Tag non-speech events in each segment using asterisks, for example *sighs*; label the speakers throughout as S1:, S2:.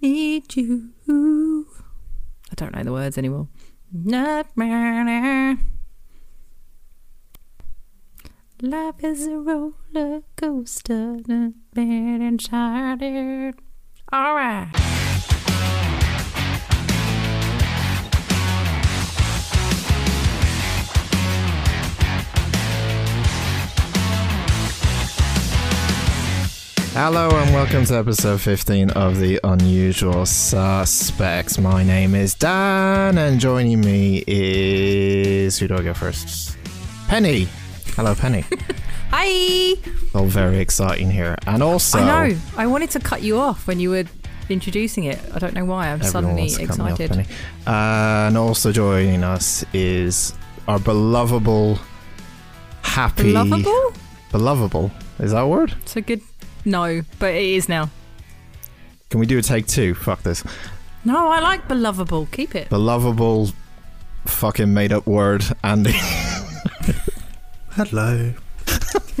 S1: need you. I don't know the words anymore. Nightmare. Life is a roller coaster. Nightmare and charted. All right.
S2: Hello and welcome to episode 15 of The Unusual Suspects. My name is Dan and joining me is. Who do I go first? Penny! Hello,
S1: *laughs*
S2: Penny.
S1: Hi.
S2: All very exciting here. And also.
S1: I know. I wanted to cut you off when you were introducing it. I don't know why. I'm
S2: Everyone
S1: suddenly
S2: wants to cut me off,
S1: excited.
S2: Penny. Uh, and also joining us is our belovable, happy.
S1: Lovable?
S2: Belovable? Is that a word?
S1: It's a good. No, but it is now.
S2: Can we do a take two? Fuck this.
S1: No, I like belovable. Keep it.
S2: The lovable fucking made up word, Andy.
S3: Hello.
S2: *laughs*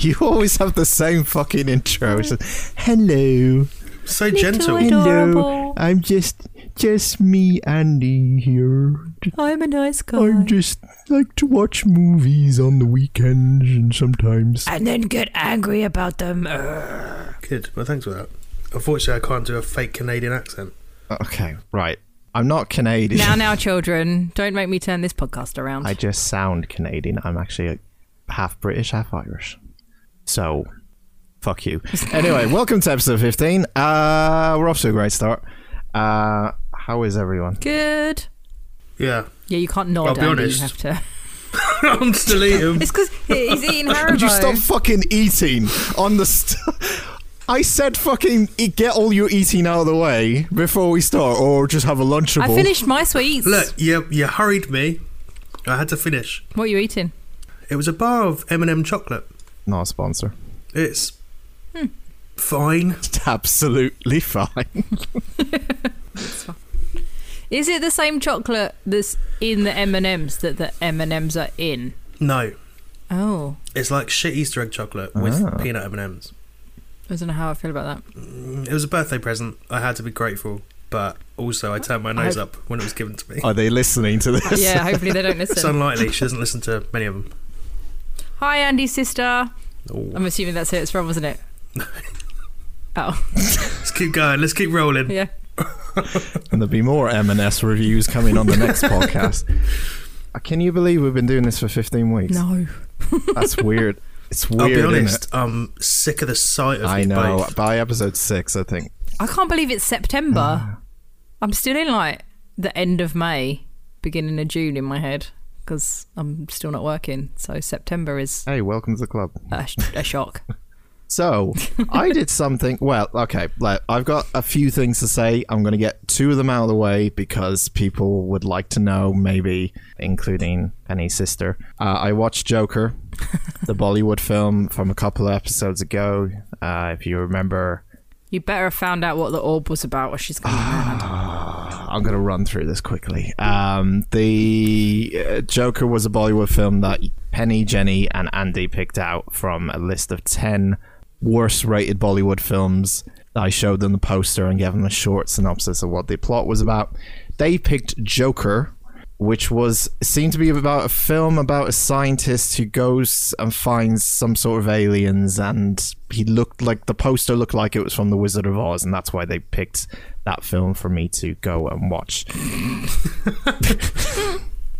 S2: you always have the same fucking intro. It's just, Hello.
S3: So
S1: Little
S3: gentle.
S2: Hello.
S1: adorable.
S2: I'm just just me, Andy here.
S1: I'm a nice guy.
S2: I'm just like to watch movies on the weekends and sometimes.
S1: and then get angry about them. Uh. Urgh.
S3: Good. Well, thanks for that. Unfortunately, I can't do a fake Canadian accent.
S2: Okay, right. I'm not Canadian.
S1: *laughs* Now, now, children, don't make me turn this podcast
S2: *laughs*
S1: around.
S2: I just sound Canadian. I'm actually like, half British, half Irish. So, fuck you. Anyway, welcome to episode 15. Uh, we're off to a great start. Uh, how is everyone?
S1: Good.
S3: Yeah. *laughs*
S1: Yeah, you can't nod.
S3: I'll be
S1: Andy,
S3: honest.
S1: You have to. *laughs*
S3: I'm still eating.
S1: It's because he's
S3: *laughs*
S1: eating Haribo.
S2: Would you stop fucking eating on the. St- *laughs* I said fucking e- get all your eating out of the way before we start, or just have a lunchable.
S1: I finished my sweets.
S3: Look, you, you hurried me. I had to finish.
S1: What are you eating?
S3: It was a bar of M&M chocolate.
S2: Not a sponsor.
S3: It's
S1: Hmm.
S3: fine.
S2: It's *laughs* absolutely fine.
S1: Is it the same chocolate that's in the M and M's that the M and M's are in?
S3: No,
S1: Oh,
S3: it's like shit Easter egg chocolate with
S2: Ah.
S3: peanut M&Ms.
S1: I don't know how I feel about that.
S3: Mm, It was a birthday present. I had to be grateful, but also I turned my nose
S1: I-
S3: up when it was given
S1: *laughs*
S3: to me.
S2: Are they listening to
S3: *laughs*
S2: this?
S1: Yeah, hopefully they don't
S3: It's
S1: listen.
S3: unlikely she doesn't listen to many of them.
S1: Hi, Andy's sister.
S3: Oh.
S1: I'm assuming that's who it's from,
S3: *laughs*
S1: wasn't it? Oh, *laughs*
S3: Let's keep going. Let's keep rolling.
S1: yeah.
S2: and there'll be more M&S reviews coming on the next podcast. *laughs* Uh, Can you believe we've been doing this for 15 weeks?
S1: No.
S2: That's weird. It's weird.
S3: I'll be
S2: isn't
S3: honest. I'm sick of the sight
S2: it?
S3: of
S2: I
S3: you
S2: know.
S3: both.
S2: By episode six, I think.
S1: I can't believe it's September. I'm still in like the end of May, beginning of June in my head because I'm still not working. So September is
S2: Hey, welcome to the club.
S1: a, sh-
S2: *laughs*
S1: a shock.
S2: So, I did something. Well, okay. Like, I've got a few things to say. I'm going to get two of them out of the way because people would like to know, maybe, including Penny's sister. Uh, I watched Joker, the Bollywood film from a couple of episodes ago. Uh, if you remember,
S1: You better have found out what the orb was about, or she's going to be
S2: Ah.
S1: mad.
S2: I'm going to run through this quickly. Um, the uh, Joker was a Bollywood film that Penny, Jenny, and Andy picked out from a list of 10 worst rated Bollywood films. I showed them the poster and gave them a short synopsis of what the plot was about. They picked Joker, which was seemed to be about a film about a scientist who goes and finds some sort of aliens and he looked like the poster looked like it was from the wizard of oz and that's why they picked that film for me to go and watch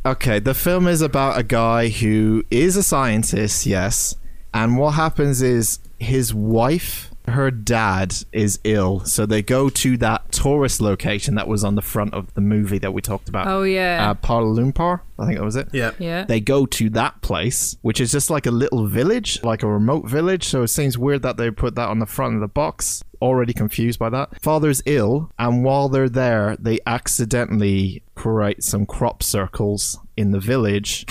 S2: okay the film is about a guy who is a scientist yes and what happens is his wife her dad is ill so they go to that tourist location that was on the front of the movie that we talked about
S1: Oh yeah,
S2: uh, Kuala Lumpur, I think that was it.
S3: Yeah.
S1: yeah.
S2: They go to that place, which is just like a little village, like a remote village. So it seems weird that they put that on the front of the box. Already confused by that. Father's ill, and while they're there, they accidentally create some crop circles in the
S1: *laughs*
S2: village.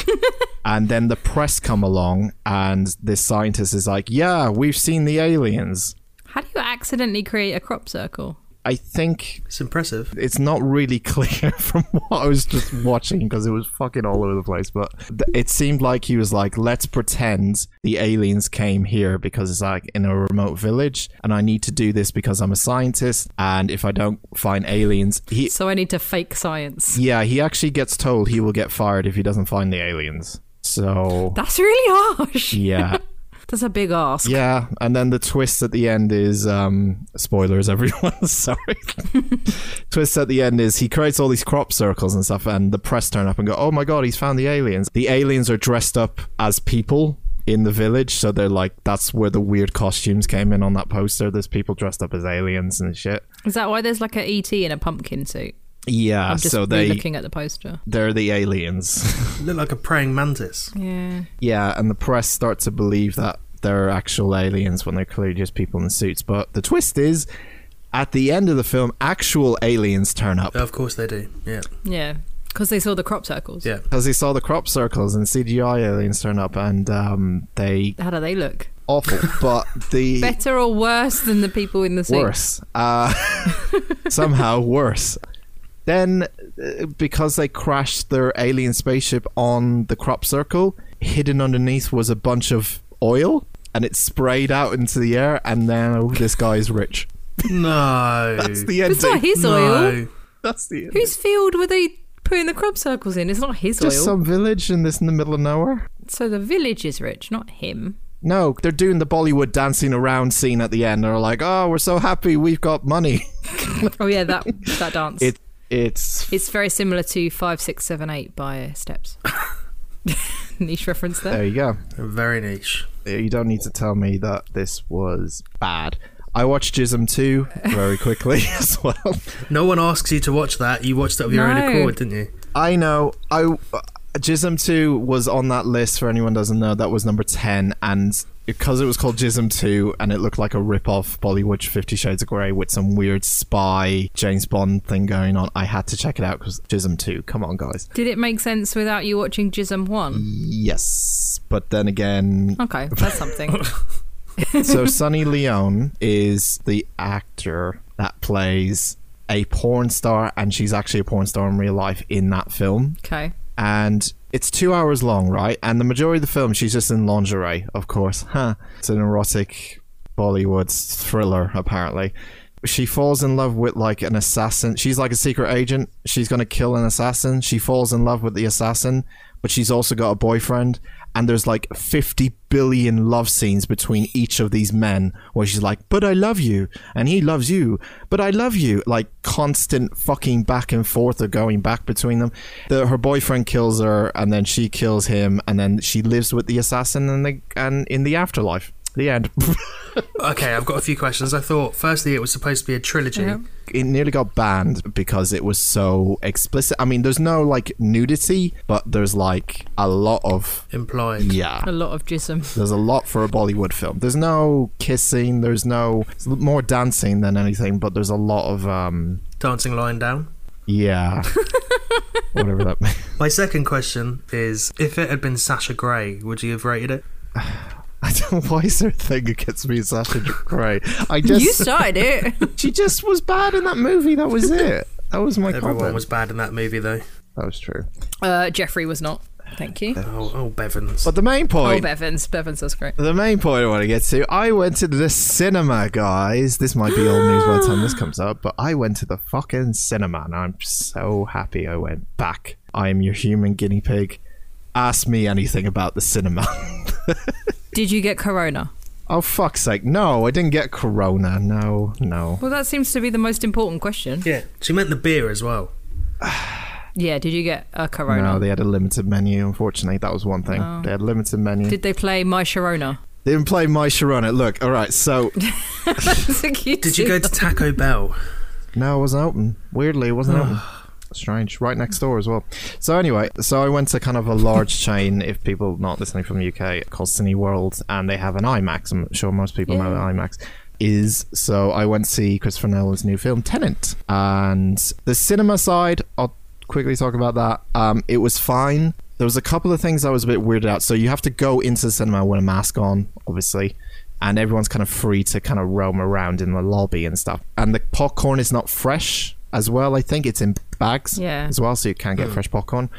S2: and then the press come along, and this scientist is like, "Yeah, we've seen the aliens."
S1: How do you accidentally create a crop circle?
S2: I think
S3: It's impressive.
S2: it's not really *laughs* clear from what I was just watching because it was fucking all over the place. But th- it seemed like he was like, let's pretend the aliens came here because it's like in a remote village, and I need to do this because I'm a scientist. And if I don't find aliens, he
S1: So I need to fake science.
S2: yeah, he actually gets told he will get fired if he doesn't find the aliens. So
S1: That's really harsh.
S2: yeah.
S1: That's a big ask.
S2: Yeah, and then the twist at the end is um, spoilers, everyone. *laughs*
S1: *laughs*
S2: Sorry. twist at the end is he creates all these crop circles and stuff, and the press turn up and go, "Oh my god, he's found the aliens!" The aliens are dressed up as people in the village, so they're like, "That's where the weird costumes came in on that poster." There's people dressed up as aliens and shit.
S1: Is that why there's like a ET in a pumpkin suit?
S2: Yeah,
S1: I'm just
S2: Ah, so they
S1: looking at the poster.
S2: they're the aliens.
S3: You look like a praying mantis.
S1: Yeah.
S2: Yeah, and the press start to believe that they're actual aliens when they're clearly just people in suits. But the twist is, at the end of the film, actual aliens turn up
S3: Oh, Of course they do. Yeah.
S1: Yeah. Because they saw the crop circles.
S3: Yeah.
S2: because they saw the crop circles and CGI aliens turn up, and um, they
S1: How do they look?
S2: awful. But the
S1: Better or worse than the people in the suit?
S2: worse, uh, *laughs* somehow worse. Then, uh, because they crashed their alien spaceship on the crop circle, hidden underneath was a bunch of oil, and it sprayed out into the air. And now this guy is
S1: *laughs*
S2: rich.
S3: No.
S2: *laughs* That's the
S1: But
S2: ending.
S1: It's not his oil.
S3: no.
S2: That's the ending.
S1: Whose field were they putting the crop circles in? It's not his
S2: Just
S1: oil.
S2: some village in this in the middle of nowhere.
S1: So the village is rich, not him.
S2: No, they're doing the Bollywood dancing around scene at the end. They're like, "Oh, we're so happy, we've got money." *laughs*
S1: Oh yeah, that that dance.
S2: It, it's
S1: it's very similar to five, six, seven, eight by uh, Steps. *laughs* Niche reference there.
S2: there you go.
S3: Very niche.
S2: You don't need to tell me that this was bad. I watched Jism 2 very quickly *laughs* as well.
S3: No one asks you to watch that. You watched it of your
S1: No.
S3: own accord, didn't you?
S2: I know. I uh, Jism Two was on that list for anyone who doesn't know. That was number ten, and because it was called Jism Two, and it looked like a rip-off Bollywood Fifty Shades of Grey with some weird spy James Bond thing going on, I had to check it out because Jism Two. Come on, guys.
S1: Did it make sense without you watching Jism one?
S2: Yes, but then again,
S1: Okay,
S2: *laughs*
S1: that's something.
S2: so Sonny Leone is the actor that plays a porn star, and she's actually a porn star in real life in that film.
S1: Okay.
S2: and it's two hours long, right? And the majority of the film, she's just in lingerie, of course. Huh. It's an erotic Bollywood thriller, apparently. She falls in love with like an assassin. She's like a secret agent. She's going to kill an assassin. She falls in love with the assassin, but she's also got a boyfriend. And there's like 50 billion love scenes between each of these men where she's like, but I love you. And he loves you. But I love you. Like constant fucking back and forth or going back between them. The, her boyfriend kills her and then she kills him. And then she lives with the assassin and, the, and in the afterlife. The end. *laughs*
S3: Okay, I've got a few questions. I thought, firstly, it was supposed to be a trilogy.
S1: Yeah.
S2: it nearly got banned because it was so explicit. I mean, there's no like nudity, but there's like a lot of.
S3: Implied.
S2: Yeah.
S1: A lot of Jism.
S2: There's a lot for a Bollywood film. There's no kissing. There's no it's more dancing than anything, but there's a lot of um
S3: Dancing lying down.
S2: yeah, whatever that. means. *laughs*
S3: My second question is if it had been Sasha Grey, would you have rated it?
S2: I don't. Why is there a thing against me, Sasha Grey? I just
S1: You started it.
S2: she just was bad in that movie. That was it. That was my
S3: Everyone
S2: comment.
S3: was bad in that movie, though.
S2: that was true.
S1: Uh, Jeffrey was not. Thank you.
S3: Oh, oh Bevins.
S2: But the main
S1: Oh,
S2: point.
S1: Bevins. Bevins was great.
S2: the main point I want to get to. I went to the cinema, guys. This might be old news by the time this comes up, but I went to the fucking cinema, and I'm so happy I went back. I am your human guinea pig. Ask me anything about the cinema. *laughs*
S1: Did you get Corona?
S2: oh fuck's sake! No, I didn't get corona. No, no.
S1: Well, that seems to be the most important question.
S3: yeah, she meant the beer as well.
S1: Yeah, did you get a Corona?
S2: No, they had a limited menu. Unfortunately, that was one thing. They had a limited menu.
S1: Did they play My Sharona?
S2: they didn't play My Sharona. Look, all right. So
S3: Did you go to Taco Bell?
S2: No, it wasn't open. Weirdly, it wasn't open. Strange. Right next door as well. So anyway, so I went to kind of a large chain. If people not listening from the UK, called Cine World, and they have an IMAX. I'm sure most people know what IMAX is. So I went to see Christopher Nolan's new film Tenant, and the cinema side. I'll quickly talk about that. Um, it was fine. There was a couple of things I was a bit weirded out. So you have to go into the cinema with a mask on, obviously and everyone's kind of free to kind of roam around in the lobby and stuff. And the popcorn is not fresh as well. I think it's in bags
S1: Yeah.
S2: as well, so you can get
S3: Hmm.
S2: fresh popcorn.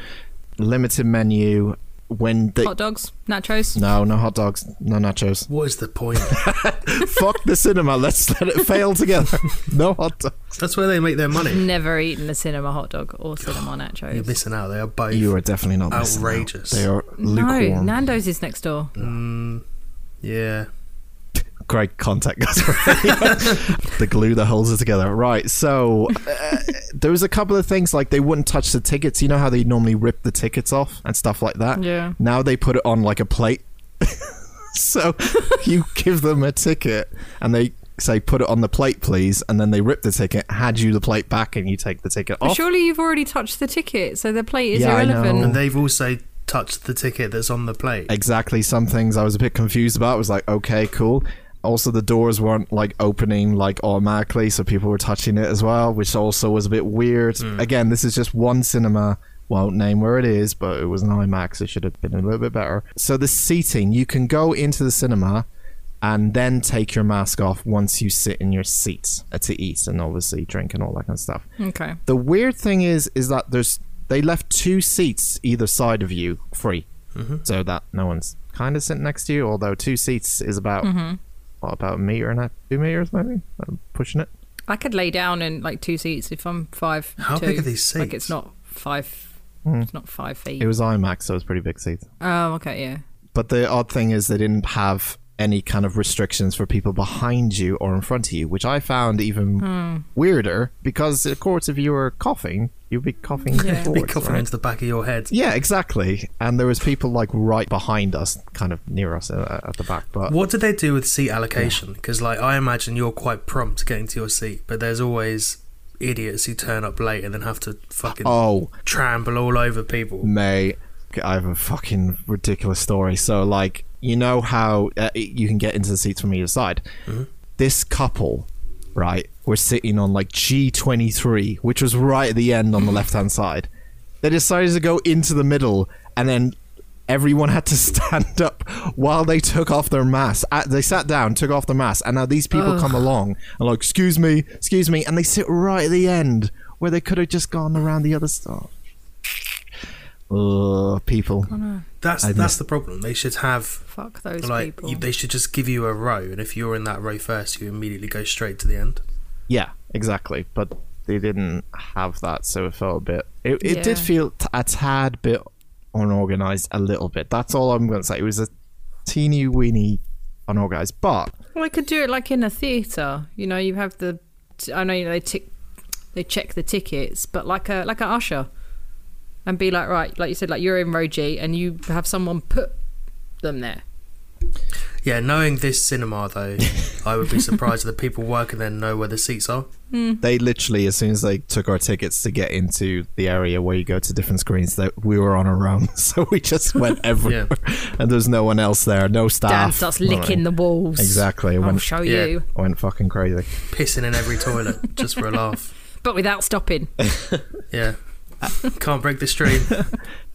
S2: Limited menu. When the
S1: Hot dogs, nachos.
S2: no, no hot dogs, no
S1: *laughs*
S2: nachos.
S3: What is
S2: *laughs*
S3: the point?
S2: Fuck the cinema. Let's let it fail
S1: *laughs*
S2: together. No hot dogs.
S3: That's where they make their money.
S1: Never eaten a cinema hot dog or cinema
S3: You're
S1: nachos.
S3: missing out. They are both.
S2: You are definitely not missing out.
S3: Outrageous.
S2: They are
S1: no,
S2: lukewarm.
S1: Nando's is next door.
S3: Mm, yeah.
S2: Great contact guys. *laughs* the glue that holds it together. Right. So uh, there was a couple of things like they wouldn't touch the tickets. You know how they normally rip the tickets off and stuff like that.
S1: Yeah.
S2: Now they put it on like a plate. *laughs* so you give them a ticket and they say put it on the plate please and then they rip the ticket hand you the plate back and you take the ticket
S1: But
S2: off
S1: surely you've already touched the ticket, so the plate is
S2: Yeah, I know.
S1: irrelevant.
S3: And they've also touched the ticket that's on the plate.
S2: exactly some things I was a bit confused about. I was like, okay, cool. Also, the doors weren't like opening like automatically, so people were touching it as well, which also was a bit weird. Again, this is just one cinema. Won't name where it is, but it was an IMAX. It should have been a little bit better. So the seating, you can go into the cinema and then take your mask off once you sit in your seat uh, to eat and obviously drink and all that kind of stuff.
S1: Okay.
S2: The weird thing is, is that there's they left two seats either side of you free,
S3: Mm-hmm.
S2: so that no one's kind of sitting next to you. Although two seats is about what about a meter and a two meters maybe. I'm pushing it.
S1: I could lay down in like two seats if I'm five.
S3: How
S1: two.
S3: big are these
S1: Like
S3: seats?
S1: it's not five. It's not five feet.
S2: It was IMAX, so it was pretty big seats.
S1: oh, okay, yeah.
S2: But the odd thing is they didn't have any kind of restrictions for people behind you or in front of you, which I found even weirder because of course if you were coughing, you'd be coughing
S1: Yeah.
S3: Be
S2: forwards,
S3: coughing
S2: right?
S3: into the back of your head.
S2: Yeah, exactly. And there was people like right behind us, kind of near us uh, at the back. But
S3: What did they do with seat allocation? Because like I imagine you're quite prompt getting to your seat, but there's always idiots who turn up late and then have to fucking
S2: oh, Mm.
S3: trample all over people.
S2: mate, I have a fucking ridiculous story. So like, you know how uh, you can get into the seats from either side. This couple, right, were sitting on like G twenty three, which was right at the end on the left hand side. They decided to go into the middle, and then everyone had to *laughs* stand up while they took off their masks. Uh, they sat down, took off their masks, and now these people come along and like, excuse me, excuse me, and they sit right at the end where they could have just gone around the other side. Ugh, people.
S3: That's
S2: I
S3: that's the problem. They should have
S1: Fuck those
S3: like
S1: people.
S3: you, they should just give you a row, and if you're in that row first, you immediately go straight to the end.
S2: Yeah, exactly. But they didn't have that, so it felt a bit. It, it did
S1: Yeah.
S2: feel t- a tad bit unorganized, a little bit. That's all I'm going to say. It was a teeny weeny unorganized, but
S1: Well, I could do it like in a theatre. You know, you have the. I know you know, they tick, they check the tickets, but like a like a usher, and be like right, like you said, like you're in row G, and you have someone put them there.
S3: Yeah, knowing this cinema though, I would be surprised that the people working there know where the seats are.
S1: Mm-hmm.
S2: they literally, as soon as they took our tickets to get into the area where you go to different screens, that we were on our own, *laughs* so we just
S1: *laughs*
S2: went everywhere, and there's no one else there, no staff.
S1: Dan starts licking the walls.
S2: Exactly. I
S1: I'll
S2: went,
S1: show
S3: Yeah.
S1: you,
S2: I went fucking crazy.
S3: Pissing in every toilet just for a laugh.
S1: but without stopping.
S3: Yeah. Can't break the stream.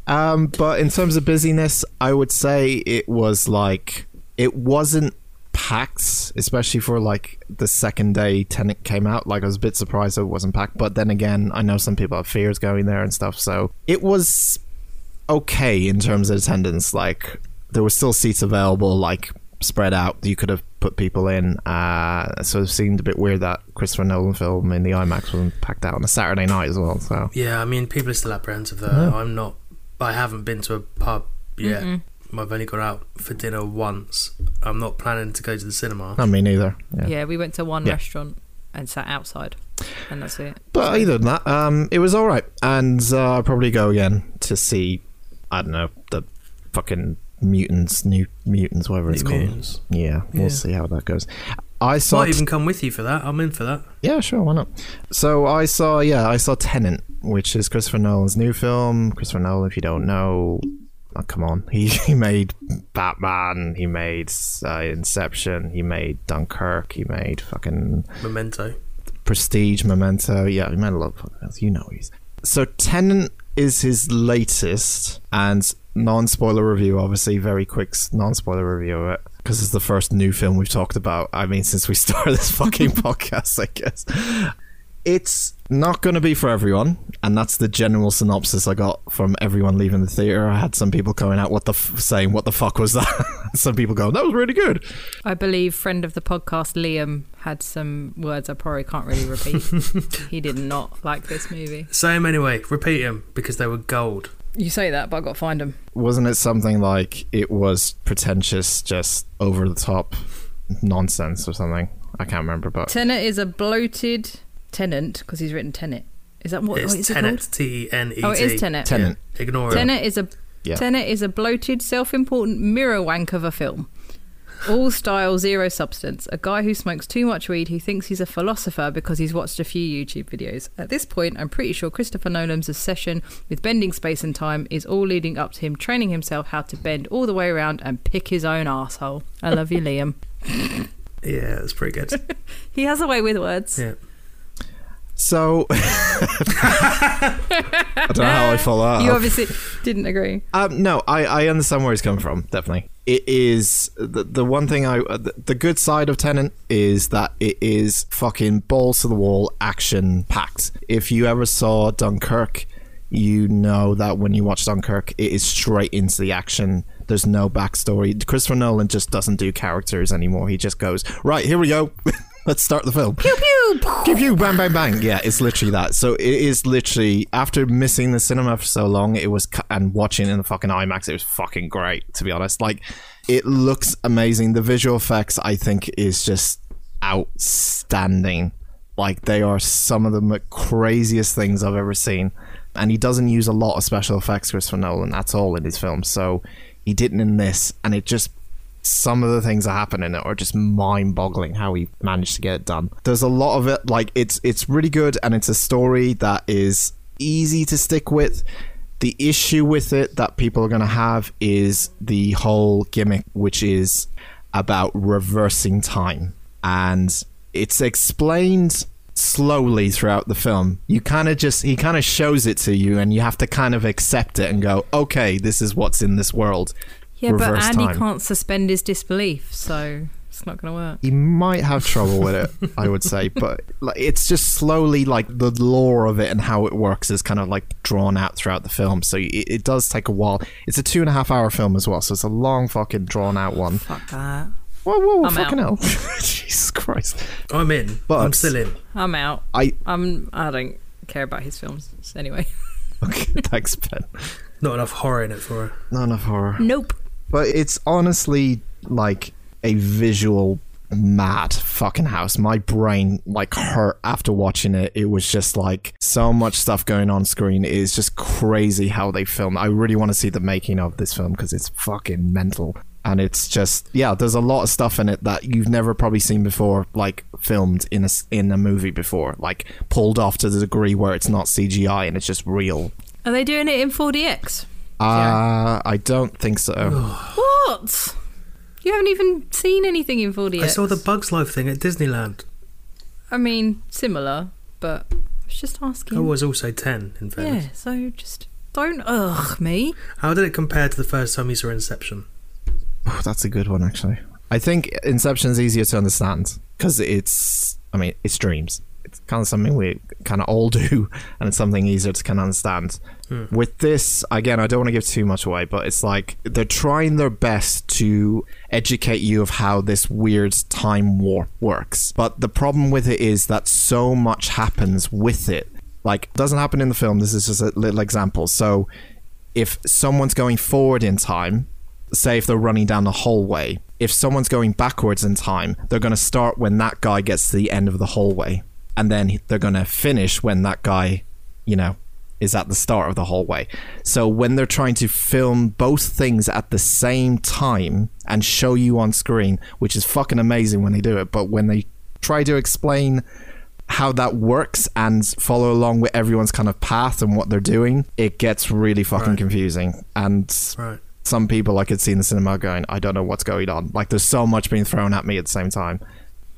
S2: Um, but in terms of busyness, I would say it was like it wasn't packed, especially for like the second day Tenant came out. Like I was a bit surprised that it wasn't packed, but then again, I know some people have fears going there and stuff, so it was okay in terms of attendance. Like there were still seats available, like spread out. You could have put people in. Uh, so it seemed a bit weird that Christopher Nolan film in the IMAX wasn't packed out on a Saturday night as well. So
S3: Yeah, I mean, people are still apprehensive though. I'm not. I haven't been to a pub yet. I've only gone out for dinner once. I'm not planning to go to the cinema.
S2: not me neither. Yeah.
S1: Yeah, we went to one
S2: Yeah.
S1: restaurant and sat outside, and that's it.
S2: But either than that, um, it was all right, and uh, I'll probably go again to see. I don't know the fucking mutants, new mutants, whatever it's
S3: New
S2: called.
S3: Mutants.
S2: Yeah, we'll
S3: Yeah.
S2: see how that goes. I saw.
S3: Might even come with you for that. I'm in for that.
S2: yeah, sure, why not? So I saw. Yeah, I saw Tenant, which is Christopher Nolan's new film. Christopher Nolan, if you don't know. Oh, come on, *laughs* he, he made Batman, he made uh, Inception, he made Dunkirk, he made fucking
S3: Memento.
S2: Prestige, Memento. Yeah, he made a lot of fucking films. You know who he's. So Tenant is his latest and non-spoiler review. Obviously, very quick s- non-spoiler review of it. because it's the first new film we've talked about. I mean, since we *laughs* started this fucking podcast, I guess. It's not going to be for everyone, and that's the general synopsis I got from everyone leaving the theater. I had some people coming out, "What the f-, saying? What the fuck was that?" *laughs* some people going, "That was really good."
S1: I believe friend of the podcast Liam had some words I probably can't
S2: *laughs*
S1: really repeat. he did not like this movie.
S3: Say them anyway. Repeat them because they were gold.
S1: You say that, but I got to find him.
S2: Wasn't it something like it was pretentious, just over the top nonsense or something? I can't remember, but
S1: Tenet is a bloated tenant because he's written Tenet. Is that what,
S3: It's
S1: what is it
S3: Tenet.
S1: called?
S3: T E N E T.
S1: Oh, it is Tenet.
S2: Tenet.
S3: Ignore it.
S1: Tenet is a
S2: Yeah.
S1: Tenet is a bloated, self-important mirror wank of a film. All style, zero substance. A guy who smokes too much weed who thinks he's a philosopher because he's watched a few YouTube videos. At this point, I'm pretty sure Christopher Nolan's obsession with bending space and time is all leading up to him training himself how to bend all the way around and pick his own asshole. I love
S3: *laughs*
S1: you, Liam.
S3: Yeah, that's pretty good.
S1: He has a way with words.
S3: Yeah.
S2: So *laughs* I don't know how I follow that.
S1: You
S2: up.
S1: obviously didn't agree.
S2: Um, no, I, I understand where he's coming from. Definitely, it is the, the one thing I uh, the, the good side of Tenant is that it is fucking balls to the wall, action packed. If you ever saw Dunkirk, you know that when you watch Dunkirk, it is straight into the action. There's no backstory. Christopher Nolan just doesn't do characters anymore. He just goes right here. We go. *laughs* Let's start the film. Pew pew, bang bang bang. Yeah, it's literally that. So it is literally after missing the cinema for so long, it was cu- and watching it in the fucking IMAX, it was fucking great. To be honest, like it looks amazing. The visual effects, I think, is just outstanding. Like they are some of the m- craziest things I've ever seen. And he doesn't use a lot of special effects, Christopher Nolan, at all in his films. So he didn't in this, and it just some of the things that happen in it are just mind-boggling how he managed to get it done there's a lot of it like it's it's really good and it's a story that is easy to stick with the issue with it that people are going to have is the whole gimmick which is about reversing time and it's explained slowly throughout the film you kind of just he kind of shows it to you and you have to kind of accept it and go okay this is what's in this world
S1: Yeah, but
S2: Reverse
S1: Andy
S2: time.
S1: can't suspend his disbelief, so it's not going to work.
S2: he might have trouble with it i would say but like it's just slowly like the lore of it and how it works is kind of like drawn out throughout the film so it, it does take a while it's a two and a half hour film as well so it's a long fucking drawn out one
S1: Fuck that.
S2: whoa whoa
S1: I'm
S2: fucking hell *laughs* jesus christ
S3: I'm in.
S2: But-
S3: I'm still in.
S1: I'm out.
S2: i
S1: I'm. I don't care about his films so anyway. *laughs*
S2: okay thanks ben
S3: Not enough horror in it for her.
S2: not enough horror
S1: Nope.
S2: But it's honestly like a visual mad fucking house. My brain like hurt after watching it. It was just like so much stuff going on screen. It is just crazy how they film. I really want to see the making of this film because it's fucking mental. And it's just yeah, there's a lot of stuff in it that you've never probably seen before, like filmed in a s- in a movie before, like pulled off to the degree where it's not CGI and it's just real.
S1: Are they doing it in 4DX?
S2: Uh, I don't think so. *sighs*
S1: What? You haven't even seen anything in 4DX.
S3: I saw the Bugs Life thing at Disneyland.
S1: I mean, similar, but I was just asking.
S3: I was also 10, in Oh, fairness.
S1: yeah. So just don't ugh me.
S3: How did it compare to the first time you saw Inception?
S2: Oh, that's a good one, actually. I think Inception's easier to understand because it's, I mean, it's dreams. It's kind of something we kind of all do, and it's something easier to kind of understand. With this, again, I don't want to give too much away, but it's like they're trying their best to educate you of how this weird time warp works. But the problem with it is that so much happens with it. Like, doesn't happen in the film. This is just a little example. So, if someone's going forward in time, say if they're running down the hallway, if someone's going backwards in time, they're going to start when that guy gets to the end of the hallway. And then they're going to finish when that guy, you know, is at the start of the hallway. So when they're trying to film both things at the same time and show you on screen, which is fucking amazing when they do it, but when they try to explain how that works and follow along with everyone's kind of path and what they're doing, it gets really fucking
S3: Right.
S2: confusing. And
S3: Right.
S2: some people I could see in the cinema going, I don't know what's going on. Like there's so much being thrown at me at the same time.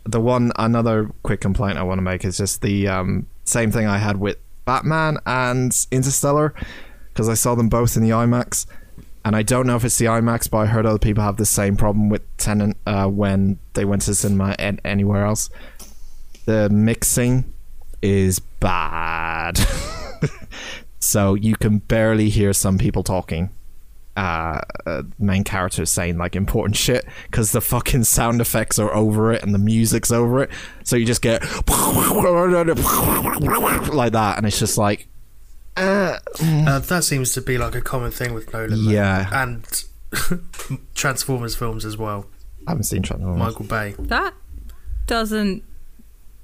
S2: The one another quick complaint I want to make is just the um, same thing I had with Batman and Interstellar because I saw them both in the IMAX. And I don't know if it's the IMAX, but I heard other people have the same problem with Tenant uh, when they went to the cinema and anywhere else. The mixing is bad. *laughs* so you can barely hear some people talking. Uh, uh, main characters saying like important shit because the fucking sound effects are over it and the music's over it. So you just get like that, and it's just like, uh,
S3: Uh, that seems to be like a common thing with Nolan. though.
S2: Yeah.
S3: and *laughs* Transformers films as well.
S2: I haven't seen Transformers.
S3: Michael Bay.
S1: That doesn't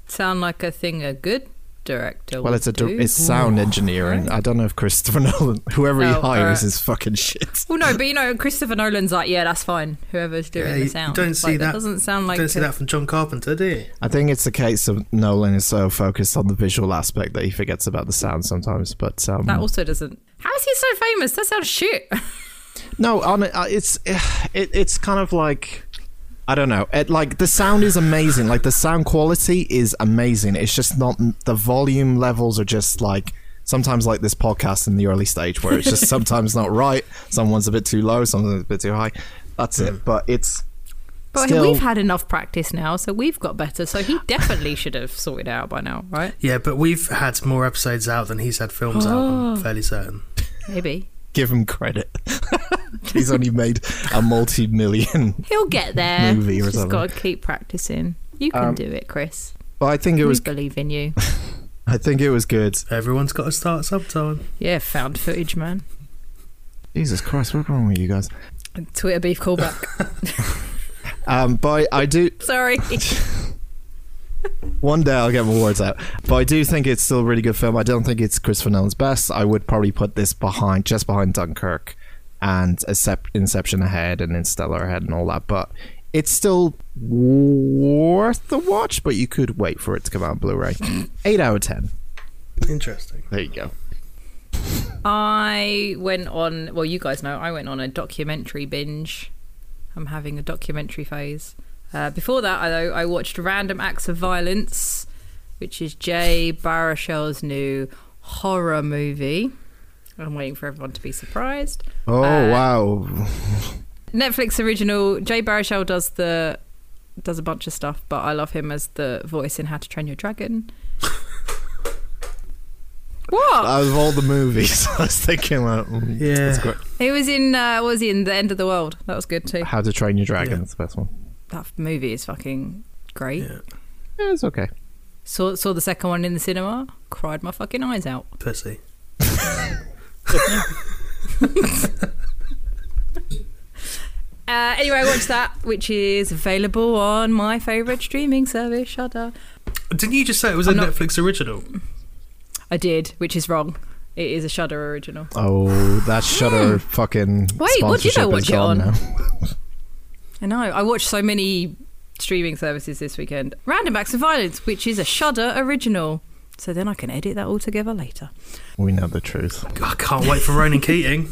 S1: sound like a thing a good director.
S2: Well,
S1: would
S2: it's a
S1: do.
S2: dir- it's sound engineering. I don't know if Christopher *laughs* Nolan, whoever he
S1: Oh,
S2: hires,
S1: alright.
S2: is fucking shit.
S1: Well, no, but you know, Christopher Nolan's like, yeah, that's fine. Whoever's doing
S3: Yeah,
S1: the
S3: you
S1: sound.
S3: don't
S1: Like,
S3: see that-
S1: Doesn't sound like.
S3: Don't see
S1: a-
S3: that from John Carpenter, do you?
S2: I think it's the case of Nolan is so focused on the visual aspect that he forgets about the sound sometimes. But um,
S1: that also doesn't. How is he so famous? That sounds shit. *laughs*
S2: No, on it, uh, it's it, it's kind of like I don't know. It like the sound is amazing. Like the sound quality is amazing. It's just not the volume levels are just like sometimes like this podcast in the early stage where it's just sometimes not right. Someone's a bit too low. Someone's a bit too high. That's it. But it's
S1: But
S2: Still-
S1: we've had enough practice now, so we've got better. So he definitely should have sorted it out by now, right?
S3: Yeah, but we've had more episodes out than he's had films out.
S1: Oh.
S3: I'm fairly certain.
S1: Maybe
S2: give him credit. *laughs* He's only made a multi-million.
S1: he'll get there.
S2: Movie or
S1: He's
S2: something.
S1: just got to keep practicing. You can
S2: Um,
S1: do it, Chris.
S2: But I think it
S1: We
S2: was.
S1: believe in you.
S2: I think it was good.
S3: Everyone's got to start sometime.
S1: Yeah, found footage, man.
S2: Jesus Christ, what's wrong with you guys?
S1: Twitter beef callback.
S2: Um, but I do.
S1: *laughs* Sorry.
S2: One day I'll get my words out. But I do think it's still a really good film. I don't think it's Christopher Nolan's best. I would probably put this behind, just behind Dunkirk and Acep- Inception ahead and Interstellar ahead and all that. But it's still worth the watch, but you could wait for it to come out on Blu *laughs* ray. 8 out of 10.
S3: Interesting.
S2: There you go.
S1: I went on, well, you guys know, I went on a documentary binge. I'm having a documentary phase. Uh, before that, I, though, I watched Random Acts of Violence, which is Jay Baruchel's new horror movie. I'm waiting for everyone to be surprised.
S2: Oh,
S1: Uh,
S2: wow.
S1: Netflix original. Jay Baruchel does the does a bunch of stuff, but I love him as the voice in How to Train Your Dragon. what?
S2: Out of all the movies, *laughs* I was thinking, like, mm,
S3: Yeah.
S2: that's great.
S1: He was in uh, what was he in The End of the World? That was good too.
S2: How to Train Your Dragon
S3: Yeah.
S2: is the best one.
S1: That movie is fucking great.
S3: Yeah.
S2: Yeah, it's okay.
S1: Saw saw the second one in the cinema, cried my fucking eyes out.
S3: Pussy.
S1: Uh, anyway, I watched *laughs* that, which is available on my favourite streaming service, Shudder.
S3: Didn't you just say it was
S1: I'm
S3: a
S1: not-
S3: Netflix original?
S1: I did, which is wrong. It is a Shudder original.
S2: Oh, that Shutter fucking
S1: Hmm. Wait, what did
S2: sponsorship
S1: I
S2: is
S1: watch it
S2: gone
S1: on?
S2: now.
S1: I know. I watched so many streaming services this weekend. Random Acts of Violence, which is a Shudder original. So then I can edit that all together later.
S2: We know the truth.
S3: I can't wait for Ronan Keating.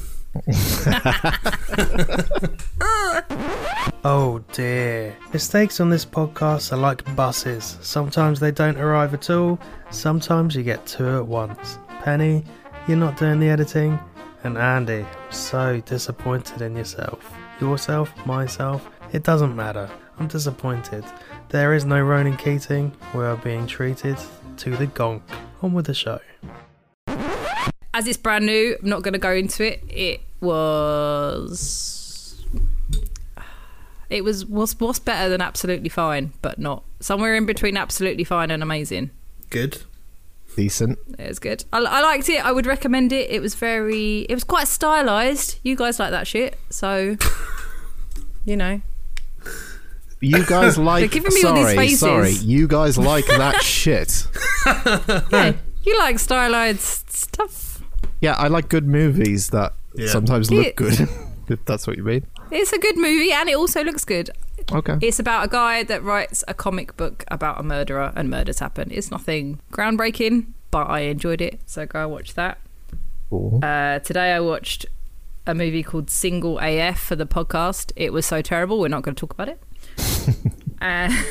S3: oh dear. Mistakes on this podcast are like buses. Sometimes they don't arrive at all, sometimes you get two at once. Penny, you're not doing the editing. And Andy, I'm so disappointed in yourself. Yourself, myself, it doesn't matter. I'm disappointed. There is no Ronan Keating. We are being treated to the gonk. On with the show.
S1: As it's brand new, I'm not going to go into it. It was. It was was was better than absolutely fine, but not somewhere in between absolutely fine and amazing.
S3: Good.
S2: Decent.
S1: It was good. I, I liked it. I would recommend it. It was very. It was quite stylized. You guys like that shit, so you know.
S2: You
S1: *laughs*
S2: guys like
S1: They're giving me all
S2: sorry,
S1: these faces.
S2: sorry. You
S1: *laughs*
S2: guys like that shit.
S1: Yeah, you like stylized stuff.
S2: Yeah, I like good movies that
S3: Yeah.
S2: sometimes
S1: Yeah.
S2: look good. *laughs* if that's what you mean.
S1: It's a good movie and it also looks good.
S2: Okay.
S1: It's about a guy that writes a comic book about a murderer and murders happen. It's nothing groundbreaking, but I enjoyed it, so go and watch that.
S2: Cool.
S1: Uh, today I watched a movie called Single AF for the podcast. It was so terrible, we're not going to talk about it. uh,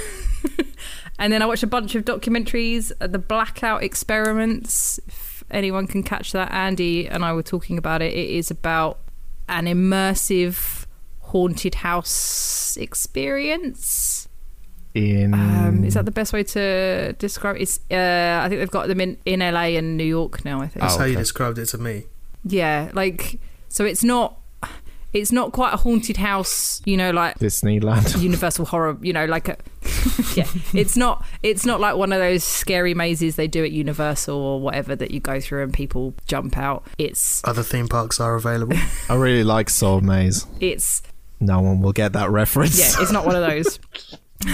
S1: *laughs* and then I watched a bunch of documentaries, uh, The Blackout Experiments. If anyone can catch that, Andy and I were talking about it. It is about an immersive haunted house experience.
S2: In
S1: Um,
S2: Hmm.
S1: is that the best way to describe? It's uh, I think they've got them in in LA and New York now. I think.
S3: That's
S2: Oh,
S3: how you
S2: okay.
S3: described it to me.
S1: Yeah, like so it's not it's not quite a haunted house, you
S2: *laughs*
S1: know, like
S2: Disneyland?
S1: Universal horror, you know, like a *laughs* yeah. It's not it's not like one of those scary mazes they do at Universal or whatever that you go through and people jump out. It's
S3: Other theme parks
S1: *laughs*
S3: are available.
S2: I really like Soul Maze.
S1: it's
S2: No one will get that reference.
S1: yeah, it's not one of those. *laughs*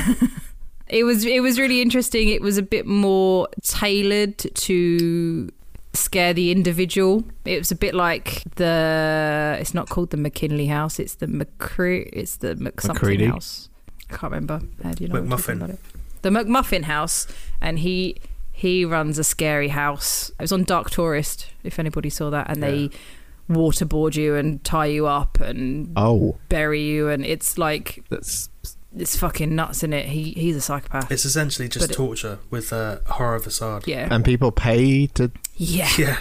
S1: it was it was really interesting. It was a bit more tailored to scare the individual. It was a bit like the it's not called the McKinley House. It's the McCre it's the Mc something
S2: McCready?
S1: House. I can't remember. How do you know? what I'm talking
S3: McMuffin.
S1: about it? The McMuffin House, and he he runs a scary house. It was on Dark Tourist. If anybody saw that, and they waterboard you and tie you up and
S2: *laughs* Oh,
S1: bury you, and it's like
S2: that's
S1: it's fucking nuts in it. He he's a psychopath.
S3: It's essentially just
S1: But it-
S3: torture with a horror facade.
S1: yeah.
S2: and people pay to.
S1: yeah.
S3: *laughs* Yeah.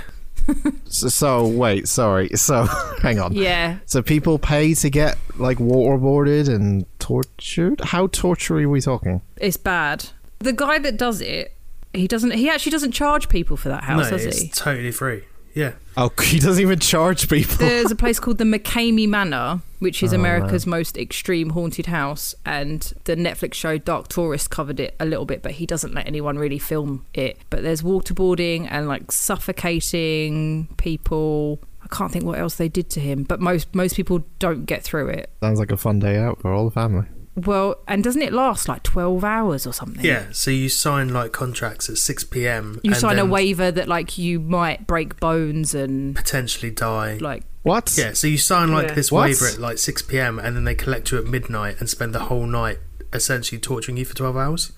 S1: *laughs*
S2: So, so wait, sorry. So *laughs* hang on.
S1: Yeah.
S2: So people pay to get like waterboarded and tortured. How torture are we talking?
S1: It's bad. The guy that does it, he doesn't he actually doesn't charge people for that house,
S3: no,
S1: does
S3: it's *laughs*
S1: he?
S3: totally free. Yeah.
S2: Oh, *laughs* he doesn't even charge people.
S1: There's a place called the McCamey Manor, which is
S2: Oh,
S1: America's most extreme haunted house, and the Netflix show Dark Tourist covered it a little bit, but he doesn't let anyone really film it. But there's waterboarding and like suffocating people. I can't think what else they did to him, but most most people don't get through it.
S2: Sounds like a fun day out for all the family.
S1: Well, and doesn't it last like 12 hours or something?
S3: Yeah. So you sign like contracts at 6 p.m.
S1: You
S3: and
S1: sign a
S3: then
S1: waiver that like you might break bones and
S3: potentially die.
S1: like
S2: What?
S3: Yeah. So you sign like
S1: Yeah.
S3: this
S2: What?
S3: waiver at like 6 p.m. and then they collect you at midnight and spend the whole night essentially torturing you for 12 hours.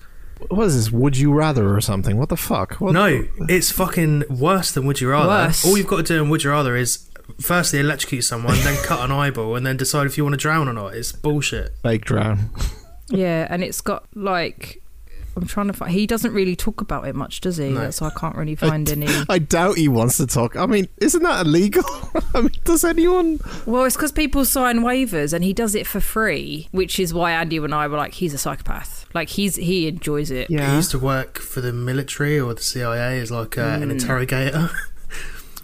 S2: What is this? Would you rather or something? What the fuck? What
S3: No, it's fucking worse than Would You Rather.
S1: Worse.
S3: All you've got to do in Would You Rather is firstly electrocute someone, then cut an eyeball, and then decide if you want to drown or not. It's bullshit.
S2: Fake drown.
S1: yeah, and it's got like I'm trying to find he doesn't really talk about it much, does he?
S3: No. Uh,
S1: That's why I can't really find any.
S3: *laughs*
S2: I doubt he wants to talk. I mean, isn't that illegal? *laughs* I mean, does anyone?
S1: Well, it's cuz people sign waivers and he does it for free, which is why Andy and I were like he's a psychopath. Like he's he enjoys it.
S3: He used to work for the military or the CIA as like uh,
S2: Hmm.
S3: an interrogator, *laughs*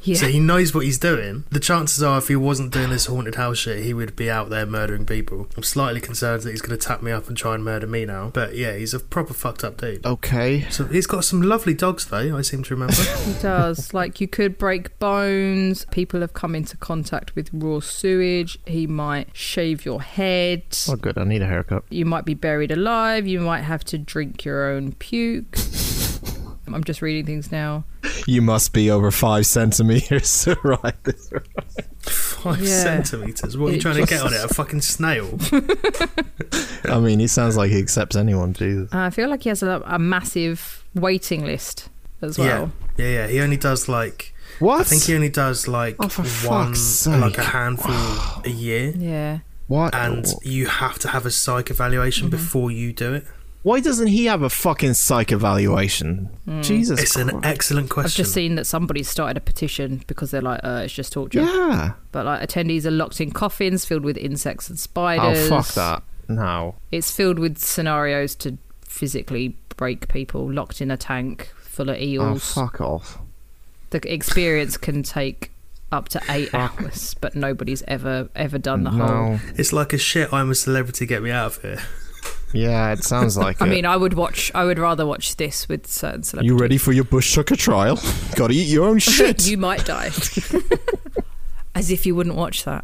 S1: Yeah.
S3: so he knows what he's doing. The chances are, if he wasn't doing this haunted house shit, he would be out there murdering people. I'm slightly concerned that he's going to tap me up and try and murder me now. But yeah, he's a proper fucked up dude.
S2: Okay.
S3: So he's got some lovely dogs though. I seem to remember. *laughs*
S1: He does. like you could break bones. People have come into contact with raw sewage. He might shave your head.
S2: Oh, good. I need a haircut.
S1: You might be buried alive. You might have to drink your own
S2: *laughs*
S1: puke. I'm just reading things now.
S2: You must be over five centimeters *laughs* to ride this.
S3: Five
S1: Yeah.
S3: centimeters. What are you
S1: It
S3: trying to get on it?
S2: just-
S3: A
S2: *laughs*
S3: fucking snail.
S2: I mean, he sounds like he accepts anyone. Jesus.
S1: I feel like he has a, a massive waiting list as well.
S3: Yeah, yeah, yeah. He only does like
S2: What?
S3: I think he only does like
S2: Oh, for
S3: one,
S2: fuck's
S3: like a
S2: sake.
S3: handful a year,
S1: Yeah.
S2: what?
S3: and you have to have a psych evaluation
S1: Mm-hmm.
S3: before you do it.
S2: Why doesn't he have a fucking psych evaluation?
S1: Hmm.
S2: Jesus.
S3: It's an
S2: Christ.
S3: excellent
S1: Mm. I've
S3: question.
S1: just seen that somebody started a petition because they're like, uh, it's just
S3: e-
S1: torture.
S2: yeah.
S1: But like attendees are locked in coffins filled with insects and
S2: Oh
S1: spiders.
S2: fuck that. No.
S1: It's filled with scenarios to physically break people, locked in a tank full of
S2: Oh
S1: eels.
S2: fuck off.
S1: the experience can take up to eight hours, but nobody's ever ever done the whole
S2: no.
S3: It's like a shit. I'm a celebrity. Get me out of here.
S2: Yeah, it sounds
S1: *laughs*
S2: like
S1: I
S2: it.
S1: mean, I would watch. I would rather watch this with certain celebrities.
S2: you ready for your bush sucker trial? *laughs* Gotta eat your own shit.
S1: *laughs* you might die. *laughs* As if you wouldn't watch that.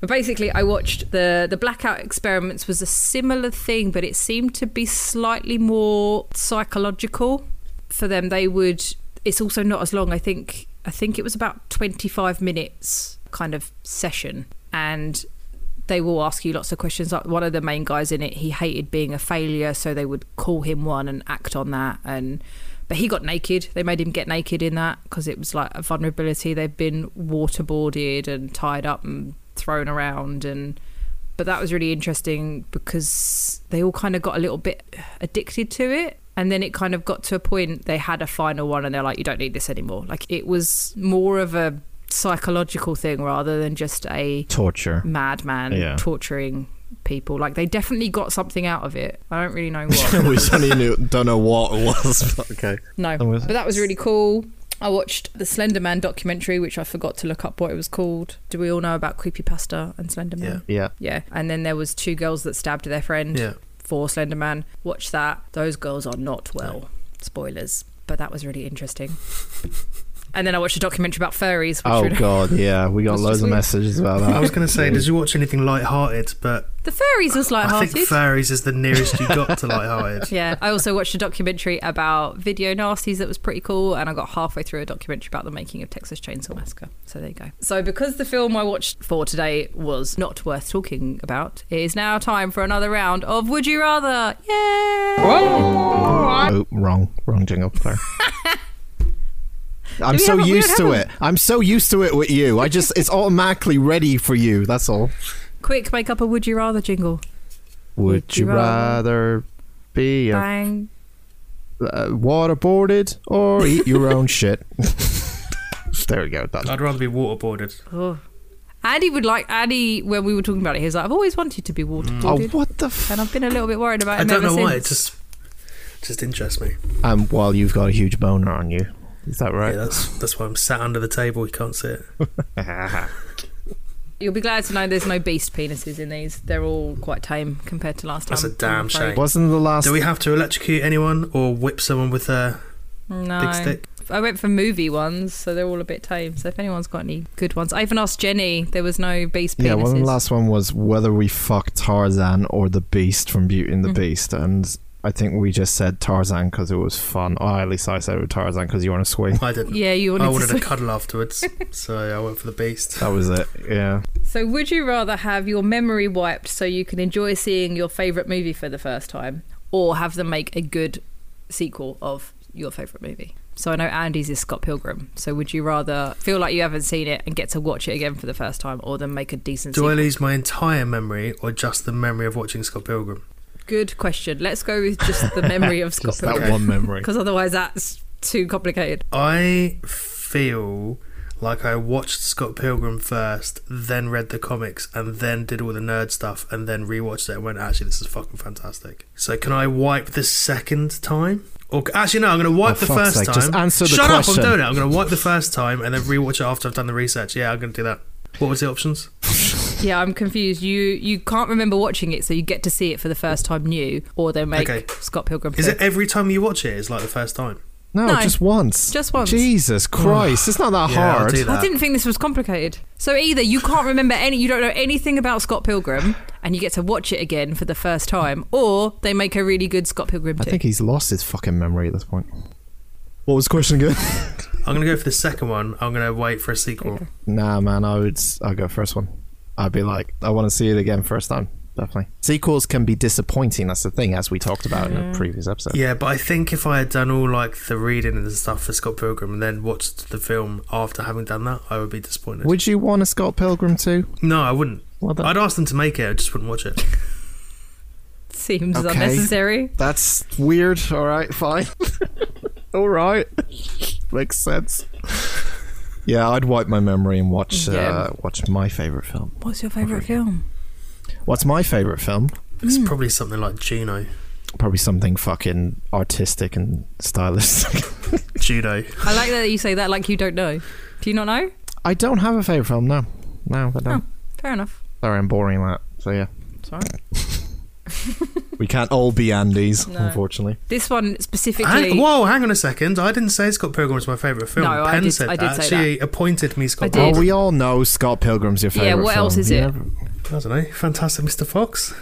S1: But basically, I watched the the blackout experiments was a similar thing, but it seemed to be slightly more psychological for them. They would. It's also not as long. I think. I think it was about twenty five minutes kind of session, and they will ask you lots of questions. Like one of the main guys in it, he hated being a failure, so they would call him one and act on that. And but he got naked. They made him get naked in that because it was like a vulnerability. They've been waterboarded and tied up and thrown around and. But that was really interesting because they all kind of got a little bit addicted to it. And then it kind of got to a point they had a final one and they're like, you don't need this anymore. Like it was more of a psychological thing rather than just a
S2: Torture.
S1: madman
S2: Yeah.
S1: torturing people. Like they definitely got something out of it. I don't really know
S2: *laughs*
S1: what.
S2: we don't, even know- don't know what it was. but okay.
S1: no,
S2: That was-
S1: but that was really cool. I watched the Slender Man documentary, which I forgot to look up what it was called. Do we all know about Creepypasta and Slender Man?
S2: *laughs* Yeah.
S1: Yeah. And then there was two girls that stabbed their friend
S3: Yeah.
S1: for Slender Man. Watch that. Those girls are not well. Spoilers. But that was really interesting. *laughs* and then I watched a documentary about furries. Which
S2: Oh
S1: would-
S2: god. Yeah. We got
S1: That's
S2: loads
S1: just
S2: of
S1: weird.
S2: messages about that.
S3: I was going to say, did you watch anything light-hearted? But
S1: the furries was
S3: I
S1: lighthearted.
S3: think fairies is the nearest you
S1: *laughs*
S3: got to light-hearted.
S1: yeah, I also watched a documentary about video nasties that was pretty cool, and I got halfway through a documentary about the making of Texas Chainsaw Massacre. So there you go. So because the film I watched for today was not worth talking about, it is now time for another round of Would You Rather? Yay!
S2: Oh, wrong, wrong jingle.
S1: *laughs*
S2: Sorry. I'm
S1: we
S2: so
S1: have a- we
S2: used to
S1: don't have
S2: it. I'm so used to it with you. I just it's automatically ready for you. That's all.
S1: Quick, make up a Would You Rather jingle.
S2: Would you
S1: you
S2: rather be uh,
S1: Bang.
S2: waterboarded or eat your own shit? *laughs* there we go. Done.
S3: I'd rather be waterboarded.
S1: Oh. Andy would like Andy when we were talking about it. He was like, "I've always wanted to be
S2: Oh,
S1: waterboarded,
S2: what the? F-
S1: and I've been a little bit worried about
S3: Mm. I
S1: him
S3: don't know
S1: ever
S3: why. It
S1: since."
S3: just just interests me.
S2: um, well, you've got a huge boner on you. Is that
S3: Yeah,
S2: right?
S3: that's that's why I'm sat under the table. You can't see it.
S1: You'll be glad to know there's no beast penises in these. They're all quite tame compared to last time.
S3: That's a damn
S1: I'm afraid.
S3: shame.
S2: *laughs* Wasn't the last?
S3: Do we have to electrocute anyone or whip someone with a
S1: No.
S3: big stick?
S1: I went for movie ones, so they're all a bit tame. So if anyone's got any good ones, I even asked Jenny. There was no beast penises.
S2: yeah, well, the last one was whether we fuck Tarzan or the Beast from Beauty and the
S1: Mhm.
S3: Mm-hmm.
S2: Beast, and I think we just said Tarzan because it was fun. Or at least I said it was Tarzan because you want to
S3: *laughs*
S2: swing.
S3: I didn't.
S1: Yeah, you
S3: I
S1: wanted
S3: wanted
S1: to.
S3: a
S1: *laughs*
S3: cuddle afterwards, so I went for the beast.
S2: That was it. Yeah.
S1: so would you rather have your memory wiped so you can enjoy seeing your favorite movie for the first time, or have them make a good sequel of your favorite movie? So I know Andy's is Scott Pilgrim. So would you rather feel like you haven't seen it and get to watch it again for the first time, or then make a decent?
S3: Do
S1: sequel?
S3: I lose my entire memory or just the memory of watching Scott Pilgrim?
S1: Good question. Let's go with just the memory
S3: *laughs*
S1: of Scott
S2: Just that
S1: Pilgrim
S2: one memory.
S1: because otherwise that's too complicated.
S3: I feel like I watched Scott Pilgrim first, then read the comics, and then did all the nerd stuff, and then rewatched it and went, actually, this is fucking fantastic. So, can I wipe the second time? Or actually, no, I'm going to wipe
S2: Oh,
S3: the
S2: fuck's
S3: first
S2: sake,
S3: time.
S2: just answer the
S3: Shut
S2: question.
S3: up, I'm doing it. I'm going to wipe the first time and then rewatch it after I've done the research. Yeah, I'm going to do that. What was the options?
S1: Yeah, I'm confused. You you can't remember watching it, so you get to see it for the first time new, or they make
S3: Okay.
S1: Scott Pilgrim.
S3: Is
S1: two.
S2: Eh.
S3: it every time you watch it is like the first time?
S2: No,
S1: No,
S2: just once.
S1: just once.
S2: Jesus
S3: *sighs*
S2: Christ. it's not that
S3: Yeah, I'll
S2: hard.
S3: do
S1: I
S3: that.
S1: didn't think this was complicated. So either you can't remember any, you don't know anything about Scott Pilgrim, and you get to watch it again for the first time, or they make a really good Scott Pilgrim
S2: I
S1: two.
S2: think he's lost his fucking memory at this point. What was the question again?
S3: I'm going to go for the second one. I'm going to wait for a sequel.
S2: nah, man, I would. I'll go first one. I'd be like, I want to see it again first time. Definitely. Sequels can be disappointing. That's the thing, as we talked about in a previous episode.
S3: Yeah, but I think if I had done all like the reading and the stuff for Scott Pilgrim and then watched the film after having done that, I would be disappointed.
S2: Would you want a Scott Pilgrim too?
S3: no, I wouldn't.
S2: Well, that-
S3: I'd ask them to make it. I just wouldn't watch it.
S1: *laughs* Seems
S2: Okay.
S1: unnecessary.
S2: That's weird. All right, fine. *laughs* All right, makes sense. Yeah, I'd wipe my memory and watch
S1: Yeah.
S2: uh, watch my favorite film.
S1: What's your favourite film?
S2: What's my favorite film?
S3: It's probably something like Juno.
S2: Probably something fucking artistic and stylistic. *laughs*
S3: Judo.
S1: I like that you say that like you don't know. Do you not know?
S2: I don't have a favorite film. No, no, I don't.
S1: Oh. Fair enough.
S2: Sorry, I'm boring that. So yeah,
S1: Sorry.
S2: we can't all be Andes,
S1: No.
S2: unfortunately.
S1: This one specifically.
S3: Hang, whoa, hang on a second. I didn't say Scott Pilgrim was my favourite film.
S1: No, I
S3: Penn
S1: did-
S3: said
S1: I did
S3: that.
S1: say
S3: she appointed me Scott
S1: I did.
S2: Oh,
S3: Pilgrim.
S2: we all know Scott Pilgrim's your favorite.
S1: Yeah, what else
S2: film.
S1: is
S2: You
S1: it?
S2: never-
S3: I don't know. Fantastic Mr. Fox.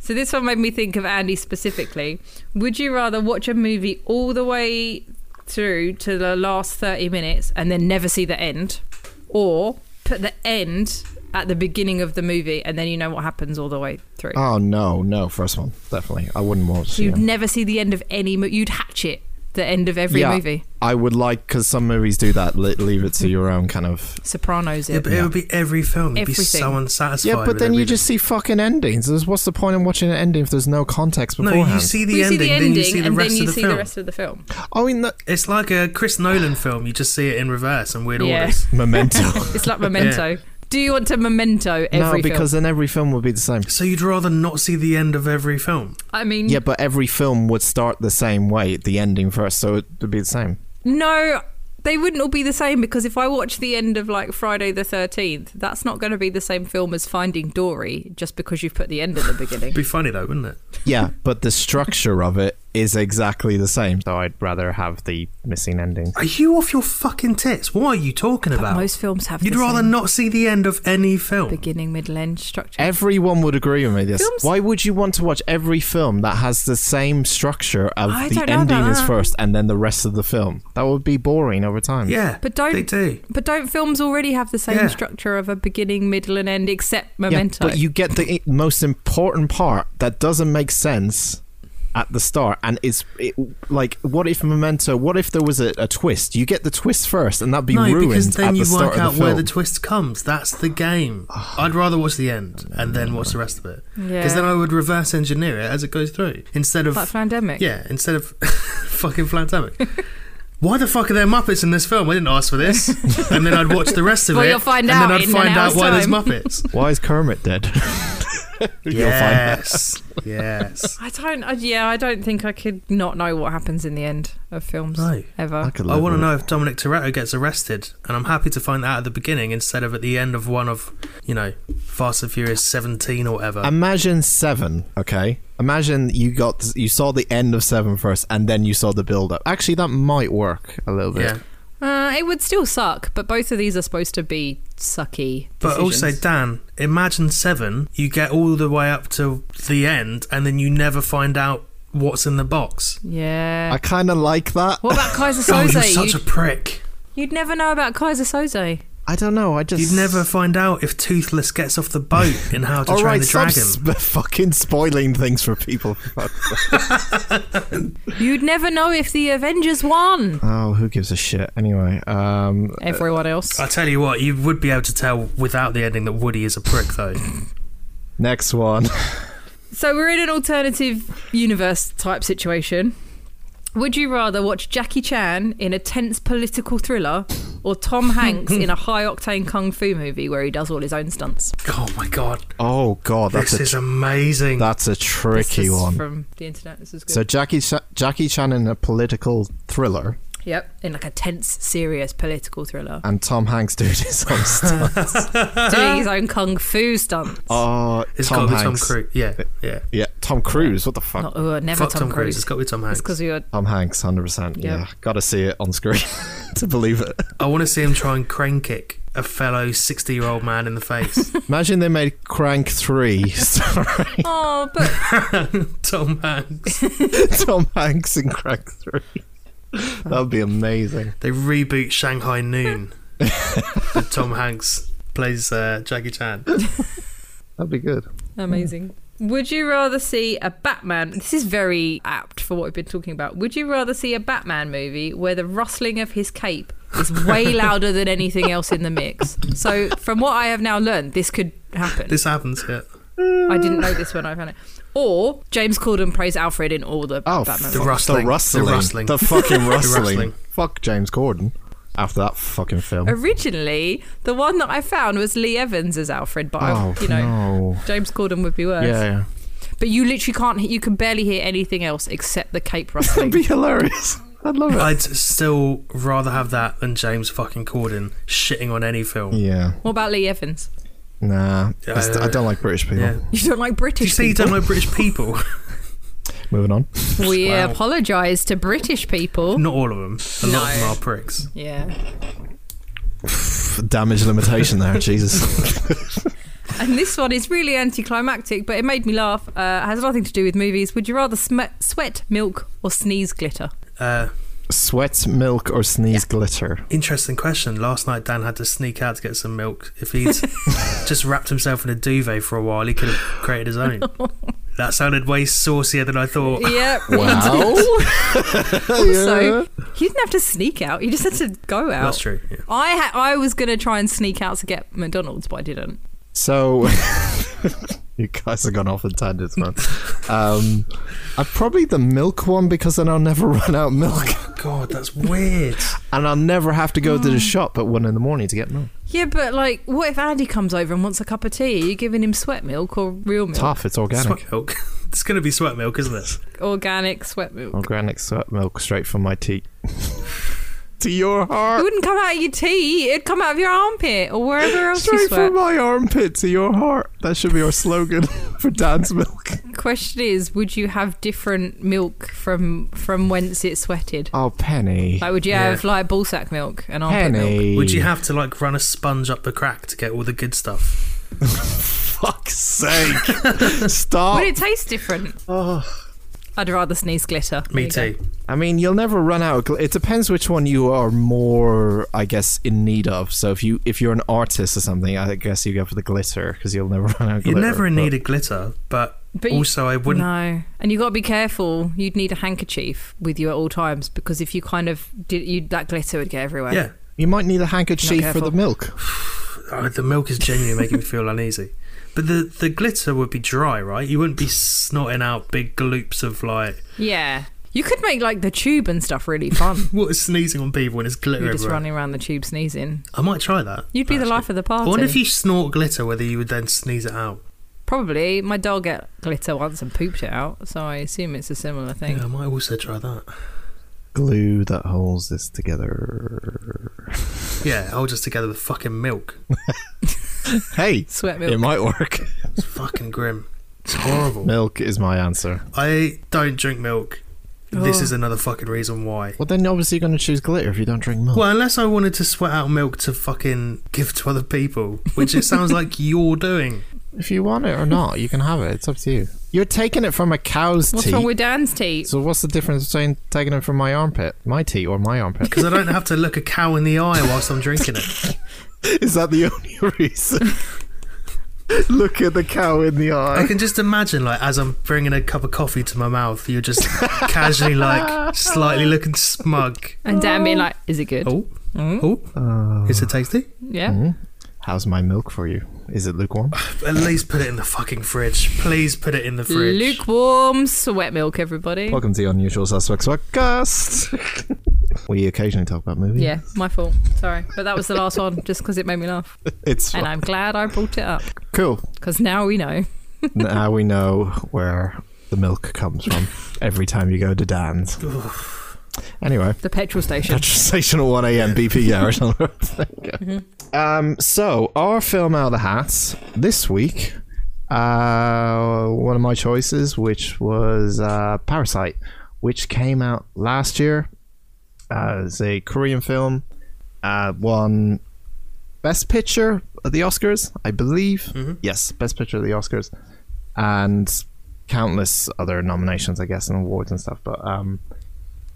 S1: So this one made me think of Andy specifically. Would you rather watch a movie all the way through to the last 30 minutes and then never see the end or put the end at the beginning of the movie and then you know what happens all the way through?
S3: Oh,
S2: Oh no, no, first one definitely. I wouldn't watch.
S1: so you'd
S2: yeah.
S1: never see the end of any movie. You'd hatch it. the end of every
S2: Yeah.
S1: movie.
S2: I would like because some movies do that. li- Leave it to your own kind of.
S1: Sopranos. It.
S3: Yeah, but it would be every film. You'd be
S1: Everything.
S3: so unsatisfied.
S2: Yeah, but
S3: with
S2: then you
S3: every-
S2: just see fucking endings. There's, what's the point in watching an ending if there's no context
S3: no.
S2: beforehand?
S3: You see the
S1: We
S3: ending,
S1: see the
S3: then you
S1: ending,
S3: see the
S1: and
S3: rest
S1: then you
S3: of the
S1: see
S3: film.
S1: the rest of the film.
S2: I mean, the
S3: It's like a Chris Nolan film. You just see it in reverse and weird
S1: Yeah.
S3: orders.
S2: Memento.
S1: It's like Memento. Do you want to Memento *laughs* every
S2: no, because
S1: film? Mm.
S2: then every film would be the same.
S3: So you'd rather not see the end of every film.
S1: I mean,
S2: Yeah, but every film would start the same way, the ending first, so it would be the same.
S1: no, they wouldn't all be the same because if I watch the end of like Friday the 13th, that's not going to be the same film as Finding Dory just because you've put the end at the beginning.
S3: It'd *laughs* be funny though, wouldn't it?
S2: Yeah, but the structure of it is exactly the same. So I'd rather have the missing ending.
S3: Are you off your fucking tits? What are you talking
S1: But
S3: about?
S1: most films have
S3: You'd
S1: the
S3: rather
S1: same
S3: not see the end of any film.
S1: beginning, middle, end structure.
S2: Everyone would agree with me this.
S1: Films-
S2: Why would you want to watch every film that has the same structure of
S1: I
S2: the
S1: don't know
S2: ending
S1: about
S2: is
S1: that.
S2: first and then the rest of the film? That would be boring over time.
S3: Yeah,
S1: But don't-
S3: they do?
S1: but don't films already have the same
S3: Yeah.
S1: structure of a beginning, middle, and end except
S2: Yeah,
S1: Memento?
S2: but you get the i- most important part that doesn't make sense at the start, and it's it, like, what if Memento? What if there was a, a twist? You get the twist first, and that'd be
S3: no,
S2: ruined
S3: because then
S2: at the
S3: you
S2: start
S3: work out
S2: of the
S3: where
S2: film.
S3: the twist comes. That's
S2: *sighs*
S3: the game. I'd rather watch the end and then watch the rest of it because
S1: Yeah.
S3: then I would reverse engineer it as it goes through instead of
S1: like Pandemic.
S3: yeah, instead of *laughs* fucking Flatamic. Why the fuck are there Muppets in this film? I didn't ask for *laughs* this. And then I'd watch the rest of
S1: Well,
S3: it.
S1: you'll find
S3: and
S1: out
S3: then I'd
S1: in an
S3: find out
S1: hour's
S3: why there's
S1: time.
S3: Muppets.
S2: Why is Kermit dead? You'll find out.
S3: yes. *laughs* Yes.
S1: I don't. I, yeah, I don't think I could not know what happens in the end of films
S3: No.
S2: *laughs*
S1: ever.
S2: could
S3: Uh, I
S2: live
S3: want to
S2: with it.
S3: know if Dominic Toretto gets arrested, and I'm happy to find that out at the beginning instead of at the end of one of, you know, Fast and Furious 17 or whatever.
S2: Um, Imagine seven, okay? Imagine you got you saw the end of seven first, and then you saw the build up. Actually, that might work a little bit.
S3: yeah.
S1: Uh, it would still suck, but both of these are supposed to be sucky.
S3: But also,
S1: decisions.
S3: Dan, imagine Seven. You get all the way up to the end, and then you never find out what's in the box.
S1: yeah.
S2: I kind of like that.
S1: what about
S3: *laughs*
S1: Kaiser
S3: Oh, you're
S1: Soze?
S3: such
S1: you'd,
S3: a prick.
S1: you'd never know about Kaiser Soze.
S2: I don't know. I just
S3: You'd never find out if Toothless gets off the boat in How
S2: *laughs*
S3: to
S2: All
S3: Train
S2: right,
S3: the
S2: stop
S3: Dragon.
S2: sp- *laughs* fucking spoiling things for people. *laughs*
S1: You'd never know if the Avengers won.
S2: oh, who gives a shit? Anyway, um,
S1: Everyone else.
S3: I tell you what, you would be able to tell without the ending that Woody is a prick, though.
S2: next one. *laughs*
S1: So we're in an alternative universe type situation. Would you rather watch Jackie Chan in a tense political thriller or
S3: *laughs*
S1: Tom Hanks in a high octane kung fu movie where he does all his own stunts?
S3: oh my god,
S2: Oh god, that's
S3: this
S2: a
S3: is amazing.
S2: that's a
S1: This
S2: tricky
S1: is
S2: one.
S1: From the internet. This is good.
S2: so Jackie Ch- Jackie Chan in a political thriller,
S1: yep. In like a tense, serious political
S3: *laughs*
S1: thriller.
S2: and Tom Hanks doing his own stuff.
S1: Doing his own kung fu stunts.
S2: Oh,
S3: It's
S2: Tom
S3: got to be Tom
S2: Hanks.
S3: Cruise. Yeah, yeah.
S2: Yeah, Tom Cruise. What the fuck?
S1: Not, oh, never
S3: Fuck Tom, Cruise. It's got to be Tom
S1: It's
S3: Hanks.
S1: because you're.
S2: Tom Hanks, hundred percent.
S1: Yeah.
S2: Yeah, gotta see it on screen *laughs* to believe it.
S3: I want to see him try and crane kick a fellow 60 year old man in
S1: *laughs*
S3: the face. *laughs*
S2: Imagine they made Crank Three *laughs* starring
S1: Oh, but
S3: Tom Hanks.
S2: Tom Hanks in Crank Three. That would be amazing.
S3: They reboot
S2: *laughs*
S3: Shanghai Noon. But Tom Hanks plays uh,
S2: *laughs*
S3: Jackie Chan.
S2: That'd be good.
S1: Amazing. Would you rather see a Batman? This is very apt for what we've been talking about. Would you rather see a Batman movie where the rustling of his cape is
S2: *laughs*
S1: way louder than anything else in the mix? So, from what I have now learned, this could happen.
S3: This happens here.
S1: I didn't know this when I found it. Or James Corden plays Alfred in all the
S2: Oh,
S1: Batman.
S2: fuck,
S3: The
S1: films.
S3: rustling.
S2: The
S3: The
S2: rustling.
S3: rustling.
S2: The
S3: *laughs*
S2: fucking rustling.
S3: rustling.
S2: Fuck James Corden. After that fucking film.
S1: Originally, the one that I found was Lee Evans as Alfred, but
S2: oh
S1: I, you know.
S2: no.
S1: James Corden would be worse,
S2: Yeah, yeah.
S1: but you literally can't. he- You can barely hear anything else except the
S2: *laughs*
S1: cape
S2: That'd *laughs*
S1: rustling.
S2: be hilarious. I'd love it.
S3: I'd still rather have that than James fucking Corden shitting on any
S2: *laughs*
S3: film.
S2: yeah.
S1: what about Lee Evans?
S2: Nah. I, st-
S3: Yeah.
S2: I don't like British people.
S3: Yeah.
S1: You don't like
S3: Did you
S1: British
S3: say you don't like
S2: *laughs*
S3: British people?
S2: Moving
S3: *laughs*
S2: on.
S1: We
S3: Wow.
S1: apologise to British
S2: Oh.
S1: people.
S3: Not all of them. A lot of
S1: No.
S3: them are pricks.
S1: Yeah.
S2: Pff, Damage limitation there. Jesus.
S1: And this one is really anticlimactic, but it made me laugh. Uh, it has nothing to do with movies. Would you rather sm- sweat milk or sneeze glitter?
S3: Uh,
S2: Sweat, milk, or sneeze glitter.
S3: Interesting question. Last night, Dan had to sneak out to get
S1: *laughs*
S3: some milk. If he'd just wrapped himself in a duvet for a while, he could have created his own. That sounded way saucier than I thought.
S1: *laughs* Yep.
S2: Wow.
S1: *laughs* also, you didn't have to sneak out. You just had to go out.
S3: That's true. Yeah.
S1: I ha- I was gonna try and sneak out to get McDonald's, but I didn't.
S2: So *laughs* you guys have gone off on tangents, man. Um, I probably the milk one because then I'll never *laughs* run out of milk,
S1: Oh,
S3: God, that's weird.
S2: and I'll never have to go to
S1: Mm.
S2: the shop at one in the morning to get milk.
S1: Yeah, but like, what if Andy comes over and wants a cup of tea? Are you giving him sweat milk or real milk?
S2: Tough, it's organic.
S3: Sweat milk. *laughs* it's going to be sweat milk, isn't it?
S1: Organic sweat milk.
S2: Organic sweat milk straight from my teat *laughs* to your
S1: It
S2: heart.
S1: wouldn't come out of your tea. It'd come out of your armpit or wherever else you
S2: Straight
S1: sweat.
S2: from my armpit to your heart. That should be our slogan *laughs* for Dan's milk.
S1: *laughs* Question is, would you have different milk from from whence it sweated?
S2: Oh, Penny.
S1: Like, would you
S3: Yeah.
S1: have like ball sack milk and armpit milk?
S2: Penny.
S3: Would you have to like run a sponge up the crack to get all the good stuff?
S2: Fuck's sake. *laughs* Stop.
S3: Oh.
S1: Would it taste different? I'd rather sneeze glitter.
S3: Me
S1: There you
S3: too.
S1: go.
S2: I mean, you'll never run out. of gl- It depends which one you are more, I guess, in need of. So if you if you're an artist or something, I guess you go for the glitter because you'll never *laughs* run out. of
S3: You're
S2: glitter,
S3: never in
S2: but-
S3: need of glitter, but,
S1: But you-
S3: also I wouldn't.
S1: No, and you got to be careful. You'd need a handkerchief with you at all times because if you kind of did, you that glitter would get everywhere.
S3: Yeah,
S2: You might need a handkerchief for
S1: careful.
S2: the milk.
S3: Oh, the milk is genuinely making me feel uneasy. But the the glitter would be dry, right? You wouldn't be snotting out big gloops of like
S1: yeah. You could make like the tube and stuff really
S3: *laughs*
S1: fun.
S3: what is sneezing on people when it's glitter
S1: You're just
S3: everywhere.
S1: running around the tube sneezing.
S3: I might try that.
S1: You'd be the
S3: actually.
S1: life of the
S3: I
S1: party.
S3: wonder if you snort glitter, whether you would then sneeze it out.
S1: Probably. My dog ate glitter once and pooped it out, so I assume it's a similar thing.
S3: Yeah, I might also try that.
S2: Glue that holds this together.
S3: Yeah, hold us together with fucking milk.
S2: Hey,
S1: Sweat
S2: it
S1: milk.
S2: might work.
S3: It's fucking grim. It's horrible.
S2: Milk is my answer.
S3: I don't drink milk. This
S1: Oh.
S3: is another fucking reason why.
S2: Well, then obviously you're going to choose glitter if you don't drink milk.
S3: Well, unless I wanted to sweat out milk to fucking give to other people, which
S1: *laughs*
S3: it sounds like you're doing.
S2: If you want it or not, you can have it. It's up to you. You're taking it from a cow's
S1: What's
S2: teat.
S1: wrong with Dan's teeth?
S2: so what's the difference between taking it from my armpit, my teat, or my armpit?
S3: Because I don't have to look a cow in the eye whilst I'm drinking it.
S2: *laughs* Is that the only *laughs* reason? Look at the cow in the
S3: I
S2: eye.
S3: can just imagine, like, as I'm bringing a cup of coffee to my mouth,
S1: *laughs*
S3: you're just casually, like, slightly looking smug.
S1: And Dan being like, is it good?
S3: Oh,
S1: Mm,
S3: oh, is it tasty?
S1: yeah.
S2: Uh, hmm. How's my milk for you? Is it lukewarm?
S3: At least put it in the fucking fridge. Please put it in the fridge.
S1: Lukewarm sweat milk, everybody.
S2: Welcome to the Unusual Suspects podcast.
S1: *laughs*
S2: we occasionally talk about movies.
S1: Yeah, my fault. Sorry. But that was the last one just because it made me laugh.
S2: *laughs* it's
S1: And I'm glad I brought it up
S2: cool.
S1: because now we know.
S2: now we know where the milk comes from
S1: *laughs*
S2: every time you go to Dan's. anyway,
S1: The petrol station.
S2: petrol station at 1 a.m. BP *laughs* Garrett on Earth. There you go. Um, so, our film out of the hat this week, uh, one of my choices, which was uh, Parasite, which came out last year as a Korean film, uh, won Best Picture at the Oscars, I believe.
S3: Mm-hmm.
S2: Yes, Best Picture at the Oscars, and countless other nominations, I guess, and awards and stuff. But um,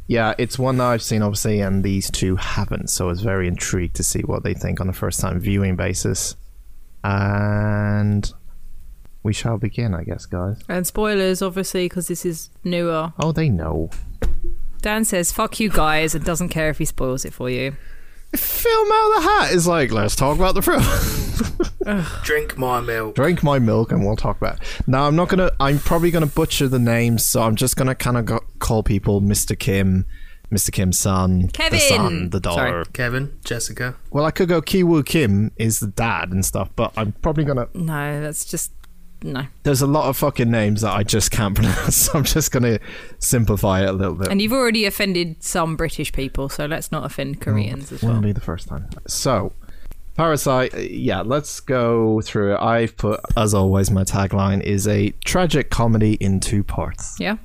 S2: yeah, it's one that I've seen, obviously, and these two haven't. So I was very intrigued to see what they think on a first time viewing basis. And we shall begin, I guess, guys.
S1: And spoilers, obviously, because this is newer.
S2: Oh, they know.
S1: Dan says, fuck you guys, and doesn't care if he spoils it for you.
S2: Film out of the hat is like, let's talk about the film.
S3: Drink my milk.
S2: Drink my milk and we'll talk about it. Now, I'm not going to, I'm probably going to butcher the names. So I'm just going to kind of go- call people Mr. Kim, Mr. Kim's son,
S1: Kevin!
S2: the son, the daughter.
S1: Sorry.
S3: Kevin, Jessica.
S2: Well, I could go Kiwoo Kim is the dad and stuff, but I'm probably going to.
S1: No, that's just. No.
S2: there's a lot of fucking names that I just can't *laughs* pronounce. So I'm just going to simplify it a little bit.
S1: And you've already offended some British people, so let's not offend
S2: Mm.
S1: Koreans as well.
S2: Won't be the first time. So, Parasite. uh, Yeah, let's go through it. I've put, as always, my tagline is a tragic comedy in two parts.
S1: Yeah?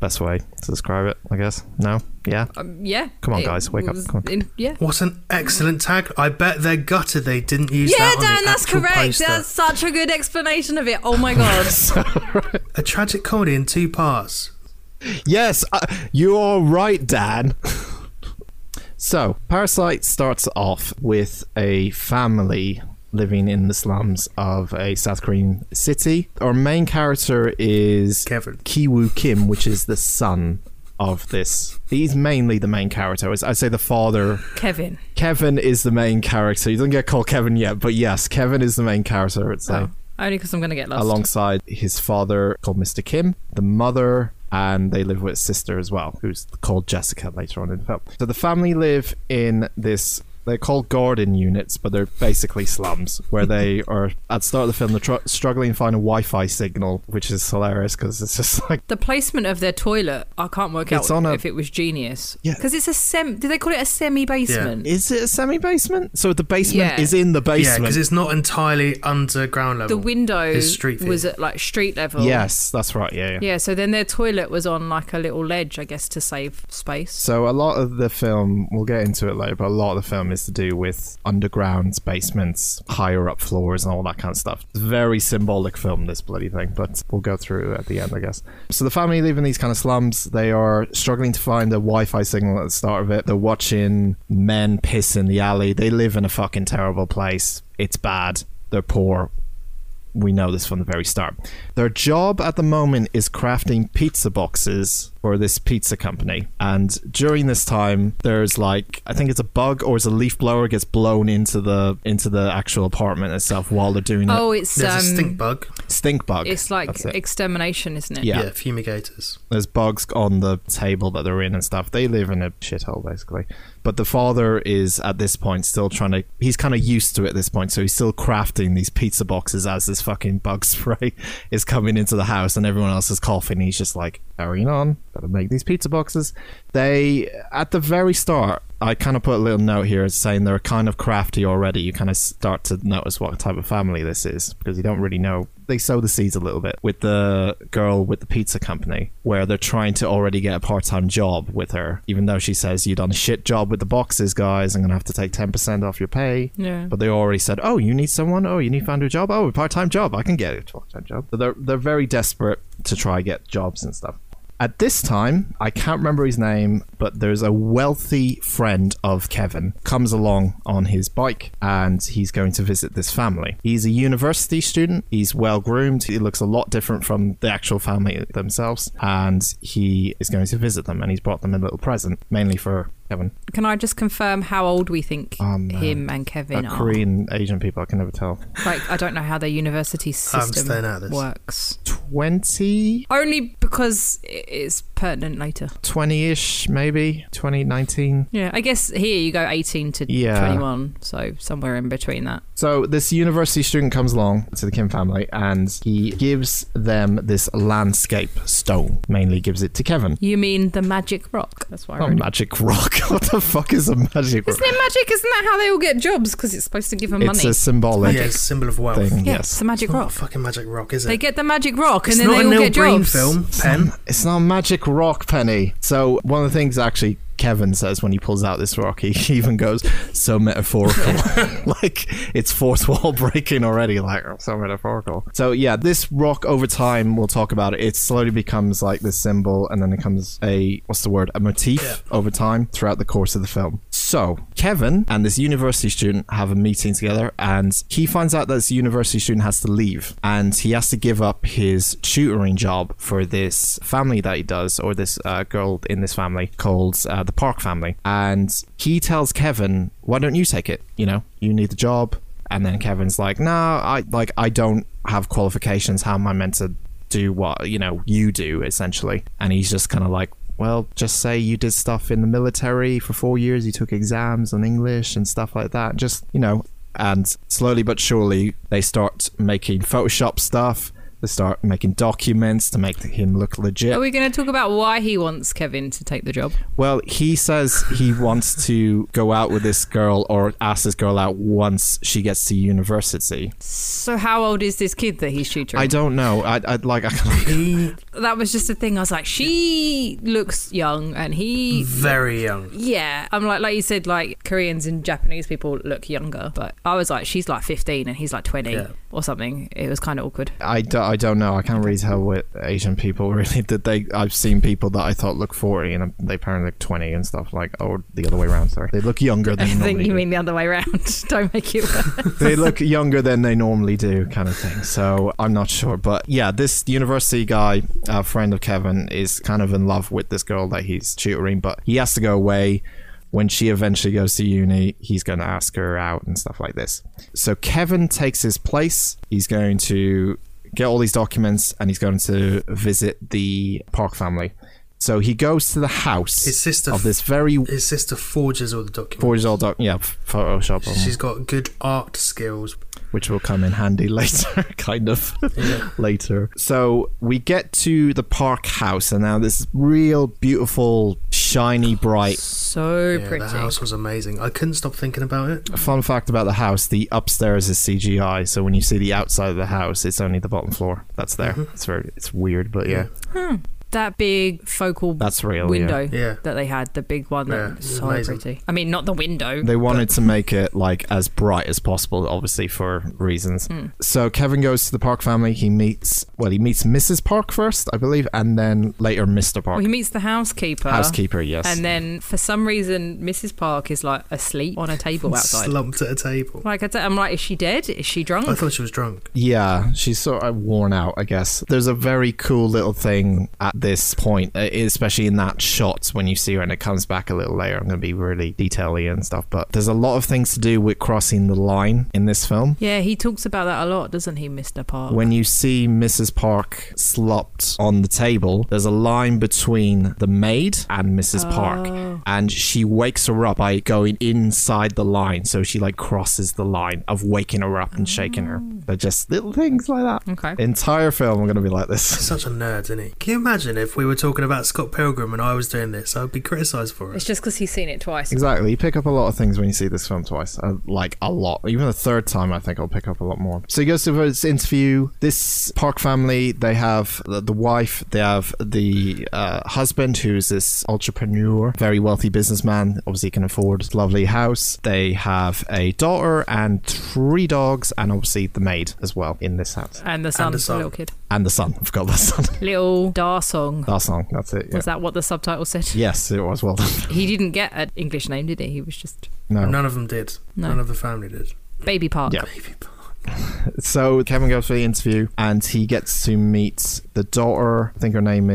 S2: Best way to describe it, I guess. No. Yeah.
S1: Um, yeah.
S2: Come on, guys, wake up,
S1: was
S2: come on.
S1: in- yeah.
S3: What an excellent tag. I bet they're gutted they didn't use
S1: Yeah,
S3: that. on
S1: Dan,
S3: the
S1: that's
S3: actual
S1: correct.
S3: poster.
S1: That's such a good explanation of it.
S2: *laughs*
S1: Oh my god.
S3: A tragic comedy in two parts.
S2: Yes, uh, you are right, Dan. so, Parasite starts off with a family living in the slums of a South Korean city. Our main character is
S3: Kevin.
S2: Kiwoo Kim, which is the son of this. He's mainly the main character. I'd say the father.
S1: Kevin.
S2: Kevin is the main character. You don't get called Kevin yet, but yes, Kevin is the main character. I would say
S1: Oh, only because I'm going to get lost.
S2: alongside his father called Mr. Kim, the mother, and they live with his sister as well, who's called Jessica later on in the film. So the family live in this. They're called garden units, but they're basically slums where
S1: *laughs*
S2: they are. At the start of the film, they're tr- struggling to find a Wi-Fi signal, which is hilarious because it's just *laughs* like
S1: the placement of their toilet, I can't work
S2: It's
S1: out
S2: on a-
S1: if it was genius.
S2: Yeah.
S1: Because it's a sem. Do they call it a semi basement?
S2: is it a semi basement? So the basement
S1: Yeah.
S2: is in the
S3: Yeah,
S2: basement.
S3: because it's not entirely underground level.
S1: The window
S3: It's street
S1: was
S3: view.
S1: at like street level.
S2: yes, that's right. yeah.
S1: Yeah, so then their toilet was on like a little ledge, I guess, to save space.
S2: So a lot of the film, we'll get into it later, but a lot of the film is to do with undergrounds, basements, higher up floors, and all that kind of stuff. It's a very symbolic film, this bloody thing, but we'll go through it at the end, I guess. So the family live in these kind of slums. They are struggling to find a Wi-Fi signal at the start of it. They're watching men piss in the alley. They live in a fucking terrible place. It's bad. They're poor we know this from the very start. Their job at the moment is crafting pizza boxes for this pizza company. And during this time, there's like I think it's a bug or it's a leaf blower gets blown into the into the actual apartment itself while they're doing
S1: Oh, it's
S3: There's
S1: um,
S3: a stink bug.
S2: it. Stink bug.
S1: it's like
S2: That's it.
S1: extermination, isn't it?
S2: yeah.
S3: Yeah, fumigators.
S2: There's bugs on the table that they're in and stuff. They live in a shithole basically. But the father is at this point still trying to. He's kind of used to it at this point, so he's still crafting these pizza boxes as this fucking bug *laughs* spray is coming into the house and everyone else is coughing. He's just like, carrying on, gotta make these pizza boxes. They, at the very start, I kind of put a little note here saying they're kind of crafty already. You kind of start to notice what type of family this is because you don't really know. They sow the seeds a little bit with the girl with the pizza company, where they're trying to already get a part time job with her, even though she says, you done a shit job with the boxes, guys. I'm going to have to take 10% off your pay.
S1: Yeah.
S2: But they already said, "Oh, you need someone. Oh, you need to find a job. Oh, a part-time job. I can get a part-time job." But they're they're very desperate to try get jobs and stuff. At this time, I can't remember his name, but there's a wealthy friend of Kevin comes along on his bike and he's going to visit this family. He's a university student, he's well groomed, he looks a lot different from the actual family themselves, and he is going to visit them and he's brought them a little present, mainly for Kevin.
S1: Can I just confirm how old we think
S2: Oh, no.
S1: him and Kevin
S2: Uh,
S1: are?
S2: Korean Asian people, I can never tell.
S1: Like, I don't know how their university system
S3: staying out of this.
S1: works.
S2: 20
S1: Only because i- it's pertinent later.
S2: 20-ish maybe 2019
S1: Yeah, I guess here you go 18 to
S2: Yeah.
S1: 21, so somewhere in between that.
S2: so this university student comes along to the kim family and he gives them this landscape stone mainly gives it to kevin
S1: You mean the magic rock? That's why I
S2: Oh,
S1: wrote it.
S2: magic rock *laughs* what the fuck is a magic rock
S1: Isn't it magic? Isn't that how they all get jobs? Because it's supposed to give them
S2: it's
S1: money.
S2: a symbolic
S3: Yeah, it's a symbol of wealth.
S2: thing
S1: yeah, it's
S2: yes
S1: the magic
S3: It's not a
S1: rock.
S3: fucking magic rock, is it?
S1: They get the magic rock and
S3: it's
S1: then
S3: not
S1: they
S3: a
S1: all
S3: Neil
S1: get
S3: Breen
S1: jobs.
S3: film, Pen.
S2: it's not a magic rock penny so one of the things actually kevin says when he pulls out this rock he *laughs* even goes so
S3: *laughs*
S2: metaphorical *laughs* like it's fourth wall *laughs* breaking already like oh, so metaphorical so yeah this rock over time we'll talk about it it slowly becomes like this symbol and then it becomes a what's the word a motif
S3: Yeah.
S2: over time throughout the course of the film so kevin and this university student have a meeting together and he finds out that this university student has to leave and he has to give up his tutoring job for this family that he does or this uh, girl in this family called uh, the park family and he tells kevin why don't you take it you know you need the job and then Kevin's like, "No, I like I don't have qualifications. How am I meant to do what you know you do essentially?" And he's just kind of like, "Well, just say you did stuff in the military for four years. You took exams on English and stuff like that. Just you know." And slowly but surely, they start making Photoshop stuff. They start making documents to make him look legit.
S1: Are Oh, we going to talk about why he wants Kevin to take the job?
S2: Well, he says he wants to go out with this girl or ask this girl out once she gets to university.
S1: So how old is this kid that he's tutoring?
S2: I don't know. I, I like. I,
S3: He
S1: that was just a thing. I was like, she looks young, and he.
S3: very young.
S1: Yeah, I'm like, like you said, like Koreans and Japanese people look younger, but I was like, she's like 15 and he's like 20
S3: Yeah.
S1: or something. It was kind of awkward.
S2: I, do- I, I don't know. I can't really tell with Asian people *laughs* really that they. I've seen people that I thought look forty and they apparently look twenty and stuff like, or the other way around. Sorry, they look younger
S1: *laughs* I
S2: than. they
S1: think
S2: normally
S1: you
S2: do.
S1: mean the other way around. *laughs* Don't make it work.
S2: they look younger than they normally do, kind of thing. So I'm not sure, but yeah, this university guy, a friend of Kevin, is kind of in love with this girl that he's tutoring, but he has to go away. When she eventually goes to uni, he's going to ask her out and stuff like this. So Kevin takes his place. He's going to get all these documents and he's going to visit the Park family. So he goes to the house
S4: His sister-
S2: of this very
S4: His sister forges all the documents.
S2: forged old doc, yeah, Photoshop, on
S4: She's got good art skills.
S2: which will come in handy *laughs* later, kind of
S4: Yeah.
S2: later. So we get to the park house, and now this real beautiful, shiny, bright.
S1: So
S4: yeah,
S1: pretty.
S4: the house was amazing. I couldn't stop thinking about it.
S2: Fun fact about the house: the upstairs is CGI, so when you see the outside of the house, it's only the bottom floor that's there.
S1: Mm-hmm.
S2: It's very, it's weird, but yeah,
S1: That big focal
S2: that's real. yeah.
S1: Mm-hmm. window
S4: Yeah.
S1: that they had, the big one,
S4: Yeah,
S1: that
S4: it was
S1: so
S4: amazing.
S1: pretty. I mean, not the window.
S2: They wanted to make it like as bright as possible, obviously for reasons.
S1: Mm.
S2: So Kevin goes to the Park family. He meets, well, he meets Mrs. Park first, I believe, and then later Mr. Park,
S1: Well, he meets the housekeeper.
S2: housekeeper. Yes,
S1: Oh, And then for some reason, Mrs. Park is like asleep on a
S3: *laughs*
S1: table outside.
S4: Slumped at a table.
S1: like, I don't- I'm like, is she dead? Is she drunk?
S4: I thought she was drunk.
S2: Yeah, she's sort of worn out, I guess. There's a very cool little thing at this point, uh, especially in that shot when you see her and it comes back a little later. I'm going to be really detaily and stuff, but there's a lot of things to do with crossing the line in this film.
S1: yeah, he talks about that a lot, doesn't he, Mr. Park?
S2: When you see Mrs. Park slopped on the table, there's a line between the maid and Mrs. Park, and she wakes her up by going inside the line. So she like crosses the line of waking her up and shaking her. They're just little things like that
S1: okay.
S2: entire film I'm gonna be like this.
S4: Such a nerd, isn't he? Can you imagine if we were talking about Scott Pilgrim and I was doing this? I'd be criticised for
S1: It's
S4: it.
S1: just because he's seen it twice.
S2: *laughs* Exactly, you pick up a lot of things when you see this film twice, uh, like a lot. Even the third time, I think I'll pick up a lot more. So he goes to his interview. This Park family, they have the, the wife, they have the uh, husband, who's this entrepreneur, very wealthy businessman. Obviously, can afford a lovely house. They have a daughter and three dogs, and obviously the maid as well in this house,
S1: And the son,
S4: the
S1: the
S4: son.
S1: little kid.
S2: and the son. I forgot that son. *laughs*
S1: Little Dar Song.
S2: that song. That's it. Yeah.
S1: Was that what the subtitle said?
S2: Yes, it was well done.
S1: *laughs* He didn't get an English name, did he? He was just
S2: No.
S4: None of them did.
S1: No.
S4: None of the family did.
S1: Baby Park.
S2: Yeah.
S4: Baby Park.
S2: So Kevin goes for the interview, and he gets to meet the daughter. I think her name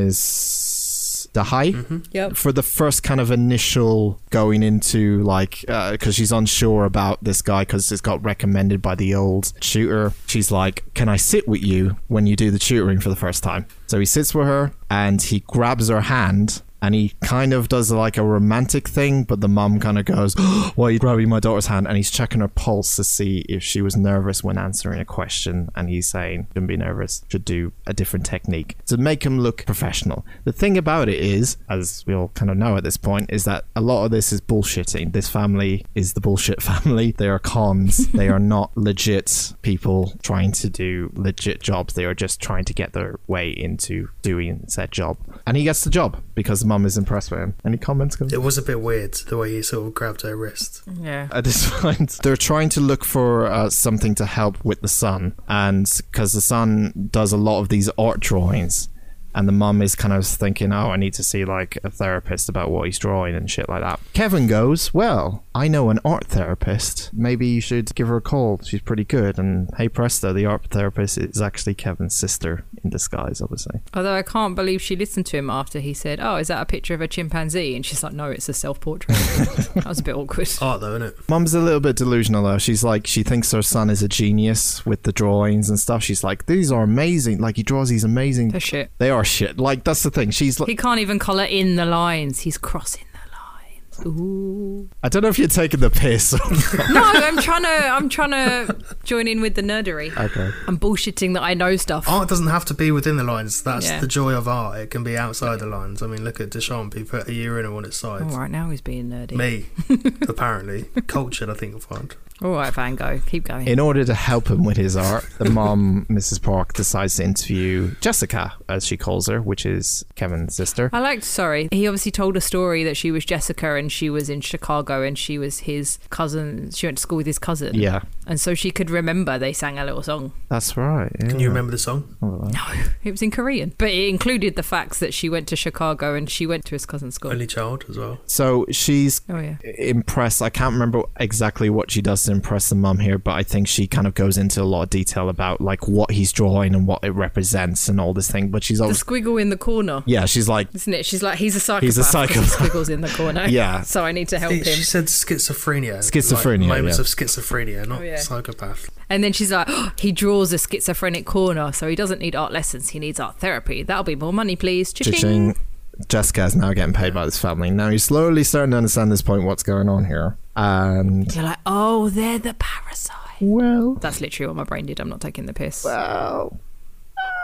S2: is Dahai.
S1: Yep.
S2: For the first kind of initial going into like, because she's unsure about this guy because it's got recommended by the old tutor. She's like, "Can I sit with you when you do the tutoring for the first time?" So he sits with her, and he grabs her hand. And he kind of does like a romantic thing, but the mum kind of goes, "Why are you grabbing my daughter's hand?" And he's checking her pulse to see if she was nervous when answering a question. And he's saying, "Shouldn't be nervous. Should do a different technique to make him look professional." The thing about it is, as we all kind of know at this point, is that a lot of this is bullshitting. This family is the bullshit *laughs* family. They are cons. they are not legit people trying to do legit jobs. They are just trying to get their way into doing said job. And he gets the job because the mum is impressed with him. Any comments? Guys?
S4: It was a bit weird the way he sort of grabbed her wrist.
S1: Yeah.
S2: at this *laughs* point. They're trying to look for uh, something to help with the son, and because the son does a lot of these art drawings, and the mum is kind of thinking, "Oh, I need to see like a therapist about what he's drawing and shit like that." Kevin goes, "Well, I know an art therapist. Maybe you should give her a call. She's pretty good." And hey, presto, the art therapist is actually Kevin's sister in disguise, obviously.
S1: Although I can't believe she listened to him after he said, "Oh, is that a picture of a chimpanzee?" And she's like, "No, it's a self-portrait." that was a bit awkward.
S3: Oh.
S4: Art though, innit?
S2: Mum's a little bit delusional though. She's like she thinks her son is a genius with the drawings and stuff. She's like, these are amazing. Like he draws these amazing.
S1: *laughs* They're shit.
S2: They are shit. Like that's the thing. She's like,
S1: He can't even colour in the lines. He's crossing the lines. Ooh.
S2: I don't know if you're taking the piss.
S1: No, I'm trying to. I'm trying to join in with the nerdery.
S2: okay.
S1: I'm bullshitting that I know stuff.
S3: Oh,
S4: Art doesn't have to be within the lines. That's
S1: Yeah.
S4: the joy of art. It can be outside the lines. I mean, look at Deschamps. He put a urinal on its
S1: All
S4: sides.
S1: *laughs* right, now he's being nerdy.
S4: Me, apparently. Cultured, I think you'll find.
S1: All right, Van Gogh, keep going.
S2: In order to help him with his art, the mom, Mrs. Park, decides to interview Jessica, as she calls her, which is Kevin's
S1: *laughs*
S2: sister.
S1: I liked, sorry, he obviously told a story that she was Jessica and she was in Chicago and she was his cousin. She went to school with his cousin.
S2: Yeah,
S1: And so she could remember they sang a little song.
S2: that's right.
S4: Can you remember the song?
S2: remember?
S1: It was in Korean. But it included the facts that she went to Chicago and she went to his cousin's school.
S4: Only child as well.
S2: So she's
S1: Oh, yeah.
S2: impressed. I can't remember exactly what she does to impress the mum here, but I think she kind of goes into a lot of detail about like what he's drawing and what it represents and all this thing. But she's
S1: The
S2: always,
S1: squiggle in the corner.
S2: yeah, she's like,
S1: Isn't it? She's like, he's a psychopath.
S2: He's a
S1: 'cause
S2: psychopath.
S1: He squiggles in the corner.
S2: *laughs* Yeah.
S1: So I need to help
S4: She-
S1: him.
S4: She said schizophrenia. like
S2: Schizophrenia,
S4: moments
S2: yeah.
S4: of schizophrenia, not
S1: Oh, yeah.
S4: psychopath.
S1: And then she's like, oh, he draws a schizophrenic corner, so he doesn't need art lessons. He needs art therapy. That'll be more money, please. Cha-ching.
S2: Cha-ching. Jessica is now getting paid by this family. Now you're slowly starting to understand this point, what's going on here. And
S1: You're like, oh, they're the parasite.
S2: well,
S1: That's literally what my brain did. I'm not taking the piss.
S2: well.
S1: *laughs*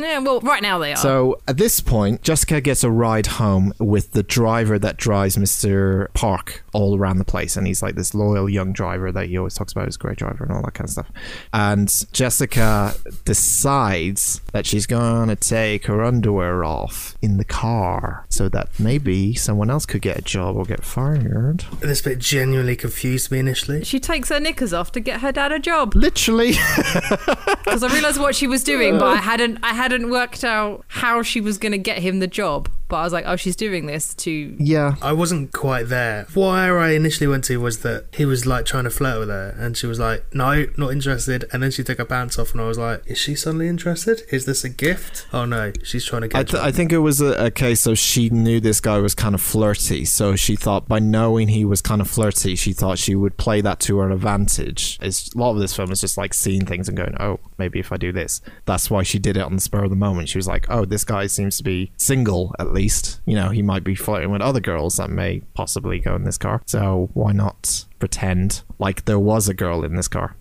S1: yeah, well, right now they are.
S2: So at this point, Jessica gets a ride home with the driver that drives Mr. Park all around the place. And he's like this loyal young driver that he always talks about as a great driver and all that kind of stuff. And Jessica decides that she's going to take her underwear off in the car so that maybe someone else could get a job or get fired.
S4: This bit genuinely confused me initially.
S1: she takes her knickers off to get her dad a job
S2: Literally. *laughs*
S1: because I realised what she was doing, but I hadn't I hadn't worked out how she was going to get him the job. But I was like, oh, she's doing this to.
S2: yeah.
S4: I wasn't quite there. Where I initially went to was that he was like trying to flirt with her, and she was like, "No, not interested." And then she took her pants off, and I was like, "Is she suddenly interested? Is this a gift?" Oh no, she's trying to
S2: I,
S4: get.
S2: th- I think it was a, a case of she knew this guy was kind of flirty, so she thought by knowing he was kind of flirty, she thought she would play that to her advantage. It's, a lot of this film is just like seeing things and going, oh, maybe if I do this. That's why she did it on the spur of the moment. She was like, oh, this guy seems to be single at least. You know, he might be flirting with other girls that may possibly go in this car. So why not pretend like there was a girl in this car?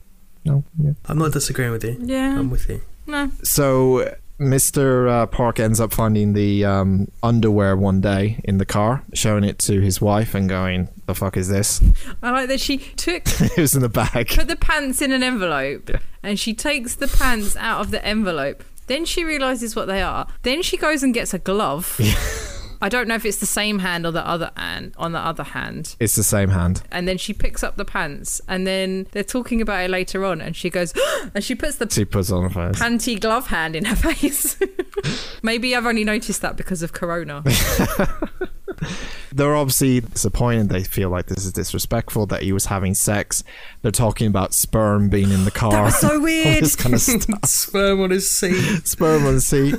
S2: No, yeah.
S4: I'm not disagreeing with you.
S1: Yeah.
S4: I'm
S2: *laughs*
S4: with you.
S1: No.
S2: So Mr. Uh, Park ends up finding the um, underwear one day in the car, showing it to his wife, and going, "The fuck is this?" *laughs*
S1: I like that she took
S2: it was in the bag.
S1: put the pants in an envelope and she takes the pants out of the envelope. Then she realizes what they are. Then she goes and gets a glove. I don't know if it's the same hand or the other hand on the other hand.
S2: It's the same hand.
S1: And then she picks up the pants and then they're talking about it later on and she goes *gasps* and she puts the
S2: She puts on the face.
S1: panty glove hand in her *laughs* face. Maybe I've only noticed that because
S2: *laughs*
S1: of corona.
S2: They're obviously disappointed. They feel like this is disrespectful that he was having sex. They're talking about sperm being in the car.
S1: was
S2: *laughs*
S1: so
S2: All
S1: weird.
S2: this kind of
S1: *laughs*
S2: stuff.
S4: Sperm on his seat.
S2: sperm on the seat.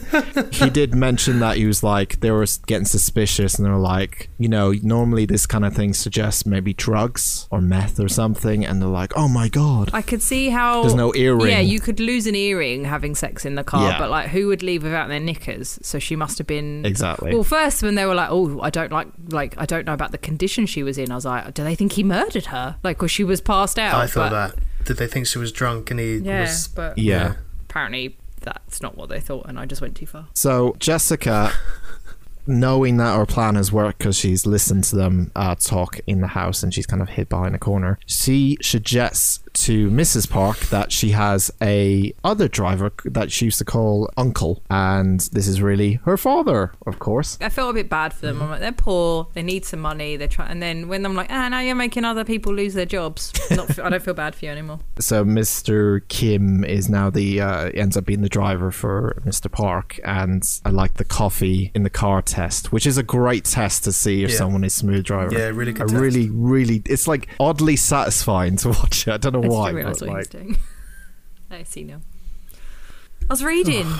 S2: he did mention that he was like they were getting suspicious, and they were like, you know, normally this kind of thing suggests maybe drugs or meth or something, and they're like, oh my god,
S1: I could see how
S2: There's no earring.
S1: Yeah, you could lose an earring having sex in the car,
S2: Yeah.
S1: but like who would leave without their knickers? So she must have been
S2: exactly.
S1: Well, first when they were like, "Oh, I don't like like I don't know about the condition she was in," I was like, "Do they think he murdered her? Like, or she was passed
S4: *laughs*
S1: out?"
S4: I thought
S1: but-
S4: that. Did they think she was drunk and he
S1: Yeah,
S4: was?
S1: but
S2: yeah.
S1: apparently that's not what they thought, and I just went too far.
S2: So Jessica, knowing that her plan has worked because she's listened to them uh, talk in the house and she's kind of hid behind a corner, she suggests to Mrs. Park that she has a other driver that she used to call Uncle, and this is really her father, of course.
S1: I felt a bit bad for
S4: Mm-hmm.
S1: them. I'm like, they're poor, they need some money, they're trying. And then when I'm like, "Ah, now you're making other people lose
S4: *laughs*
S1: their jobs," not f- I don't feel bad for you anymore.
S2: So Mr. Kim is now the uh, ends up being the driver for Mr. Park, and I like the coffee in the car test, which is a great test to see if
S4: Yeah.
S2: someone is smooth driver.
S4: Yeah, really
S2: I
S4: good. test.
S2: really, really, it's like oddly satisfying to *laughs* watch it. I don't know
S1: I
S2: why.
S1: didn't realise
S2: but,
S1: what he was
S2: like,
S1: doing. *laughs* I see now. I was reading.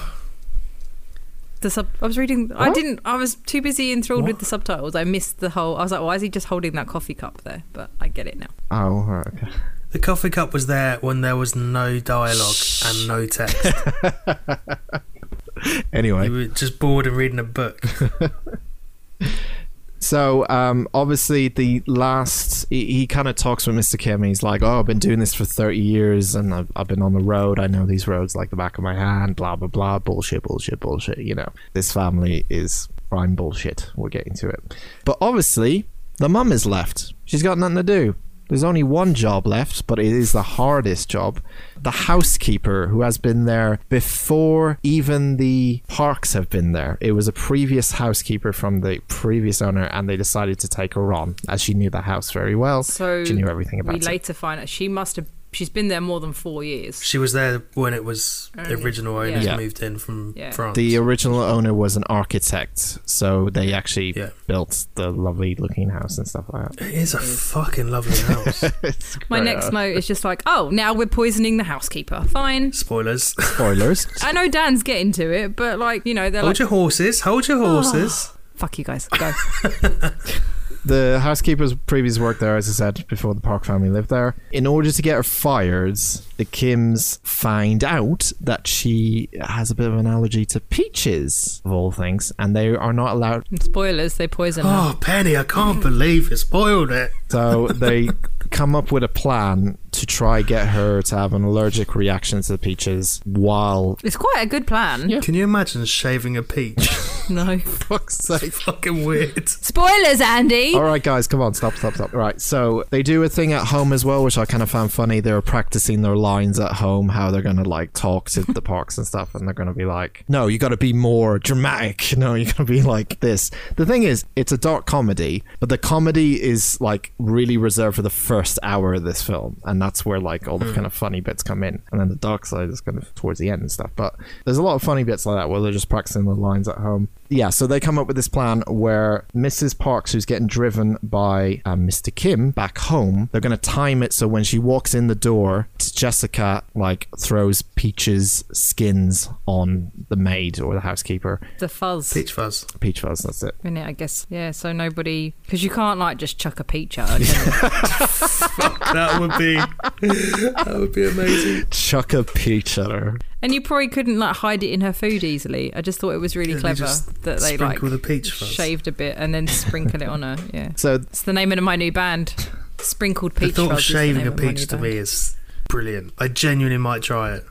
S1: The sub- I was reading. I
S2: What?
S1: didn't. I was too busy enthralled with
S4: What?
S1: the subtitles. I missed the whole. I was like, why is he just holding that coffee cup there? But I get it now.
S2: oh, all right, okay.
S4: The coffee cup was there when there was no dialogue and no
S2: *laughs*
S4: text.
S2: Anyway,
S4: you were just bored and reading a
S2: *laughs*
S4: book.
S2: so um, obviously the last he, he kind of talks with Mr. Kim. And he's like, "Oh, I've been doing this for thirty years, and I've, I've been on the road. I know these roads like the back of my hand. Blah blah blah. Bullshit, bullshit, bullshit. You know, this family is prime bullshit. We're getting to it, but obviously the mum is left. She's got nothing to do. There's only one job left, but it is the hardest job. The housekeeper who has been there before even the parks have been there. It was a previous housekeeper from the previous owner, and they decided to take her on as she knew the house very well.
S1: So
S2: she knew everything about
S1: we
S2: it.
S1: later find out she must have. She's been there more than four years.
S4: She was there when it was the
S1: Only-
S4: original owners
S2: yeah.
S4: moved in from
S1: Yeah.
S4: France.
S2: The original owner was an architect, so they actually
S4: Yeah.
S2: built the lovely looking house and stuff like that.
S4: it is a fucking lovely
S1: *laughs*
S4: house.
S1: My next note is just like, oh, now we're poisoning the housekeeper. Fine.
S4: Spoilers.
S2: spoilers.
S1: I know Dan's getting to it, but like, you know, they're
S4: hold
S1: like, Oh.
S4: your horses. Hold your horses.
S1: fuck you
S2: *laughs*
S1: guys, go.
S2: the housekeeper's previous work there, as I said before, the Park family lived there. In order to get her fired, the Kims find out that she has a bit of an allergy to peaches, of all things, and they are not allowed.
S1: Spoilers, they
S2: *gasps*
S1: poison her.
S4: Oh, Penny, I
S1: Mm.
S4: can't believe you spoiled it.
S2: So they come up with a plan to try get her to have an allergic reaction to the peaches while.
S1: It's quite a good plan.
S4: Can you imagine shaving a peach?
S1: *laughs* No.
S2: Fuck's sake.
S4: fucking weird.
S1: Spoilers, Andy!
S2: All right, guys, come on, stop, stop, stop. All right, so they do a thing at home as well, which I kind of found funny. They were practicing their lines at home, how they're gonna like talk to the parks and stuff, and they're gonna be like, "No, you gotta be more dramatic. *laughs* No, you gotta be like this." The thing is, it's a dark comedy, but the comedy is like really reserved for the first hour of this film, and that's where like all the kind of funny bits come in, and then the dark side is kind of towards the end and stuff. But there's a lot of funny bits like that where they're just practicing the lines at home. Yeah, so they come up with this plan where Mrs. Parks, who's getting driven by uh, Mr. Kim back home, they're going to time it so when she walks in the door, it's Jessica like throws Peach's skins on the maid or the housekeeper.
S1: The fuzz.
S4: Peach fuzz.
S2: Peach fuzz, that's it.
S1: In it, I guess. Yeah, so nobody. Because you can't, like, just chuck a peach at
S4: *laughs*
S1: her. can you?
S4: That would be. That would be amazing.
S2: Chuck a peach at her.
S1: and you probably couldn't, like, hide it in her food easily. I just thought it was really
S4: Yeah, they
S1: clever
S4: just
S1: that they, like,
S4: sprinkle the peach fuzz.
S1: shaved a bit and then sprinkle it on her. Yeah.
S2: So
S1: It's the name of my new band. Sprinkled
S4: The
S1: Peach
S4: thought of
S1: Fuzz is the
S4: shaving
S1: name
S4: a
S1: of my
S4: peach
S1: new
S4: to
S1: band.
S4: me is brilliant. I genuinely might try it.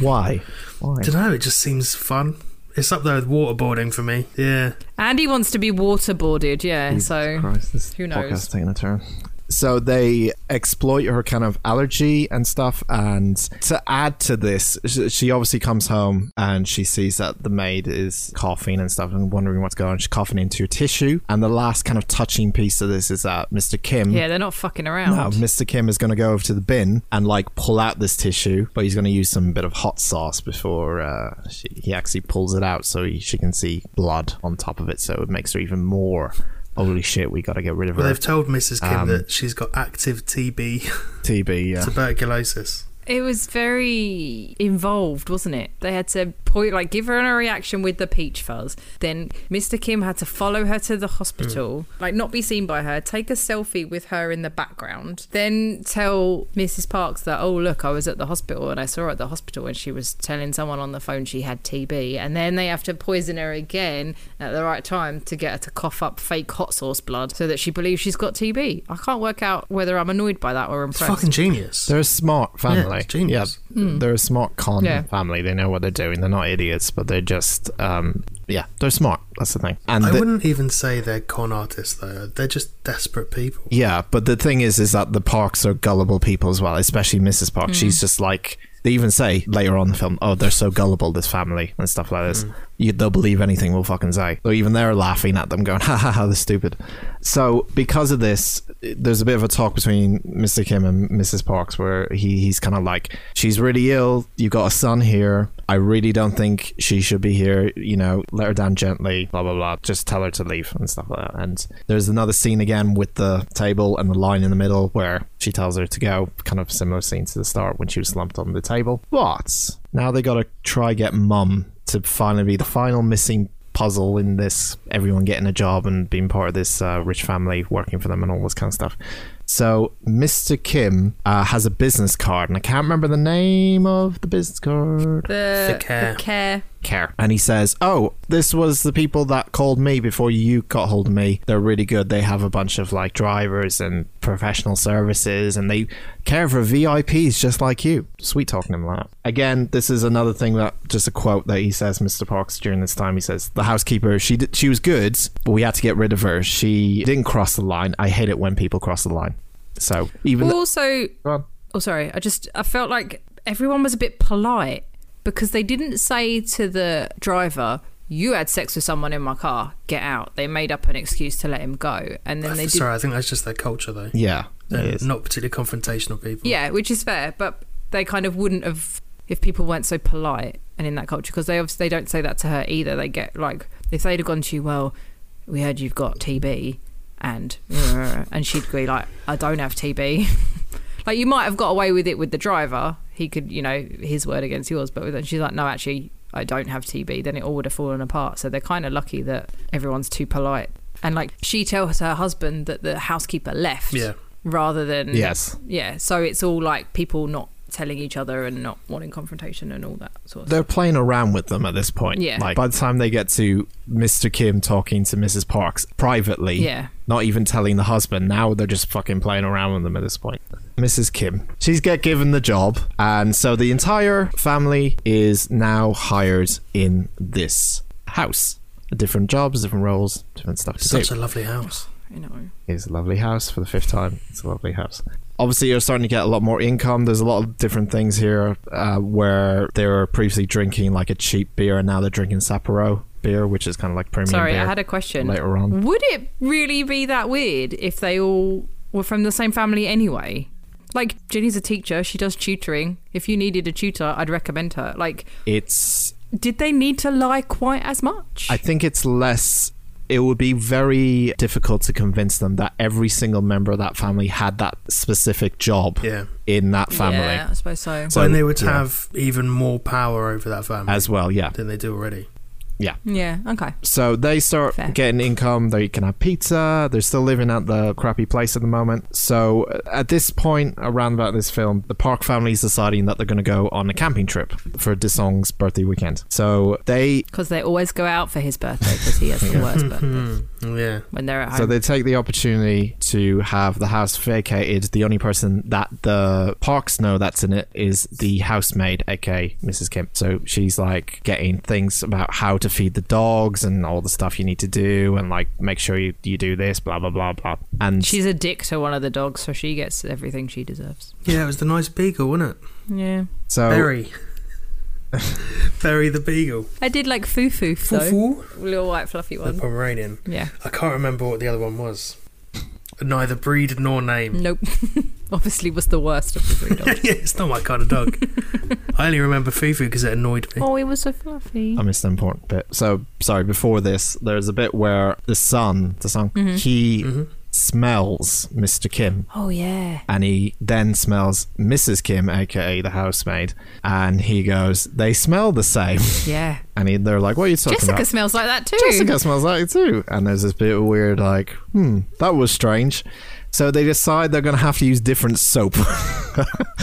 S2: why? Why?
S4: don't know. It just seems fun. It's up there with waterboarding for me. Yeah.
S1: Andy wants to be waterboarded, yeah.
S2: Jesus
S1: so
S2: Christ, this
S1: who knows?
S2: Podcast taking a turn. So they exploit her kind of allergy and stuff. And to add to this, sh- she obviously comes home and she sees that the maid is coughing and stuff and wondering what's going on. She's coughing into her tissue. And the last kind of touching piece of this is that Mr. Kim.
S1: yeah, they're not fucking around.
S2: No, Mr. Kim is going to go over to the bin and like pull out this tissue, but he's going to use some bit of hot sauce before uh, she, he actually pulls it out, so he, she can see blood on top of it. So it makes her even more. Holy shit! We got to get rid of
S4: Well,
S2: her
S4: they've told Mrs. Kim
S2: Um,
S4: that she's got active *laughs* TB,
S2: TB. Yeah.
S4: tuberculosis.
S1: It was very involved, wasn't it? They had to point, like, give her a reaction with the peach fuzz. Then Mr. Kim had to follow her to the hospital,
S4: Mm.
S1: like, not be seen by her, take a selfie with her in the background, then tell Mrs. Parks that, oh, look, I was at the hospital and I saw her at the hospital and she was telling someone on the phone she had TB. And then they have to poison her again at the right time to get her to cough up fake hot sauce blood so that she believes she's got TB. I can't work out whether I'm annoyed by that or
S4: It's
S1: impressed.
S4: fucking genius.
S2: They're a smart family.
S4: it's genius.
S2: Yeah, they're a smart con
S1: Yeah.
S2: family. They know what they're doing. They're not idiots, but they're just um, yeah, they're smart. That's the thing. And
S4: I
S2: the-
S4: wouldn't even say they're con artists though. They're just desperate people.
S2: Yeah, but the thing is, is that the Parks are gullible people as well, especially Mrs. Park. She's just like they even say later on in the film, "Oh, they're so gullible, this family and stuff like
S4: Hmm.
S2: this. You, they'll believe anything we'll fucking say." So even they're laughing at them, going, *laughs* "Ha ha ha, they're stupid." So because of this, there's a bit of a talk between Mr. Kim and Mrs. Parks where he he's kind of like, "She's really ill. You got a son here. I really don't think she should be here. You know, let her down gently, blah, blah, blah. Just tell her to leave and stuff like that. And there's another scene again with the table and the line in the middle where she tells her to go. Kind of similar scene to the start when she was slumped on the table. But now they got to try get mum to finally be the final missing puzzle in this everyone getting a job and being part of this uh, rich family working for them and all this kind of stuff. So Mr. Kim uh, has a business card, and I can't remember the name of the business card
S1: The,
S4: The care.
S1: The care.
S2: care. And he says, Oh, this was the people that called me before you got hold of me. They're really good. They have a bunch of like drivers and professional services and they care for VIPs just like you. Sweet talking him like that. Again, this is another thing that just a quote that he says, Mr. Parks, during this time. He says, The housekeeper, she did, she was good, but we had to get rid of her. She didn't cross the line. I hate it when people cross the line. So even though,
S1: also,
S2: Go on.
S1: oh sorry, I just I felt like everyone was a bit polite because they didn't say to the driver, "You had sex with someone in my car, get out." They made up an excuse to let him go, and then they did.
S4: Sorry, I think that's just their culture though.
S2: yeah, it
S4: They're
S2: is.
S4: not particularly confrontational people.
S1: Yeah, which is fair, but they kind of wouldn't have if people weren't so polite and in that culture because they obviously they don't say that to her either. They get like if they'd have gone to you, well, we heard you've got TB, and *laughs* and she'd be like, I don't have TB. *laughs* like you might have got away with it with the driver. He could, you know, his word against yours, but then she's like, no, actually, I don't have TB. Then it all would have fallen apart. So they're kind of lucky that everyone's too polite. And like she tells her husband that the housekeeper left,
S4: Yeah.
S1: rather than
S2: yes.
S1: yeah, so it's all like people not telling each other and not wanting confrontation and all that sort of
S2: They're playing around with them at this point.
S1: Yeah.
S2: Like by the time they get to Mr. Kim talking to Mrs. Parks privately,
S1: stuff. Yeah.
S2: not even telling the husband. Now they're just fucking playing around with them at this point. Mrs. Kim, she's get given the job, and so the entire family is now hired in this house. Different jobs, different roles, different stuff. to do.
S4: Such a lovely house.
S1: You know.
S2: It's a lovely house for the fifth time. It's a lovely house. Obviously, you're starting to get a lot more income. There's a lot of different things here uh, where they were previously drinking like a cheap beer, and now they're drinking Sapporo beer, which is kind of like premium
S1: Sorry,
S2: beer.
S1: I had a question.
S2: later on.
S1: Would it really be that weird if they all were from the same family anyway? Like Ginny's a teacher, she does tutoring. If you needed a tutor, I'd recommend her. Like,
S2: It's
S1: did they need to lie quite as much?
S2: I think it's less. It would be very difficult to convince them that every single member of that family had that specific job
S4: Yeah.
S2: in that family
S1: Yeah, I suppose so.
S2: So-
S4: and they would
S2: yeah.
S4: have even more power over that family
S2: as well. Yeah.
S4: than they do
S1: *laughs*
S4: already.
S1: Yeah, okay.
S2: So they start
S1: Fair.
S2: getting income. They can have pizza. They're still living at the crappy place at the moment. So uh, at this point, around about this film, the Park family is deciding that they're going to go on a camping trip for Disong's birthday weekend. So they
S1: Because they always go out for his birthday because he has the
S2: *laughs*
S1: worst birthday
S4: Hmm. Yeah.
S1: when they're at home.
S2: So they take the opportunity to have the house vacated. The only person that the parks know that's in it is the housemaid, aka Mrs. Kim. So she's like getting things about how to feed the dogs and all the stuff you need to do and like make sure you, you do this, blah blah blah blah. And
S1: She's a dick to one of the dogs, so she gets everything she deserves.
S4: Yeah, it was the nice beagle, wasn't it?
S1: Yeah.
S2: so *laughs*
S4: Berry. Berry the beagle.
S1: I did like foo foo though.
S4: Foo-foo.
S1: Little white fluffy
S4: The
S1: one.
S4: Pomeranian.
S1: Yeah.
S4: I can't remember what the other one was. Neither breed nor name.
S1: Nope. *laughs* Obviously was the worst of the three
S3: *laughs*
S4: yeah,
S1: dogs.
S4: it's not my kind of dog. I only remember Fufu because it annoyed me.
S1: oh, he was so fluffy.
S2: I missed an important bit. So sorry, before this, there's a bit where the son, the son, he
S3: Mm-hmm.
S4: Mhm.
S2: smells Mr. Kim.
S1: oh yeah.
S2: and he then smells Mrs. Kim, aka the housemaid, and he goes, "They smell the same." *laughs*
S1: Yeah.
S2: And he, they're like, "What are you talking
S1: Jessica
S2: about?"
S1: smells like that too.
S2: Jessica smells like it too. And there's this bit of weird, like, "Hmm, that was strange." So they decide they're going to have to use different soap, *laughs* so *laughs*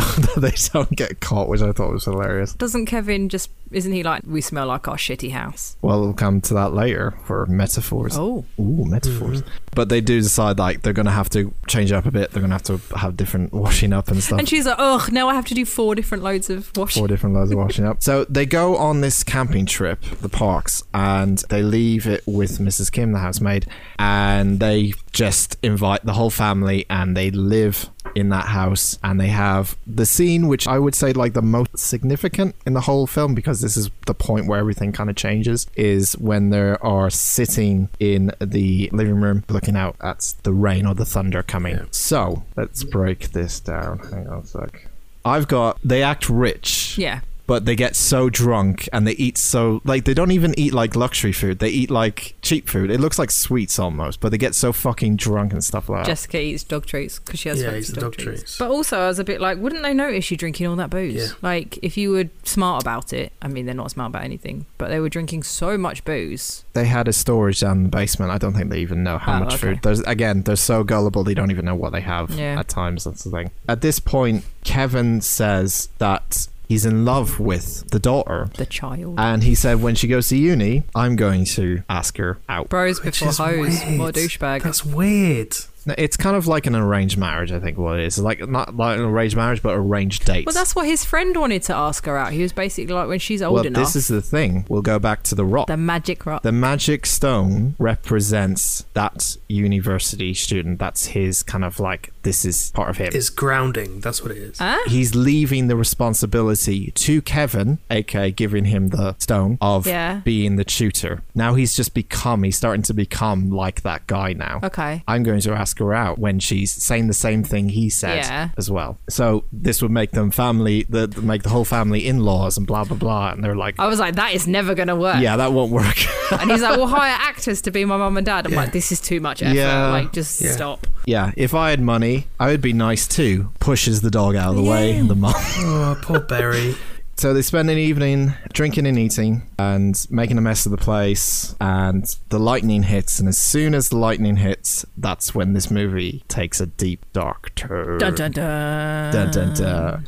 S2: that they don't get caught, which I thought was hilarious.
S1: Doesn't Kevin just isn't he like we smell like our shitty house?
S2: Well, we'll come to that later for metaphors.
S1: Oh. Mm-hmm.
S2: Ooh, metaphors. But they do decide like they're going to have to change up a bit. They're going to have to have different washing up and stuff.
S1: And she's like, Ugh, now I have to do four different loads of washing.
S2: four different loads *laughs* of washing up. So they go on this camping trip, the parks, and they leave it with Mrs. Kim, the housemaid, and they just invite the whole family and they live in that house and they have the scene which I would say like the most significant in the whole film because this is the point where everything kind of changes is when they are sitting in the living room looking out at the rain or the thunder coming. So let's break this down. Hang on a sec. I've got they act rich,
S1: Yeah.
S2: but they get so drunk and they eat so like they don't even eat like luxury food. They eat like cheap food. It looks like sweets almost, but they get so fucking drunk and stuff like that.
S1: Jessica eats dog treats because she has
S4: Yeah,
S1: fancy
S4: eats the dog treats.
S1: But also, I was a bit like, wouldn't they notice you drinking all that booze?
S4: Yeah.
S1: Like, if you were smart about it, I mean, they're not smart about anything, but they were drinking so much booze.
S2: They had a storage down in the basement. I don't think they even know how
S1: Oh,
S2: much
S1: okay.
S2: food. There's again, they're so gullible they don't even know what they have
S1: Yeah.
S2: at times. That's the thing. At this point, Kevin says that he's in love with the daughter.
S1: The child.
S2: And he said, when she goes to uni, I'm going to ask her out.
S1: Bros
S4: Which
S1: before
S4: is
S1: hoes.
S4: weird.
S1: What a douchebag.
S4: That's weird.
S2: No, It's kind of like an arranged marriage, I think. What it is, like not like an arranged marriage, but arranged dates.
S1: Well, that's what his friend wanted to ask her out. He was basically like, when she's old
S2: well,
S1: enough,
S2: this is the thing. We'll go back to the rock.
S1: the magic rock.
S2: The magic stone represents that university student. That's his kind of like this is part of him.
S4: It's grounding. That's what it is.
S1: Huh?
S2: He's leaving the responsibility to Kevin, aka giving him the stone of
S1: Yeah.
S2: being the tutor. Now he's just become. He's starting to become like that guy now.
S1: Okay.
S2: I'm going to ask her out when she's saying the same thing he said
S1: Yeah.
S2: as well. So this would make them family, the, make the whole family in-laws and blah blah blah. And they're like,
S1: I was like, that is never going to work.
S2: yeah, that won't work.
S1: And he's like, we'll hire actors to be my mum and dad. I'm
S4: Yeah.
S1: like, this is too much effort.
S2: Yeah.
S1: Like, just
S4: Yeah.
S1: stop.
S2: yeah, if I had money, I would be nice too. Pushes the dog out of the way, the mom.
S4: Oh, poor Barry.
S2: *laughs* So they spend an evening drinking and eating and making a mess of the place. And the lightning hits, and as soon as the lightning hits, that's when this movie takes a deep dark turn.
S1: Dun dun dun.
S2: Dun, dun, dun.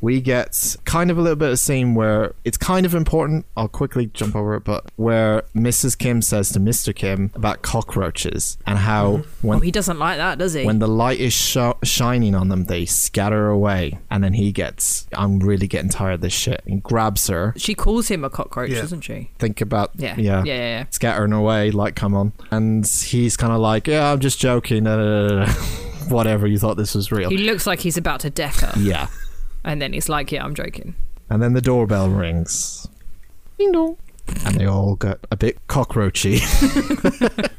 S2: We get kind of a little bit of scene where it's kind of important. I'll quickly jump over it, but where Mrs. Kim says to Mr. Kim about cockroaches and how
S1: Oh,
S2: when
S1: he doesn't like that, does he?
S2: when the light is sh- shining on them, they scatter away. And then he gets, I'm really getting tired of this shit, and grabs her.
S1: she calls him a cockroach,
S4: Yeah.
S1: doesn't she?
S2: Think about
S1: Yeah.
S2: yeah,
S1: Yeah. Yeah. yeah.
S2: scattering away. Like, come on. And he's kind of like, yeah, I'm just joking. da, da, da, *laughs* da." Whatever. You thought this was real.
S1: He looks like he's about to deck her,
S2: yeah.
S1: and then he's like, "Yeah, I'm joking."
S2: And then the doorbell rings. Ding dong. And they all got a bit cockroachy. *laughs*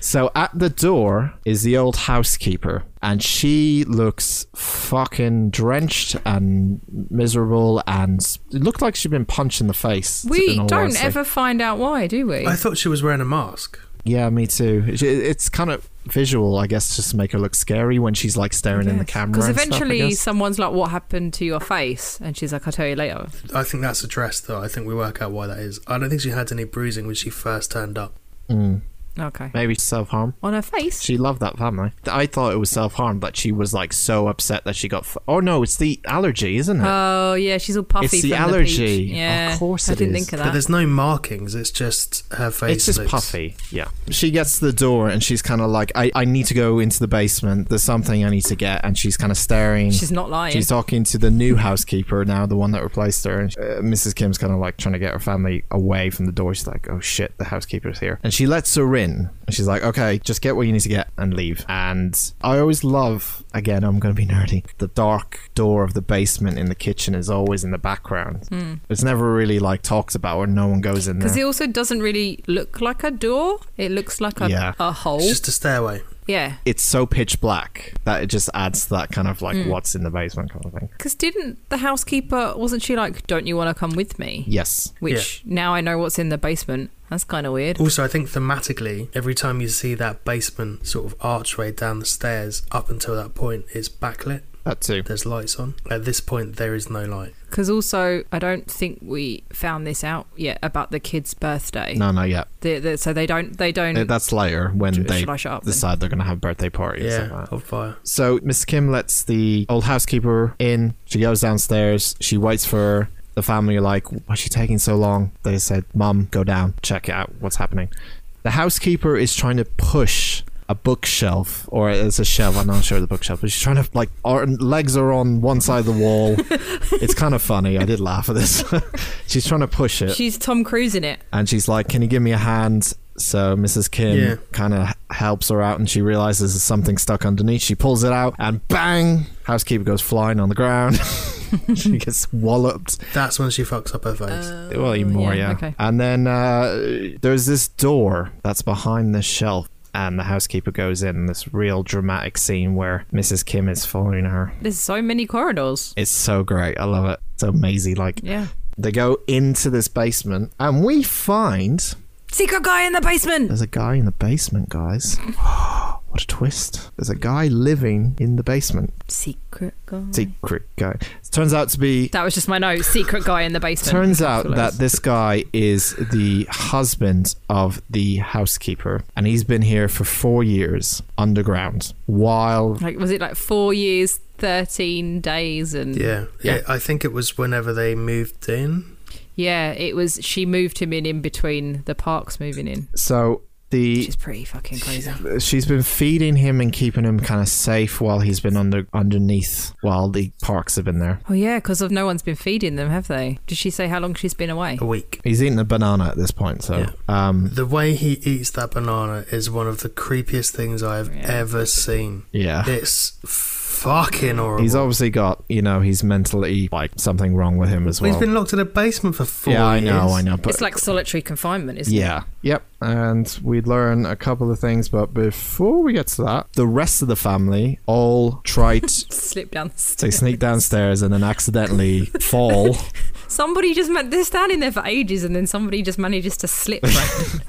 S2: so at the door is the old housekeeper, and she looks fucking drenched and miserable, and it looked like she'd been punched in the face.
S1: We
S2: in all
S1: don't
S2: honesty.
S1: ever find out why, do we?
S4: I thought she was wearing a mask.
S2: Yeah, me too. It- It's kind of visual, I guess, just to make her look scary when she's like staring in the camera.
S1: Because
S2: and stuff, I
S1: eventually
S2: guess.
S1: someone's like, "What happened to your face?" And she's like, "I'll tell you later."
S4: I think that's addressed, though. I think we work out why that is. I don't think she had any bruising when she first turned up.
S2: Mm.
S1: Okay.
S2: maybe self harm.
S1: On her face.
S2: She loved that family. I thought it was self harm, but she was like so upset that she got. F- oh no, it's the allergy, isn't it?
S1: oh yeah, she's all puffy.
S2: It's the
S1: from
S2: allergy.
S1: peach.
S2: Of
S1: Yeah.
S2: course
S1: I
S2: it
S1: didn't
S2: is.
S1: think of
S4: But
S1: that.
S4: there's no markings. It's just her face.
S2: it's just
S4: looks-
S2: puffy. Yeah. She gets to the door and she's kind of like, I, I need to go into the basement. There's something I need to get. And she's kind of staring.
S1: She's not lying.
S2: She's talking to the new housekeeper now, the one that replaced her. And uh, Mrs. Kim's kind of like trying to get her family away from the door. She's like, "Oh shit, the housekeeper's here," and she lets her in. And she's like, "Okay, just get what you need to get and leave." And I always love, again, I'm going to be nerdy. The dark door of the basement in the kitchen is always in the background. It's never really like talked about, or no one goes in there.
S1: Because it also doesn't really look like a door. It looks like a,
S2: Yeah.
S1: a hole.
S4: It's just a stairway.
S1: yeah.
S2: it's so pitch black that it just adds to that kind of like what's in the basement kind of thing.
S1: Because didn't the housekeeper, wasn't she like, don't you want to come with me?
S2: Yes.
S1: Which now I know what's in the basement. That's kind of weird.
S4: Also, I think thematically, every time you see that basement sort of archway down the stairs, up until that point, it's backlit.
S2: That too.
S4: There's lights on. At this point, there is no light.
S1: Because also, I don't think we found this out yet about the kid's birthday.
S2: No, no, yeah.
S1: The- the- so they don't, they don't.
S2: Uh, That's later when
S1: should
S2: they
S1: I shut up? then?
S2: decide they're going to have birthday parties.
S4: yeah,
S2: and that.
S4: on fire.
S2: So Miss Kim lets the old housekeeper in. She goes downstairs. She waits for her. The family are like, "Why's she taking so long?" They said, "Mom, go down, check out what's happening." The housekeeper is trying to push a bookshelf, or it's a shelf. I'm not sure the bookshelf, but she's trying to like. Our legs are on one side of the wall. it's kind of funny. I did laugh at this. *laughs* she's trying to push it
S1: She's Tom Cruise in it.
S2: and she's like, "Can you give me a hand?" So Mrs. Kim
S4: Yeah.
S2: kind of helps her out, and she realizes there's something stuck underneath. She pulls it out, and bang! Housekeeper goes flying on the ground. *laughs* she gets walloped.
S4: That's when she fucks up her face.
S1: Uh,
S2: well, even more, yeah.
S1: Oh, Okay.
S2: And then uh, there's this door that's behind this shelf. And the housekeeper goes in this real dramatic scene where Mrs. Kim is following her.
S1: There's so many corridors.
S2: It's so great. I love it. So amazing. Like
S1: Yeah.
S2: they go into this basement, and we find
S1: Secret guy in the basement.
S2: There's a guy in the basement, guys. *gasps* what a twist. There's a guy living in the basement.
S1: Secret guy.
S2: Secret guy. It turns out to be.
S1: that was just my note. Secret guy in the basement.
S2: Turns out
S1: That's what it
S2: that
S1: was.
S2: this guy is the husband of the housekeeper, and he's been here for four years underground. While
S1: like was it like four years, thirteen days, and
S4: Yeah.
S2: Yeah.
S4: yeah. I think it was whenever they moved in.
S1: Yeah, it was. She moved him in in between the parks moving in.
S2: so The
S1: Which is pretty fucking crazy.
S2: she's been feeding him and keeping him kind of safe while he's been under underneath while the parks have been there.
S1: Oh yeah, because of no one's been feeding them, have they? Did she say how long she's been away?
S4: a week.
S2: He's eating a banana at this point, so um,
S4: The way he eats that banana is one of the creepiest things I have
S1: Yeah.
S4: ever seen.
S2: yeah.
S4: It's fucking horrible.
S2: He's obviously got, you know, he's mentally like something wrong with him as well.
S4: He's been locked in a basement for four
S2: yeah, I
S4: years.
S2: know, I know, but
S1: it's like solitary confinement, isn't it?
S2: yeah, yep. And we learn a couple of things, but before we get to that, the rest of the family all try
S1: *laughs*
S2: to
S1: Slip down. the
S2: they
S1: stairs.
S2: sneak downstairs and then accidentally
S1: *laughs*
S2: fall.
S1: Somebody just man- they're standing there for ages, and then somebody just manages to
S2: *laughs*
S1: slip, right?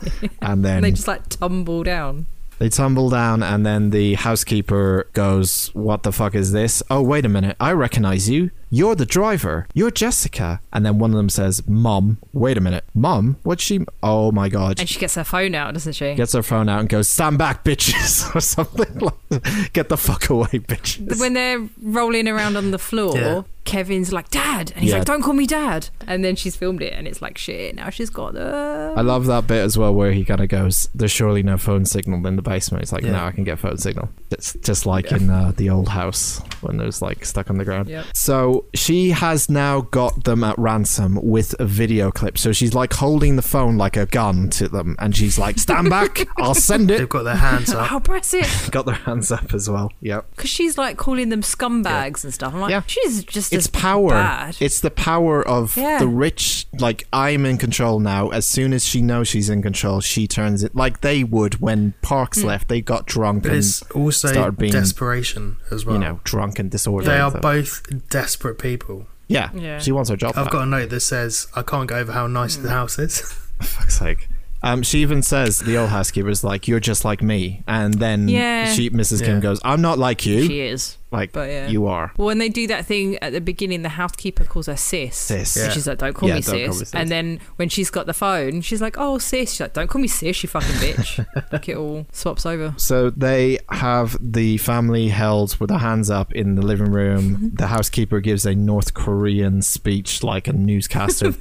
S2: and then
S1: and they just like tumble down.
S2: They tumble down, and then the housekeeper goes, What the fuck is this? Oh, wait a minute. I recognize you. You're the driver. You're Jessica. And then one of them says, Mom, wait a minute. Mom, what's she. Oh my god.
S1: And she gets her phone out, doesn't she?
S2: Gets her phone out and goes, Stand back, bitches. *laughs* or something like Get the fuck away, bitches.
S1: When they're rolling around on the floor,
S4: Yeah.
S1: Kevin's like, Dad! And he's
S2: Yeah.
S1: like, Don't call me Dad! And then she's filmed it, and it's like, Shit, now she's got the.
S2: I love that bit as well where he kind of goes, There's surely no phone signal in the basement. It's like,
S4: Yeah.
S2: No, I can get phone signal. It's just like in uh, the old house when it was like stuck on the ground.
S1: Yep.
S2: So she has now got them at ransom with a video clip. So she's like holding the phone like a gun to them, and she's like, "Stand back! I'll send *laughs*
S4: They've
S2: it."
S4: got their hands up.
S1: I'll "Oh, press it
S2: Got their hands up as well. Yep.
S1: because she's like calling them scumbags and stuff. I'm like,
S2: Yeah.
S1: she's just
S2: It's
S1: as
S2: power.
S1: bad.
S2: It's the power of
S1: Yeah.
S2: the rich. Like I'm in control now. As soon as she knows she's in control, she turns it like they would when Parks
S1: Hmm.
S2: left. They got drunk
S4: But
S2: and
S4: it's also
S2: started being,
S4: desperation as well.
S2: you know, drunk and disordered.
S4: they are
S2: So- Oh,
S4: both desperate people.
S2: yeah.
S1: Yeah.
S2: She wants her job.
S4: I've
S2: back.
S4: got a note that says I can't go over how nice the house is.
S2: fuck's sake. Um, she even says the old housekeeper's like, "You're just like me," and then
S1: Yeah.
S2: she, Mrs. Kim
S4: Yeah.
S2: goes, "I'm not like you.
S1: she is.
S2: like
S1: but yeah.
S2: you are."
S1: Well, when they do that thing at the beginning, the housekeeper calls her sis.
S2: Sis.
S1: And
S4: Yeah.
S1: she's like, don't call,
S2: Yeah,
S1: me,
S2: don't
S1: sis.
S2: call me sis.
S1: And then when she's got the phone, she's like, oh, sis. She's like, don't call me sis, you fucking
S2: *laughs*
S1: bitch. like it all swaps over.
S2: So they have the family held with their hands up in the living
S1: *laughs*
S2: room. the housekeeper gives a North Korean speech like a
S1: *laughs*
S2: newscaster.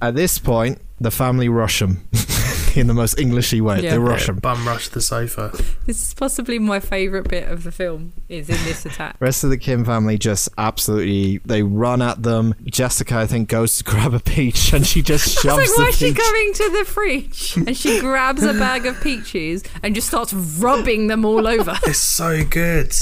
S2: At this point, the family rush them *laughs* in the most Englishy way.
S1: Yeah.
S2: They rush them.
S4: Bum rush the sofa.
S1: This is possibly my favourite bit of the film is in
S2: *laughs*
S1: this attack.
S2: Rest of the Kim family just absolutely they run at them. Jessica, I think, goes to *laughs* grab a peach and she just
S1: I
S2: shoves
S1: was like,
S2: the
S1: why is she
S2: peach.
S1: going to
S2: *laughs*
S1: the fridge? And she grabs a bag of peaches and just starts rubbing them all over. *laughs*
S4: It's so good.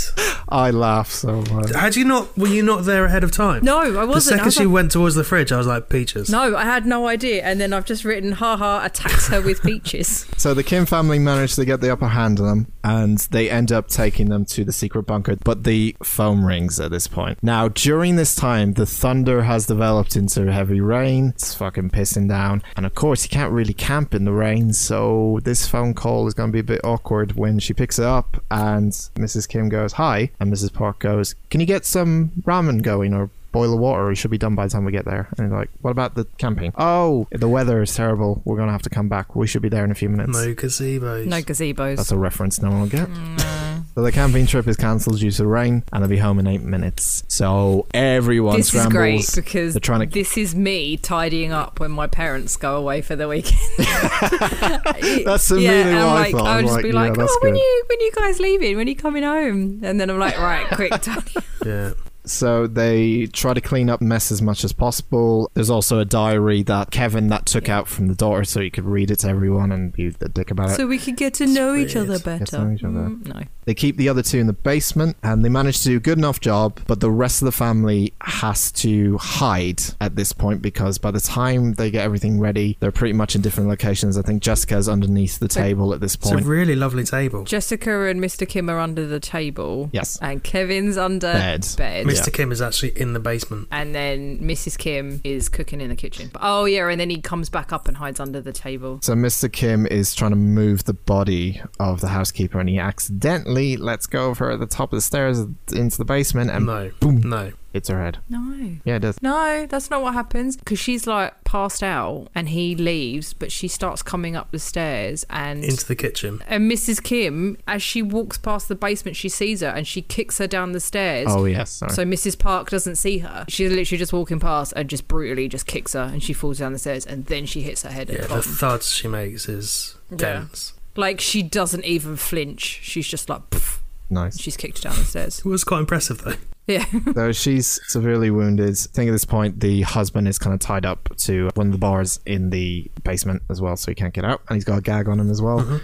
S2: I laugh so much.
S4: Had you not? Were you not there ahead of time?
S1: No, I wasn't.
S4: The
S1: I
S4: second
S1: was
S4: she
S1: like,
S4: went towards the fridge, I was like, peaches.
S1: no, I had no idea. And then I've just written, haha, attacks her
S2: *laughs*
S1: with peaches.
S2: So the Kim family managed to get the upper hand on them, and they end up taking them to the secret bunker. But the phone rings at this point. Now, during this time, the thunder has developed into heavy rain. It's fucking pissing down, and of course, you can't really camp in the rain. So this phone call is going to be a bit awkward when she picks it up, and Mrs. Kim goes, "Hi," and Mrs. Park goes, "Can you get some ramen going or?" boil the water. It should be done by the time we get there. And they're like, what about the camping? Oh, the weather is terrible. We're gonna have to come back. We should be there in a few minutes.
S4: No gazebos.
S1: No gazebos.
S2: That's a reference no one will get.
S1: Mm.
S2: So the camping trip is cancelled due to rain, and they'll be home in eight minutes. So everyone
S1: this is
S2: scrambles.
S1: great because
S2: They're trying to.
S1: this is me tidying up when my parents go away for the weekend. *laughs*
S2: That's immediately
S1: yeah,
S2: what
S1: and I'm
S2: I
S1: like,
S2: thought.
S1: I'll
S2: I'm
S1: just
S2: like,
S1: be
S2: yeah,
S1: like,
S2: that's
S1: oh, when
S2: good."
S1: you when you guys leaving, when you coming home? And then I'm like, right, quick, *laughs* tidy.
S4: Yeah.
S2: So they try to clean up mess as much as possible. There's also a diary that Kevin that took out from the daughter, so he could read it to everyone and be a dick about it.
S1: so we could get to know each other better.
S2: to know each other.
S1: Mm, no,
S2: They keep the other two in the basement and they manage to do a good enough job, but the rest of the family has to hide at this point because by the time they get everything ready, they're pretty much in different locations. I think Jessica's underneath the table at this
S4: It's a
S2: point.
S4: really lovely table.
S1: Jessica and Mr. Kim are under the table.
S2: Yes.
S1: and Kevin's under
S2: Bed.
S1: bed.
S4: Mr. Kim is actually in the basement.
S1: And then Mrs. Kim is cooking in the kitchen. Oh yeah, and then he comes back up and hides under the table.
S2: So Mr. Kim is trying to move the body of the housekeeper and he accidentally lets go of her at the top of the stairs into the basement
S3: Mm.
S2: and
S4: no.
S2: boom,
S4: No.
S2: hits her head.
S1: No.
S2: Yeah, it does.
S1: No, that's not what happens. Because she's like passed out and he leaves, but she starts coming up the stairs and.
S4: Into the kitchen.
S1: and Mrs. Kim, as she walks past the basement, she sees her and she kicks her down the stairs.
S2: Oh, yes. Sorry.
S1: So Mrs. Park doesn't see her. She's literally just walking past and just brutally just kicks her and she falls down the stairs and then she hits her head at
S4: Yeah.
S1: the
S4: The
S1: bottom.
S4: thuds she makes is
S1: Yeah.
S4: dense.
S1: Like she doesn't even flinch. She's just like, "Pff,"
S2: Nice.
S1: she's kicked down the stairs.
S4: It was quite impressive though.
S1: Yeah.
S2: So she's severely wounded. I think at this point the husband is kind of tied up to one of the bars in the basement as well, so he can't get out, and he's got a gag on him as well.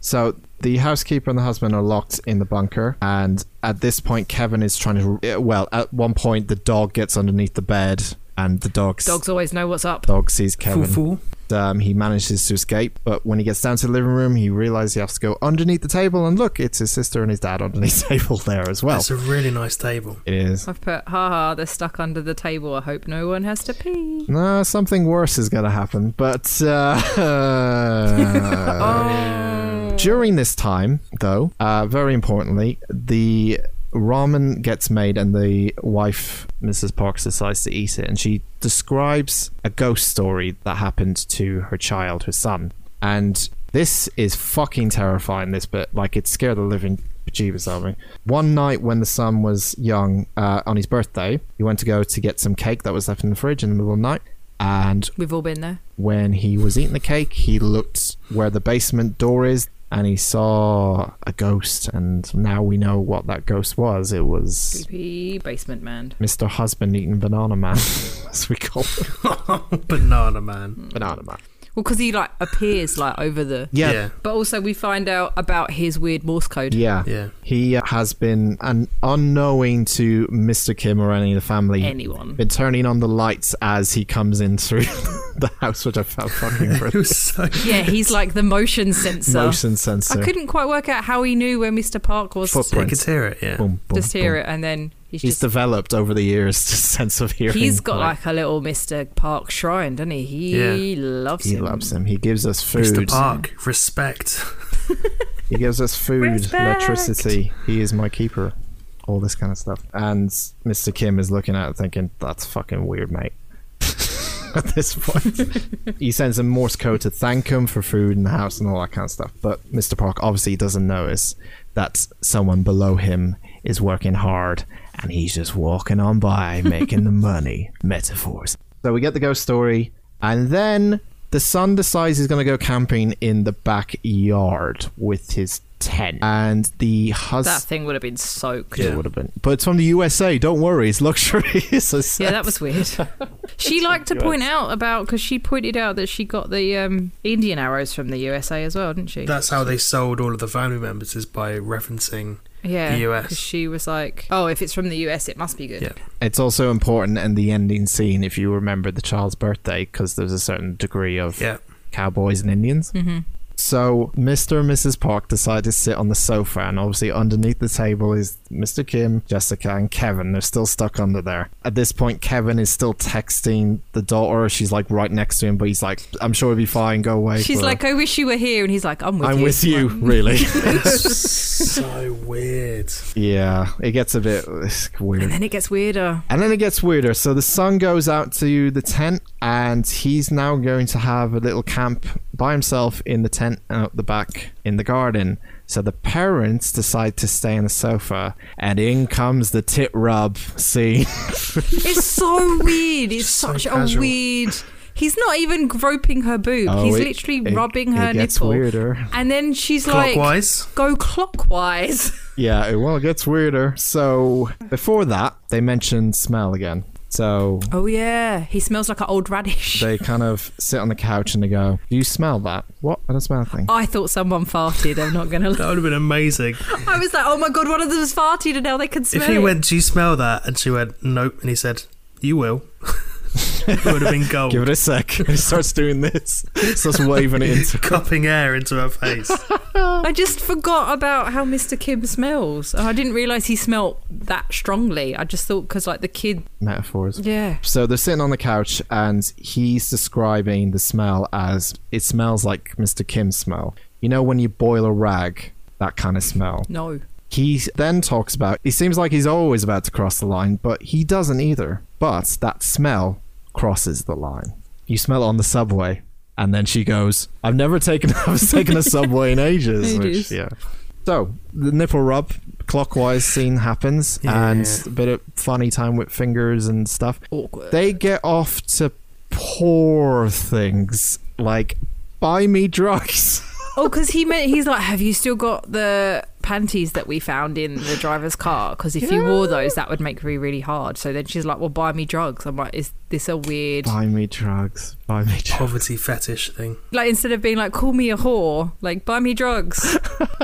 S2: So the housekeeper and the husband are locked in the bunker, and at this point Kevin is trying to. eh, Well, at one point the dog gets underneath the bed, and the dog
S1: Dogs always know what's up.
S2: dog sees Kevin.
S4: Fool, fool.
S2: Um, he manages to escape, but when he gets down to the living room, he realizes he has to go underneath the table, and look, it's his sister and his dad underneath the table there as well.
S4: That's a really nice table. *laughs*
S2: It is.
S1: I've put, haha, they're stuck under the table. I hope no one has to pee.
S2: No, something worse is going to happen. But
S1: *laughs*
S2: uh, *laughs*
S1: Oh.
S2: during this time, though, uh, very importantly, the ramen gets made and the wife, Mrs. Parks, decides to eat it. And she describes a ghost story that happened to her child, her son. And this is fucking terrifying, this bit. Like, it scared the living bejeebus out of me. One night when the son was young, uh, on his birthday, he went to go to get some cake that was left in the fridge in the middle of the night. And
S1: We've all been there.
S2: when he was eating the cake, he looked where the basement door is and he saw a ghost. And now we know what that ghost was. It was
S1: Creepy basement man.
S2: Mr. Husband Eating Banana Man, *laughs* as we call him.
S4: Banana man.
S2: Banana Man.
S1: Well, because he like appears like over the.
S2: Yeah. Yeah.
S4: yeah.
S1: But also we find out about his weird Morse code.
S4: Yeah. *laughs*
S2: He uh, has been an unknowing to Mr. Kim or any of the family.
S1: Anyone.
S2: been turning on the lights as he comes in through *laughs* the house, which I found
S1: *laughs*
S2: fucking
S4: It
S2: impressive.
S4: was so *laughs*
S1: Yeah, he's like the motion sensor.
S2: Motion
S1: I
S2: sensor.
S1: couldn't quite work out how he knew where Mr. Park was.
S2: Foot-
S4: I could hear it, yeah.
S2: Boom, boom,
S1: just hear
S2: boom.
S1: it, and then he's,
S2: He's
S1: just.
S2: developed over the years a *laughs* sense of hearing.
S1: He's got like a little Mr. Park shrine, doesn't he? He loves
S2: He
S1: him.
S2: loves him. He gives us
S4: Mr.
S2: food.
S4: Park, respect. *laughs*
S2: He gives us food,
S1: Respect.
S2: electricity. He is my keeper. All this kind of stuff. And Mr. Kim is looking at it thinking, that's fucking weird, mate. *laughs* at this point, he sends a Morse code to thank him for food in the house and all that kind of stuff. But Mr. Park obviously doesn't notice that someone below him is working hard and he's just walking on by making the money. Metaphors. So we get the ghost story, and then the son decides he's going to go camping in the backyard with his tent. And the
S1: That
S2: husband.
S1: thing would have been soaked.
S2: It would have been. But it's from the USA. Don't worry. It's luxury. *laughs* It's a
S1: Yeah, that
S2: *laughs*
S1: was weird. she liked to point out about because she pointed out that she got the um, Indian arrows from the USA as well, didn't she?
S4: That's how they sold all of the family members is by referencing
S1: yeah,
S4: the US.
S1: 'cause she was like, "Oh, if it's from the US, it must be good."
S4: Yeah.
S2: It's also important in the ending scene if you remember the child's birthday because there's a certain degree of
S4: Yeah.
S2: cowboys and Indians. Mm-hmm. So Mr. and Mrs. Park decide to sit on the sofa, and obviously underneath the table is Mr. Kim, Jessica, and Kevin. They're still stuck under there. At this point, Kevin is still texting the daughter. She's like right next to him, but he's like, "I'm sure it'll be fine. Go away."
S1: She's
S2: blah.
S1: like, "I wish you were here," and he's like, "I'm with
S2: "I'm
S1: you."
S2: with you,
S1: Like,
S2: really."
S4: *laughs* It's *laughs* so weird.
S2: *laughs* yeah, it gets a bit weird.
S1: and then it gets weirder.
S2: And then it gets weirder. So the son goes out to the tent, and he's now going to have a little camp by himself in the tent out the back in the garden. So the parents decide to stay on the sofa, and in comes the tit rub scene.
S1: It's
S4: *laughs*
S1: so weird. It's
S4: Just so
S1: such a
S4: casual.
S1: weird. He's not even groping her boob.
S2: Oh,
S1: he's
S2: it-
S1: literally
S2: it-
S1: *laughs* rubbing her
S2: it gets
S1: nipple.
S2: weirder.
S1: And then she's like,
S4: Clockwise.
S1: "Go clockwise." *laughs*
S2: Yeah, it, well, it gets weirder. So before that, they mentioned smell again. So
S1: oh yeah, he smells like an old radish.
S2: they kind of sit on the couch and they go, "Do you smell that? What? I don't smell a thing."
S1: I thought someone farted. I'm not
S4: *laughs*
S1: gonna lie.
S4: That would have been amazing.
S1: I was like, oh my god, one of them's farted and now they can smell
S4: if he
S1: it.
S4: went, Do you smell that? And she went, Nope. And he said, You will. *laughs* it would have been
S1: Oh.
S4: gold.
S2: Give it a sec. *laughs* And he starts doing this, *laughs* starts waving it
S4: *laughs*
S2: into
S4: Cupping air into her face.
S1: I just forgot about how Mr. Kim smells. Oh, I didn't realise he smelt that strongly. I just thought because like the kid,
S2: metaphors.
S1: yeah.
S2: So they're sitting on the couch, and he's describing the smell as it smells like Mr. Kim's smell. You know, when you boil a rag, that kind of smell.
S1: No.
S2: He then talks about he seems like he's always about to cross the line, but he doesn't either. But that smell crosses the line. You smell it on the subway, and then she goes, "I've never taken *laughs* I've taken a subway in ages."
S1: Ages.
S2: Which, yeah. So the nipple rub clockwise scene happens, and a bit of funny time with fingers and stuff.
S1: Awkward.
S2: They get off to poor things like buy me drugs.
S1: oh, because he meant he's like, have you still got the panties that we found in the driver's car? Because if you wore those, that would make me really hard. So then she's like, well, buy me drugs. I'm like, is this a weird?
S2: Buy me drugs. Buy me drugs.
S4: Poverty fetish thing.
S1: Like instead of being like, call me a whore, like buy me drugs.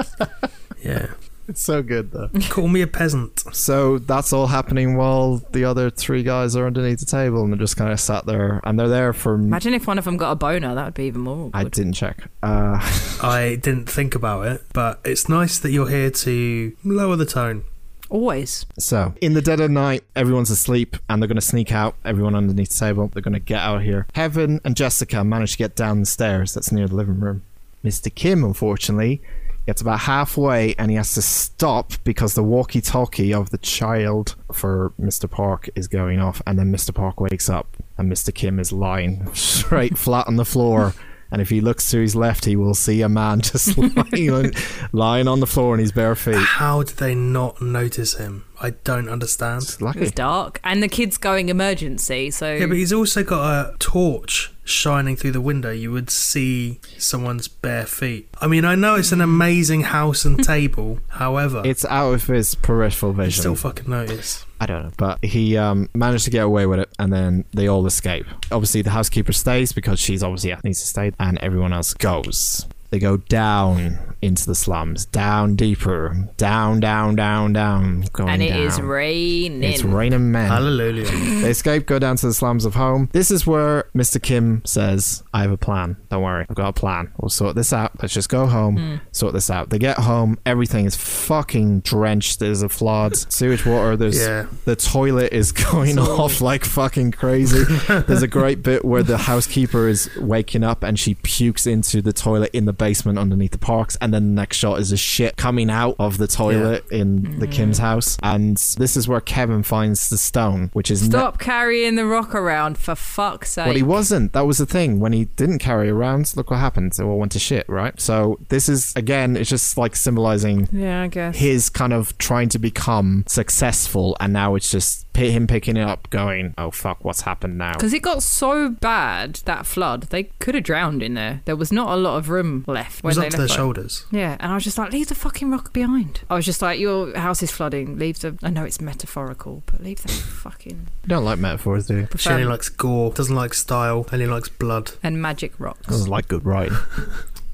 S4: *laughs* Yeah.
S2: It's so good though.
S4: Call me a peasant.
S2: So that's all happening while the other three guys are underneath the table and they're just kind of sat there and they're there for.
S1: Imagine if one of them got a boner, that would be even more.
S2: I
S1: Awkward.
S2: didn't check. Uh,
S4: I didn't think about it, but it's nice that you're here to lower the tone.
S1: Always.
S2: So, in the dead of night, everyone's asleep and they're going to sneak out. Everyone underneath the table, they're going to get out of here. Heaven and Jessica manage to get down the stairs that's near the living room. Mr. Kim, unfortunately, gets about halfway and he has to stop because the walkie talkie of the child for Mr. Park is going off. And then Mr. Park wakes up and Mr. Kim is lying *laughs* straight flat on the floor. And if he looks to his left, he will see a man *laughs* just lying, on- lying on the floor in his bare feet.
S4: How did they not notice him? I don't understand.
S2: It's
S1: It was
S2: lucky.
S1: dark, and the kid's going emergency, so
S4: Yeah, but he's also got a torch shining through the window. You would see someone's bare feet. I mean, I know it's an
S1: Mm.
S4: amazing house
S1: *laughs*
S4: and table. However,
S2: It's out of his peripheral
S4: you
S2: vision.
S4: still fucking notice.
S2: I don't know, but he um, managed to get away with it, and then they all escape. Obviously, the housekeeper stays because she's obviously yeah, needs to stay, and everyone else goes. They go down into the slums, down deeper, down, down, down, down, going
S1: and it
S2: down.
S1: is raining.
S2: It's raining men.
S4: Hallelujah.
S2: They escape, go down to the slums of home. This is where Mr. Kim says, I have a plan. Don't worry. I've got a plan. We'll sort this out. Let's just go home, sort this out. They get home. Everything is fucking drenched. There's a flood, sewage water. There's
S4: Yeah.
S2: the toilet is *laughs* going off like fucking crazy. There's a great bit where the housekeeper is waking up and she pukes into the toilet in the basement underneath the parks, and then the next shot is a shit coming out of the toilet in the Kim's house. And this is where Kevin finds the stone, which is ne-
S1: Stop carrying the rock around for fuck's sake.
S2: well, he wasn't. That was the thing. When he didn't carry around, look what happened. It all went to shit, right? So this is again, it's just like symbolizing
S1: yeah, I guess.
S2: his kind of trying to become successful, and now it's just pi- him picking it up, going, "Oh fuck, what's happened now?"
S1: Because it got so bad that flood, they could have drowned in there. There was not a lot of room left
S4: It
S1: when
S4: was
S1: they
S4: up
S1: left.
S4: to their
S1: by-
S4: shoulders.
S1: yeah, and I was just like, leave the fucking rock behind. I was just like, your house is flooding. Leave the. I know it's metaphorical, but
S2: *laughs*
S1: leave the fucking.
S2: You don't like metaphors, do you?
S4: She only
S1: profound
S4: likes gore, doesn't like style, only likes blood.
S1: and magic rocks.
S2: Doesn't like good *laughs* writing.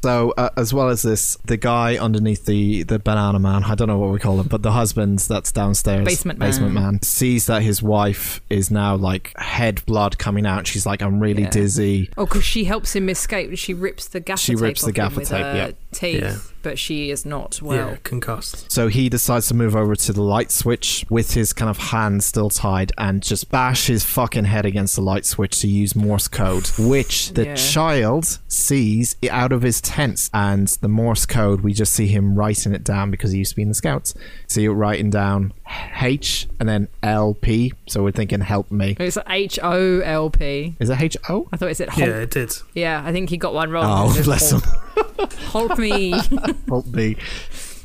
S2: So, uh, as well as this, the guy underneath the, the banana man, I don't know what we call him, but the husband that's downstairs,
S1: Basement man.
S2: man, sees that his wife is now like head blood coming out. She's like, I'm really
S1: Yeah.
S2: dizzy.
S1: Oh, because she helps him escape. She rips the gaffer
S2: She
S1: tape
S2: rips the
S1: off him
S2: gaffer
S1: with
S2: tape,
S1: her
S2: yeah.
S1: teeth,
S4: Yeah.
S1: but she is not well.
S4: Yeah, concussed.
S2: So he decides to move over to the light switch with his kind of hand still tied and just bash his fucking head against the light switch to use Morse code, which the
S1: Yeah.
S2: child sees i- out of his tent. And the Morse code, we just see him writing it down because he used to be in the Scouts. So you're writing down H and then LP. So we're thinking, help me.
S1: It's H O L P.
S2: Is it H O?
S1: I thought it said
S4: Yeah,
S1: Hulp. Yeah.
S4: it did.
S1: I think he got one wrong.
S2: Oh,
S1: *laughs* It says
S2: bless him.
S1: Hulp. *laughs* Hulp me.
S2: Help me.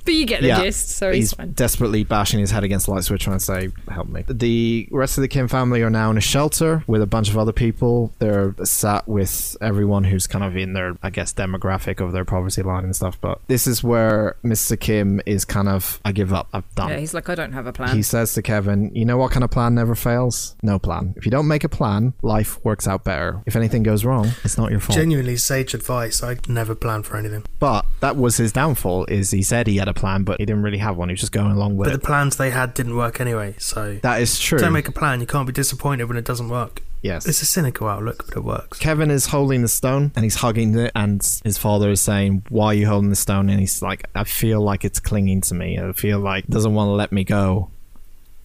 S1: But you get the
S2: Yeah,
S1: gist, so he's,
S2: he's
S1: fine.
S2: desperately bashing his head against the light switch trying to say help me the rest of the kim family are now in a shelter with a bunch of other people they're sat with everyone who's kind of in their i guess demographic of their poverty line and stuff but this is where mr kim is kind of i give up i've done
S1: Yeah, he's like, I don't have a plan.
S2: he says to Kevin, You know what kind of plan never fails? No plan. If you don't make a plan, life works out better. If anything goes wrong, it's not your fault.
S4: Genuinely sage advice. I never plan for anything.
S2: but that was his downfall, is he said he had a plan, but he didn't really have one. He was just going along with
S4: But the
S2: it.
S4: plans they had didn't work anyway, so
S2: That is true.
S4: don't make a plan. You can't be disappointed when it doesn't work.
S2: yes.
S4: It's a cynical outlook, but it works.
S2: Kevin is holding the stone and he's hugging it, and his father is saying, "Why are you holding the stone?" And he's like, "I feel like it's clinging to me. I feel like it doesn't want to let me go,"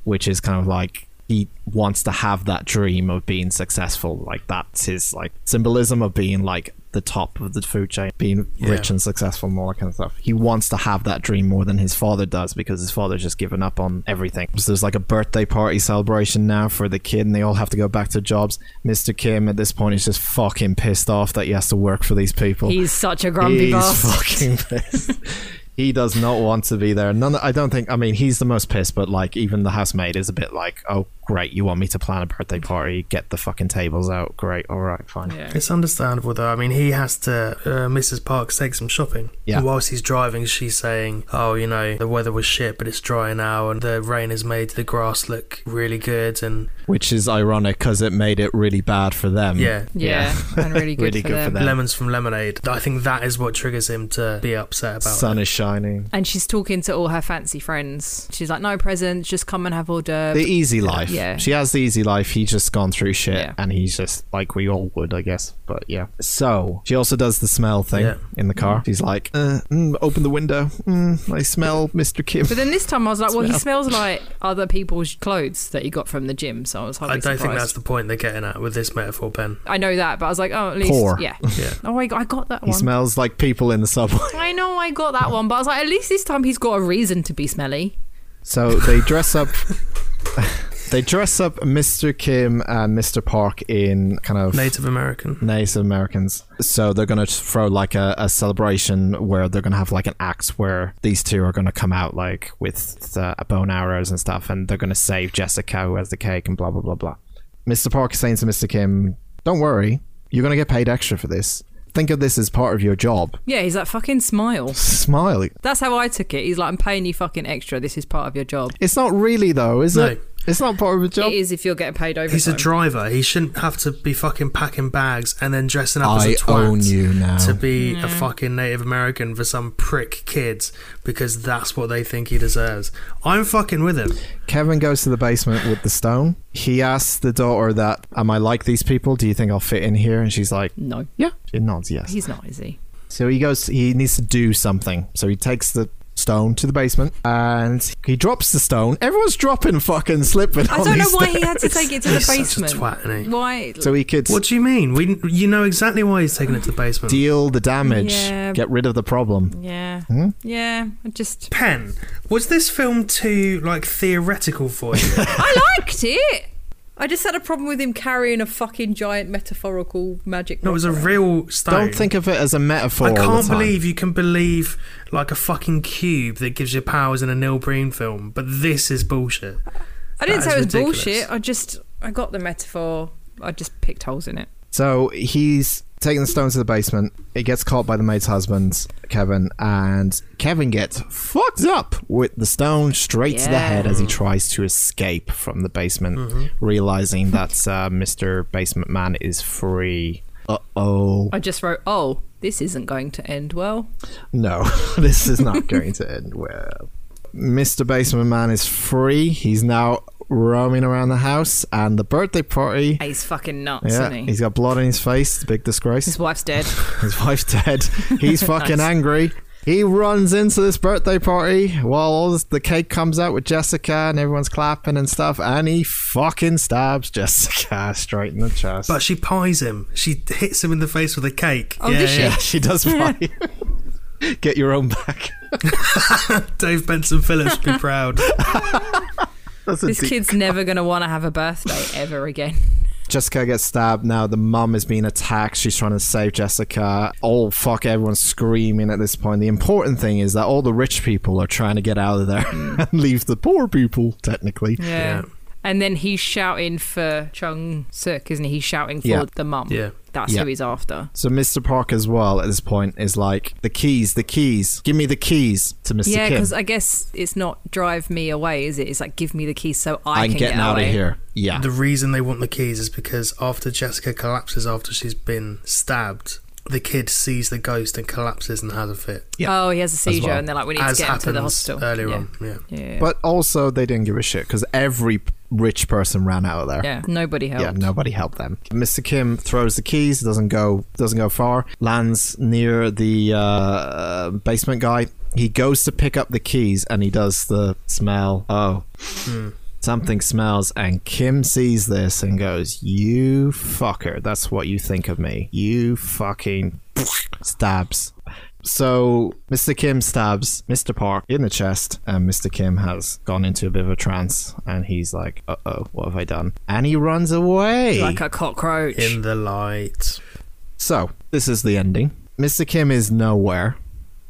S2: which is kind of like he wants to have that dream of being successful. Like that's his like symbolism of being like the top of the food chain, being
S4: Yeah.
S2: rich and successful and all that kind of stuff. He wants to have that dream more than his father does because his father's just given up on everything. So there's like a birthday party celebration now for the kid, and they all have to go back to jobs. Mr. Kim at this point is just fucking pissed off that he has to work for these people.
S1: He's such a grumpy
S2: He's
S1: bastard. *laughs*
S2: fucking pissed. he does not want to be there. None. I don't think. I mean, he's the most pissed, but like even the housemaid is a bit like, "Oh, great, you want me to plan a birthday party, get the fucking tables out. Great, all right, fine. *laughs*
S1: Yeah.
S3: It's understandable though. I mean, he has to. Uh, Mrs. Parks takes him shopping.
S2: Yeah.
S3: And whilst he's driving, she's saying, "Oh, you know, the weather was shit, but it's dry now, and the rain has made the grass look really good." And
S2: Which is ironic because it made it really bad for them.
S3: yeah,
S1: Yeah.
S2: *laughs*
S1: And really good,
S2: Really
S1: for,
S2: good for
S1: them.
S2: them.
S3: lemons from lemonade. I think that is what triggers him to be upset about.
S2: Sun
S3: it.
S2: is shining.
S1: And she's talking to all her fancy friends. She's like, no presents, just come and have hors d'oeuvres.
S2: The easy life.
S1: Yeah.
S2: She has the easy life. He's just gone through shit
S1: Yeah.
S2: and he's just like we all would, I guess. But yeah. So she also does the smell thing
S3: Yeah.
S2: in the car. She's like, uh, mm, open the window. Mm, I smell Mr. Kim.
S1: But then this time I was like, well, he
S2: Smell.
S1: smells like other people's clothes that he got from the gym. So I was hardly
S3: I don't think
S1: surprised.
S3: that's the point they're getting at with this
S2: *laughs*
S3: metaphor, Ben.
S1: I know that, but I was like, oh, at least.
S2: Poor.
S1: Yeah.
S3: Yeah.
S1: Oh, I, I got that
S2: *laughs* *laughs* He
S1: one.
S2: smells like people in the subway. *laughs*
S1: I know I got that one, but I was like, at least this time he's got a reason to be smelly.
S2: So they dress up. *laughs* they dress up Mr. Kim and Mr. Park in kind of *laughs*
S3: Native American.
S2: Native Americans. So they're going to throw like a, a celebration where they're going to have like an axe where these two are going to come out like with uh, bone arrows and stuff and they're going to save Jessica who has the cake and blah, blah, blah, blah. Mr. Park is saying to Mr. Kim, don't worry, you're going to get paid extra for this. Think of this as part of your job.
S1: Yeah, he's like, fucking smile.
S2: Smile.
S1: That's how I took it. He's like, I'm paying you fucking extra. This is part of your job.
S2: It's not really though, is
S3: No.
S2: it? It's not part of a job.
S1: It is if you're getting paid overtime.
S3: He's a driver. He shouldn't have to be fucking packing bags and then dressing up as
S2: I
S3: a twat.
S2: own you now.
S3: to be a fucking Native American for some prick kids because that's what they think he deserves. I'm fucking with him.
S2: Kevin goes to the basement with the stone. He asks the daughter that, "Am I like these people? Do you think I'll fit in here?" And she's like,
S1: no,
S2: "Yeah." She nods yes.
S1: he's not, is he?
S2: So he goes. He needs to do something. So he takes the stone to the basement and he drops the stone. Everyone's dropping fucking slipping.
S1: I
S2: on
S1: don't know
S2: these
S1: why he had to
S2: stairs.
S1: take it to the
S3: He's such a
S1: basement.
S3: twat, isn't he?
S1: Why?
S2: So he could
S3: What do you mean? We, you know exactly why he's taking it to the basement.
S2: deal the damage,
S1: Yeah.
S2: get rid of the problem.
S1: yeah.
S2: Hmm?
S1: Yeah. I just.
S3: Pen, was this film too like theoretical for
S2: *laughs*
S3: you?
S1: I liked it! I just had a problem with him carrying a fucking giant metaphorical magic.
S3: no, it was a
S1: rock around.
S3: real stone.
S2: Don't think of it as a metaphor.
S3: I
S2: all the
S3: can't
S2: time.
S3: believe you can believe like a fucking cube that gives you powers in a Neil Breen film, but this is bullshit.
S1: I didn't say
S3: That is
S1: it was
S3: ridiculous.
S1: bullshit. I just. I got the metaphor. I just picked holes in it.
S2: So he's taking the stone to the basement. It gets caught by the maid's husband, Kevin, and Kevin gets fucked up with the stone straight to the
S1: Yeah.
S2: head as he tries to escape from the basement, realizing that uh, Mr. Basement Man is free. Uh oh.
S1: I just wrote, oh, this isn't going to end well.
S2: No, *laughs* this is not going to end well. Mr. Basement Man is free. He's now roaming around the house and the birthday party.
S1: He's fucking nuts,
S2: Yeah,
S1: isn't he?
S2: he's got blood on his face. Big disgrace.
S1: His wife's dead.
S2: His wife's *laughs* dead. He's fucking
S1: Nice.
S2: angry. He runs into this birthday party while all this, the cake comes out with Jessica and everyone's clapping and stuff, and he fucking stabs Jessica *laughs* straight in the chest.
S3: But she pies him. She hits him in the face with a cake.
S1: Oh,
S3: yeah,
S1: did she?
S3: yeah.
S2: *laughs* yeah, she *laughs* does fight. Get your own back.
S3: Dave Benson Phillips
S1: *laughs*
S3: would be proud.
S2: *laughs* That's a
S1: this
S2: deep-
S1: kid's never going to want to have a birthday
S2: *laughs*
S1: ever again.
S2: Jessica gets stabbed. Now the mum is being attacked. She's trying to save Jessica. Oh fuck! Everyone's screaming at this point. The important thing is that all the rich people are trying to get out of there *laughs* and leave the poor people. Technically,
S1: Yeah.
S3: Yeah.
S1: And then he's shouting for Chung Suk, isn't he? He's shouting for
S2: Yeah.
S1: the mum.
S3: Yeah.
S1: That's
S2: Yeah.
S1: who he's after.
S2: So Mr. Park as well at this point is like the keys, the keys. Give me the keys to Mr.
S1: Yeah,
S2: Kim.
S1: because I guess it's not drive me away, is it? It's like give me the keys so I
S2: I'm
S1: can
S2: getting
S1: get
S2: out
S1: away.
S2: of here. Yeah.
S3: The reason they want the keys is because after Jessica collapses after she's been stabbed, the kid sees the ghost and collapses and has a fit.
S2: Yeah.
S1: Oh, he has a seizure,
S2: well.
S1: and they're like, we need
S3: As
S1: to get him
S3: happens
S1: to the hospital.
S3: earlier
S1: yeah.
S3: on. Yeah.
S1: Yeah.
S2: but also they didn't give a shit because every p- rich person ran out of there.
S1: yeah, nobody helped.
S2: Yeah, nobody helped them. Mr. Kim throws the keys, doesn't go doesn't go far, lands near the uh, basement guy. He goes to pick up the keys and he does the smell. Oh. Something smells, and Kim sees this and goes, You fucker, that's what you think of me. You fucking stabs. So Mr. Kim stabs Mr. Park in the chest, and Mr. Kim has gone into a bit of a trance, and he's like, "Uh oh, what have I done?" And he runs away.
S1: Like a cockroach.
S3: In the light.
S2: so this is the ending. Mr. Kim is nowhere.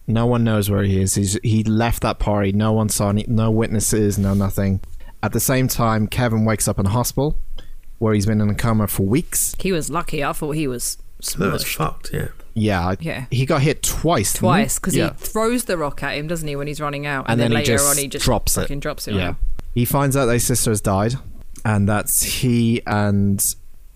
S2: No one knows where he is. He's, he left that party. No one saw any, no witnesses, no nothing. At the same time, Kevin wakes up in hospital where he's been in a coma for weeks.
S1: He was lucky. I thought he was
S4: That was
S1: smushed
S4: fucked, yeah.
S2: Yeah. I-
S1: Yeah.
S2: He got hit twice. didn't he?
S1: twice because
S2: Yeah.
S1: he throws the rock at him, doesn't he, when he's running out?
S2: And
S1: And,
S2: then
S1: then,
S2: he
S1: later
S2: just
S1: on, he just
S2: drops it.
S1: fucking drops it. on
S2: Yeah.
S1: him.
S2: He finds out that his sister has died, and that's he and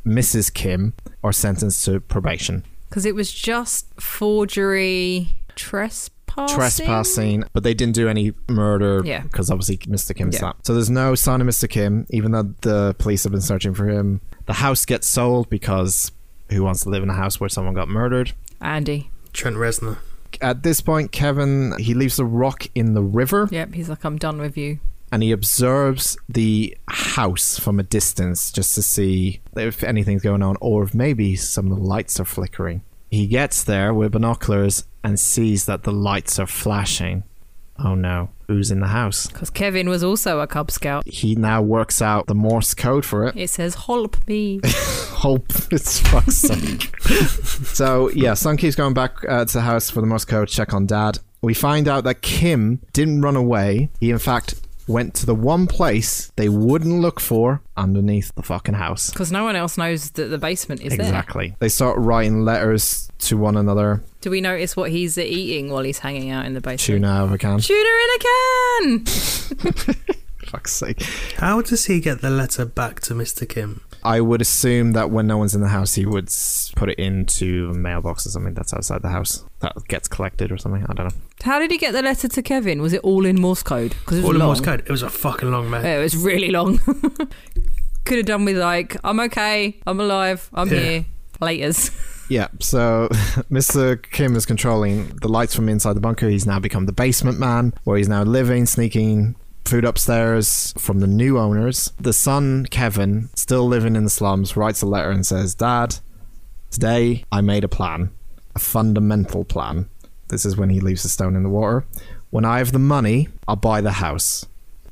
S2: Mrs. Kim are sentenced to probation.
S1: Because it was just forgery, trespassing.
S2: Trespassing, but they didn't do any murder
S1: Oh, Yeah.
S2: because obviously Mr. Kim's
S1: Yeah.
S2: not. So there's no sign of Mr. Kim, even though the police have been searching for him. The house gets sold because who wants to live in a house where someone got murdered?
S1: Andy.
S4: Trent Reznor.
S2: At this point, Kevin he leaves the rock in the river
S1: Yep, he's like, I'm done with you.
S2: and he observes the house from a distance just to see if anything's going on or if maybe some of the lights are flickering. He gets there with binoculars and sees that the lights are flashing. Oh no, who's in the house?
S1: Because Kevin was also a Cub Scout.
S2: He now works out the Morse code for it.
S1: It says, Holp
S4: *laughs*
S1: me.
S2: Hope *laughs* it's fuck's sake. so yeah, Sun keeps going back uh, to the house for the Morse code check on Dad. We find out that Kim didn't run away. He in fact went to the one place they wouldn't look for underneath the fucking house.
S1: Because no one else knows that the basement is there.
S2: exactly. They start writing letters to one another.
S1: Do we notice what he's eating while he's hanging out in the basement?
S2: Tuna out of a can.
S1: Tuna in a can!
S2: Fuck's sake.
S4: How does he get the letter back to Mr. Kim?
S2: I would assume that when no one's in the house, he would s- put it into a mailbox or something that's outside the house that gets collected or something. I don't know.
S1: How did he get the letter to Kevin? Was it all in Morse code? Because it was
S4: All in
S1: long.
S4: Morse code. It was a fucking long man.
S1: Yeah, it was really long. *laughs* Could have done with like, I'm okay, I'm alive, I'm
S4: Yeah.
S1: here. Laters. *laughs*
S2: Yeah, so *laughs* Mr. Kim is controlling the lights from inside the bunker. He's now become the basement man, where he's now living, sneaking food upstairs from the new owners. The son, Kevin, still living in the slums, writes a letter and says, Dad, today I made a plan, a fundamental plan. This is when he leaves the stone in the water. When I have the money, I'll buy the house.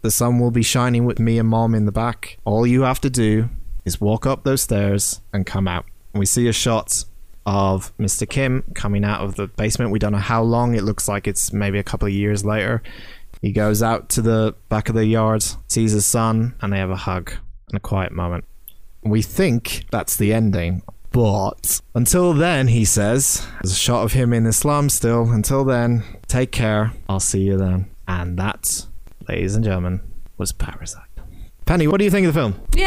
S2: The sun will be shining with me and mom in the back. All you have to do is walk up those stairs and come out. And we see a shot of Mr. Kim coming out of the basement. We don't know how long. It looks like it's maybe a couple of years later. He goes out to the back of the yard, sees his son, and they have a hug and a quiet moment. We think that's the ending. But until then, he says, there's a shot of him in his slum still. Until then, take care. I'll see you then. And that, ladies and gentlemen, was Parasite. Penny, what do you think of the film?
S1: Yeah,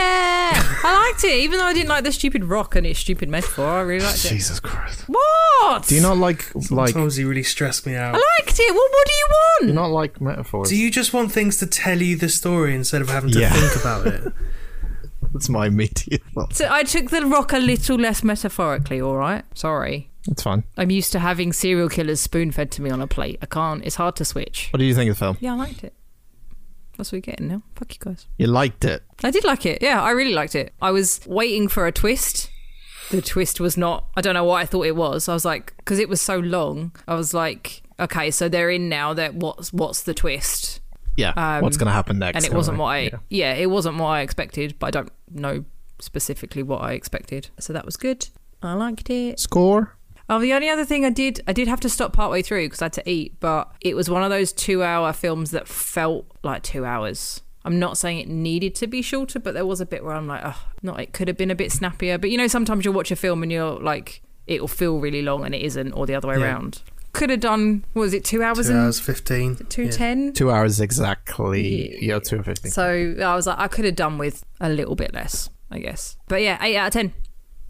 S1: I liked it. Even though I didn't like the stupid rock and its stupid metaphor, I really liked it.
S2: Jesus Christ.
S1: What?
S2: Do you not like
S3: *laughs*
S2: like? Do
S4: Sometimes he really stressed me out.
S1: I liked it. What, what do you want?
S2: you not like metaphors?
S4: Do you just want things to tell you the story instead of having to
S2: Yeah.
S4: think about
S1: *laughs*
S4: it?
S2: That's my immediate thought.
S1: so I took the rock a little less metaphorically, all right? Sorry.
S2: It's fine.
S1: I'm used to having serial killers spoon fed to me on a plate. I can't. It's hard to switch.
S2: What do you think of the film?
S1: Yeah, I liked it. That's what we're getting now. Fuck you guys.
S2: You liked it.
S1: I did like it. Yeah, I really liked it. I was waiting for a twist. The twist was not, I don't know what I thought it was. I was like, because it was so long, I was like, okay, so they're in now. That what's what's the twist?
S2: Yeah.
S1: Um,
S2: What's going to happen next?
S1: And it
S2: kinda
S1: wasn't what I,
S2: thing.
S1: yeah. it wasn't what I expected, but I don't know specifically what I expected. So that was good. I liked it.
S2: Score.
S1: Oh, the only other thing I did, I did have to stop partway through because I had to eat, but it was one of those two hour films that felt like two hours. I'm not saying it needed to be shorter, but there was a bit where I'm like, oh, not, it could have been a bit snappier. But you know, sometimes you'll watch a film and you're like, it'll feel really long and it isn't, or the other way
S4: Yeah.
S1: around. Could have done, what was it, two hours
S4: Two
S1: and
S4: hours fifteen. Yeah.
S1: 210?
S2: Two hours exactly. Yeah, two fifty.
S1: So I was like, I could have done with a little bit less, I guess. But yeah, 8 out of 10.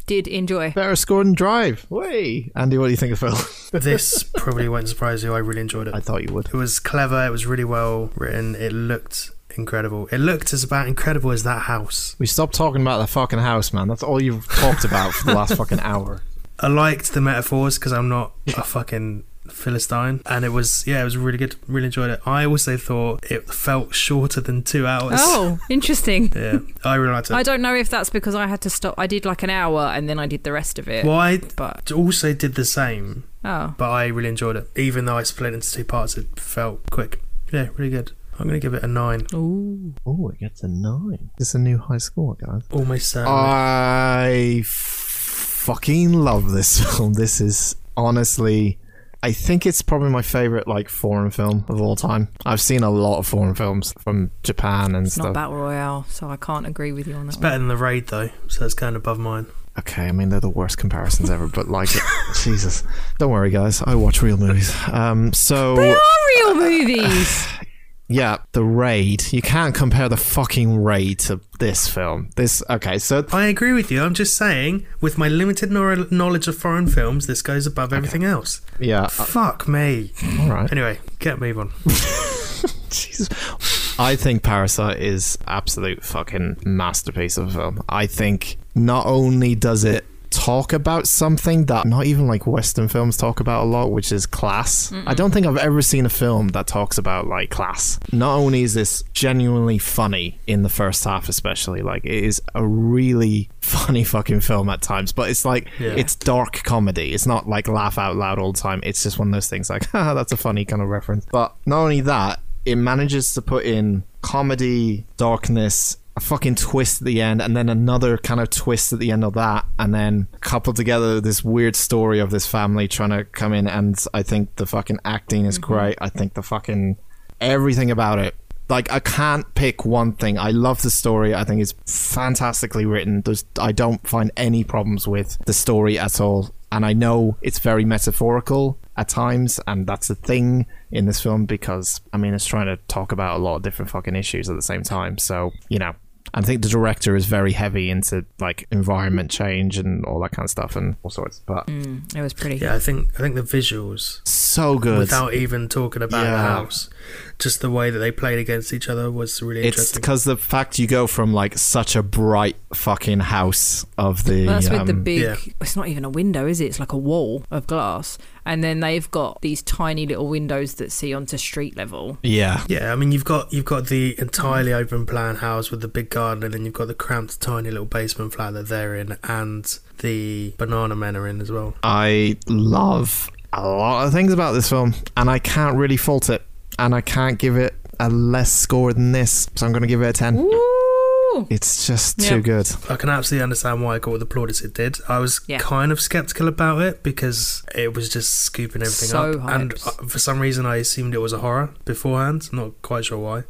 S1: Did enjoy.
S2: Better score than Drive. Way. Andy, what do you think of the film?
S4: This probably won't surprise you. I really enjoyed it.
S2: I thought you would.
S4: It was clever. It was really well written. It looked incredible. It looked as about incredible as that house.
S2: We stopped talking about the fucking house, man. That's all you've talked about for the *laughs* last fucking hour.
S4: I liked the metaphors because I'm
S1: *laughs*
S4: not a fucking philistine, and it was yeah, it was really good. Really enjoyed it. I also thought it felt shorter than two hours.
S1: Oh, interesting.
S4: yeah, I really liked it.
S1: I don't know if that's because I had to stop. I did like an hour and then I did the rest of it.
S4: well, I
S1: But
S4: also did the same,
S1: oh,
S4: but I really enjoyed it. Even though I split it into two parts, it felt quick. Yeah, really good. I'm gonna give it a nine,
S1: Ooh.
S2: Oh, it gets a nine. It's a new high score, guys.
S4: almost seven.
S2: Uh, *laughs* I f- fucking love this film. This is honestly I think it's probably my favorite like foreign film of all time. I've seen a lot of foreign films from Japan and
S1: It's
S2: stuff.
S1: not Battle Royale, so I can't agree with you on that
S3: It's
S1: one.
S3: better than the raid though, so it's going above mine.
S2: Okay, I mean they're the worst comparisons ever, but *laughs* like, Jesus, don't worry, guys. I watch real movies. Um,
S1: They
S2: so
S1: are real movies! *laughs*
S2: yeah, the raid. You can't compare the fucking raid to this film. This okay, so
S3: I agree with you. I'm just saying, with my limited nor- knowledge of foreign films, this goes above everything else.
S2: yeah, uh,
S3: Fuck me.
S2: all right.
S3: Anyway, get move on.
S2: Jesus. I think Parasite is absolute fucking masterpiece of a film. I think not only does it talk about something that not even like Western films talk about a lot, which is class. I don't think I've ever seen a film that talks about like class. Not only is this genuinely funny in the first half, especially like it is a really *laughs* funny fucking film at times, but it's like
S3: Yeah.
S2: it's dark comedy. It's not like laugh out loud all the time. It's just one of those things like, *laughs* haha, that's a funny kind of reference. But not only that, it manages to put in comedy, darkness, a fucking twist at the end, and then another kind of twist at the end of that, and then coupled together this weird story of this family trying to come in. And I think the fucking acting is great. I think the fucking everything about it. Like I can't pick one thing. I love the story. I think it's fantastically written. There's I don't find any problems with the story at all. And I know it's very metaphorical at times, and that's a thing in this film because I mean it's trying to talk about a lot of different fucking issues at the same time. So, you know. I think the director is very heavy into like environment change and all that kind of stuff and all sorts. But
S1: Mm, it was pretty.
S3: Yeah, I think I think the visuals,
S2: so good.
S3: without even talking about the
S2: Yeah.
S3: house, just the way that they played against each other was really
S2: It's
S3: interesting.
S2: because the fact you go from like such a bright fucking house of the.
S1: Well, that's with the
S2: um,
S1: big.
S3: yeah.
S1: It's not even a window, is it? It's like a wall of glass, and then they've got these tiny little windows that see onto street level.
S2: Yeah.
S3: Yeah, I mean you've got you've got the entirely open plan house with the big garden, and then you've got the cramped, tiny little basement flat that they're in, and the banana men are in as well.
S2: I love a lot of things about this film, and I can't really fault it, and I can't give it a less score than this, so I'm going to give it a 10.
S3: Mm.
S1: Ooh,
S2: It's just
S1: Yeah.
S2: too good.
S3: I can absolutely understand why I got all the plaudits it did. I was
S1: Yeah.
S3: kind of skeptical about it because it was just scooping everything
S1: So
S3: up, and
S1: hyped.
S3: uh, for some reason I assumed it was a horror beforehand. Not quite sure why,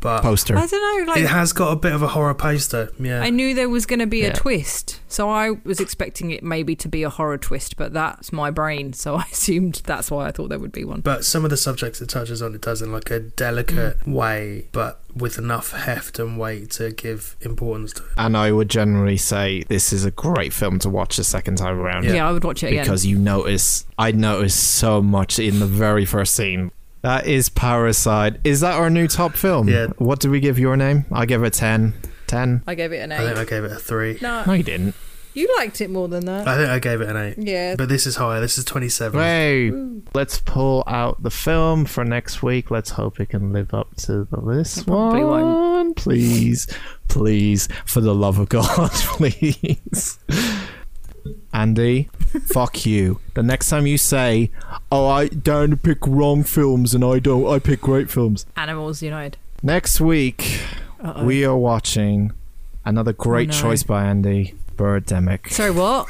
S3: but
S2: Poster.
S1: I don't know. Like
S3: it has got a bit of a horror poster. Yeah,
S1: I knew there was going to be
S2: Yeah.
S1: a twist, so I was expecting it maybe to be a horror twist, but that's my brain, so *laughs* I assumed that's why I thought there would be one.
S3: But some of the subjects it touches on, it does in like a delicate
S1: Mm.
S3: way, but with enough heft and weight to give importance to it.
S2: and I would generally say this is a great film to watch the second time around.
S1: Yeah, I would watch it again.
S2: because you notice I noticed so much in the very first scene. That is Parasite. Is that our new top film?
S3: Yeah.
S2: What do we give your name? I give it 10. 10?
S1: I gave it an
S3: I think
S1: eight.
S3: I gave it a three.
S1: No,
S2: No, you didn't.
S1: you liked it more than that.
S3: I think I gave it an eight.
S1: Yeah.
S3: But this is higher. This is 27.
S2: Wait, let's pull out the film for next week. Let's hope it can live up to the- this
S1: It probably
S2: one.
S1: won't.
S2: Please, please, for the love of God, *laughs* please.
S1: *laughs*
S2: Andy, fuck you. The next time you say, "Oh, I don't pick wrong films and I don't, I pick great films,"
S1: Animals United.
S2: next week
S1: Uh-oh.
S2: we are watching another great
S1: no.
S2: choice by Andy. Birdemic.
S1: Sorry, what?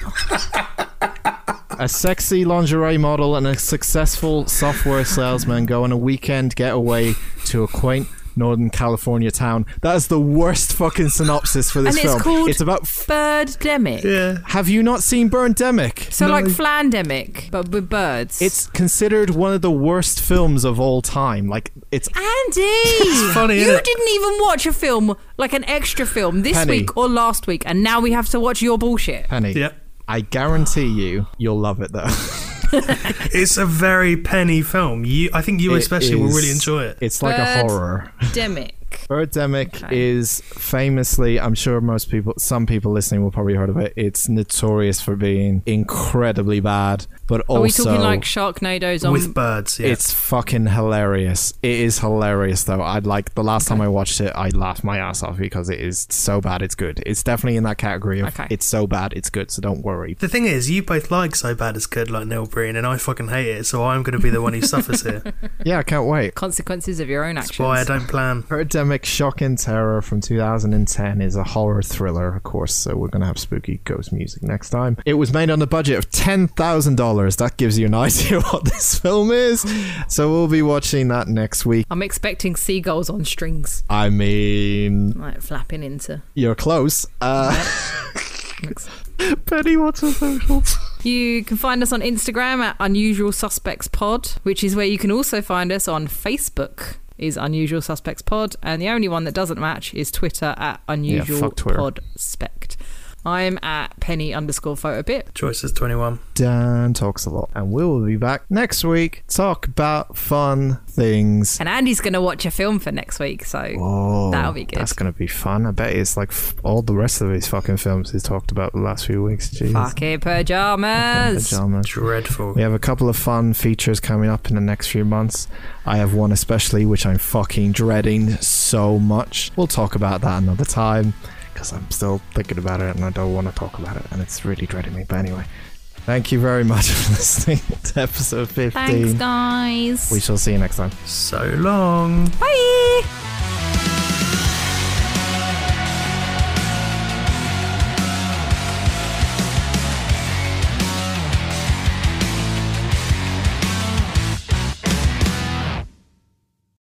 S2: A sexy lingerie model and a successful software salesman go on a weekend getaway to a quaint Northern California town. That is the worst fucking synopsis for this
S1: And it's
S2: film.
S1: called-
S2: it's about. F-
S1: Birdemic.
S3: Yeah.
S2: have you not seen Burndemic?
S1: So like Flandemic, but with birds.
S2: It's considered one of the worst films of all time. Like it's
S1: Andy.
S3: *laughs* funny,
S1: you
S3: isn't it?
S1: didn't even watch a film like an extra film this
S2: Penny.
S1: week or last week, and now we have to watch your
S3: *laughs*
S1: bullshit.
S2: Penny.
S3: Yep.
S2: I guarantee you, you'll love it though.
S3: It's a very penny film. You, I think you
S2: It
S3: especially will
S2: is-
S3: really enjoy it.
S2: It's like a
S1: Bird-
S2: horror.
S1: Demic.
S2: Birdemic
S1: Okay.
S2: is famously, I'm sure most people, some people listening will probably heard of it. It's notorious for being incredibly bad, but
S1: Are we
S2: also
S1: talking like Sharknado's on?
S3: With birds, yeah.
S2: it's fucking hilarious. It is hilarious though. I like the last time I watched it, I laughed my ass off because it is so bad. It's good. It's definitely in that category of
S1: Okay.
S2: it's so bad. It's good. So don't worry.
S3: the thing is, you both like So Bad It's Good, like Neil Breen, and I fucking hate it, so I'm going to be the one who suffers here.
S2: Yeah, I can't wait.
S1: Consequences of your own
S3: That's
S1: actions.
S3: why I don't plan.
S2: Birdemic Cosmic Shock and Terror from 2010 is a horror thriller, of course, so we're going to have spooky ghost music next time. It was made on a budget of $10,000. That gives you an *laughs* idea what this film is. So we'll be watching that next week.
S1: I'm expecting seagulls on strings,
S2: I mean,
S1: like flapping into.
S2: you're close. Uh, *laughs* Penny, what's her socials?
S1: You can find us on Instagram at Unusual Suspects Pod, which is where you can also find us on Facebook is Unusual Suspects Pod, and the only one that doesn't match is Twitter at Unusual
S2: fuck Twitter.
S1: Pod Spect. I'm at Penny underscore photo bit.
S4: Choice is 21.
S2: Dan talks a lot, and we will be back next week. to Talk about fun things.
S1: And Andy's going to watch a film for next week, so
S2: Oh,
S1: that'll be good.
S2: That's gonna be fun. I bet it's like f- all the rest of these fucking films he's talked about the last few weeks. Jesus.
S1: Fucking pajamas.
S2: Pajamas.
S4: Dreadful.
S2: We have a couple of fun features coming up in the next few months. I have one especially which I'm fucking dreading so much. We'll talk about that another time because I'm still thinking about it and I don't want to talk about it and it's really dreading me. But anyway, thank you very much *laughs* for listening to episode 15.
S1: Thanks, guys.
S2: we shall see you next time.
S4: So long.
S1: Bye.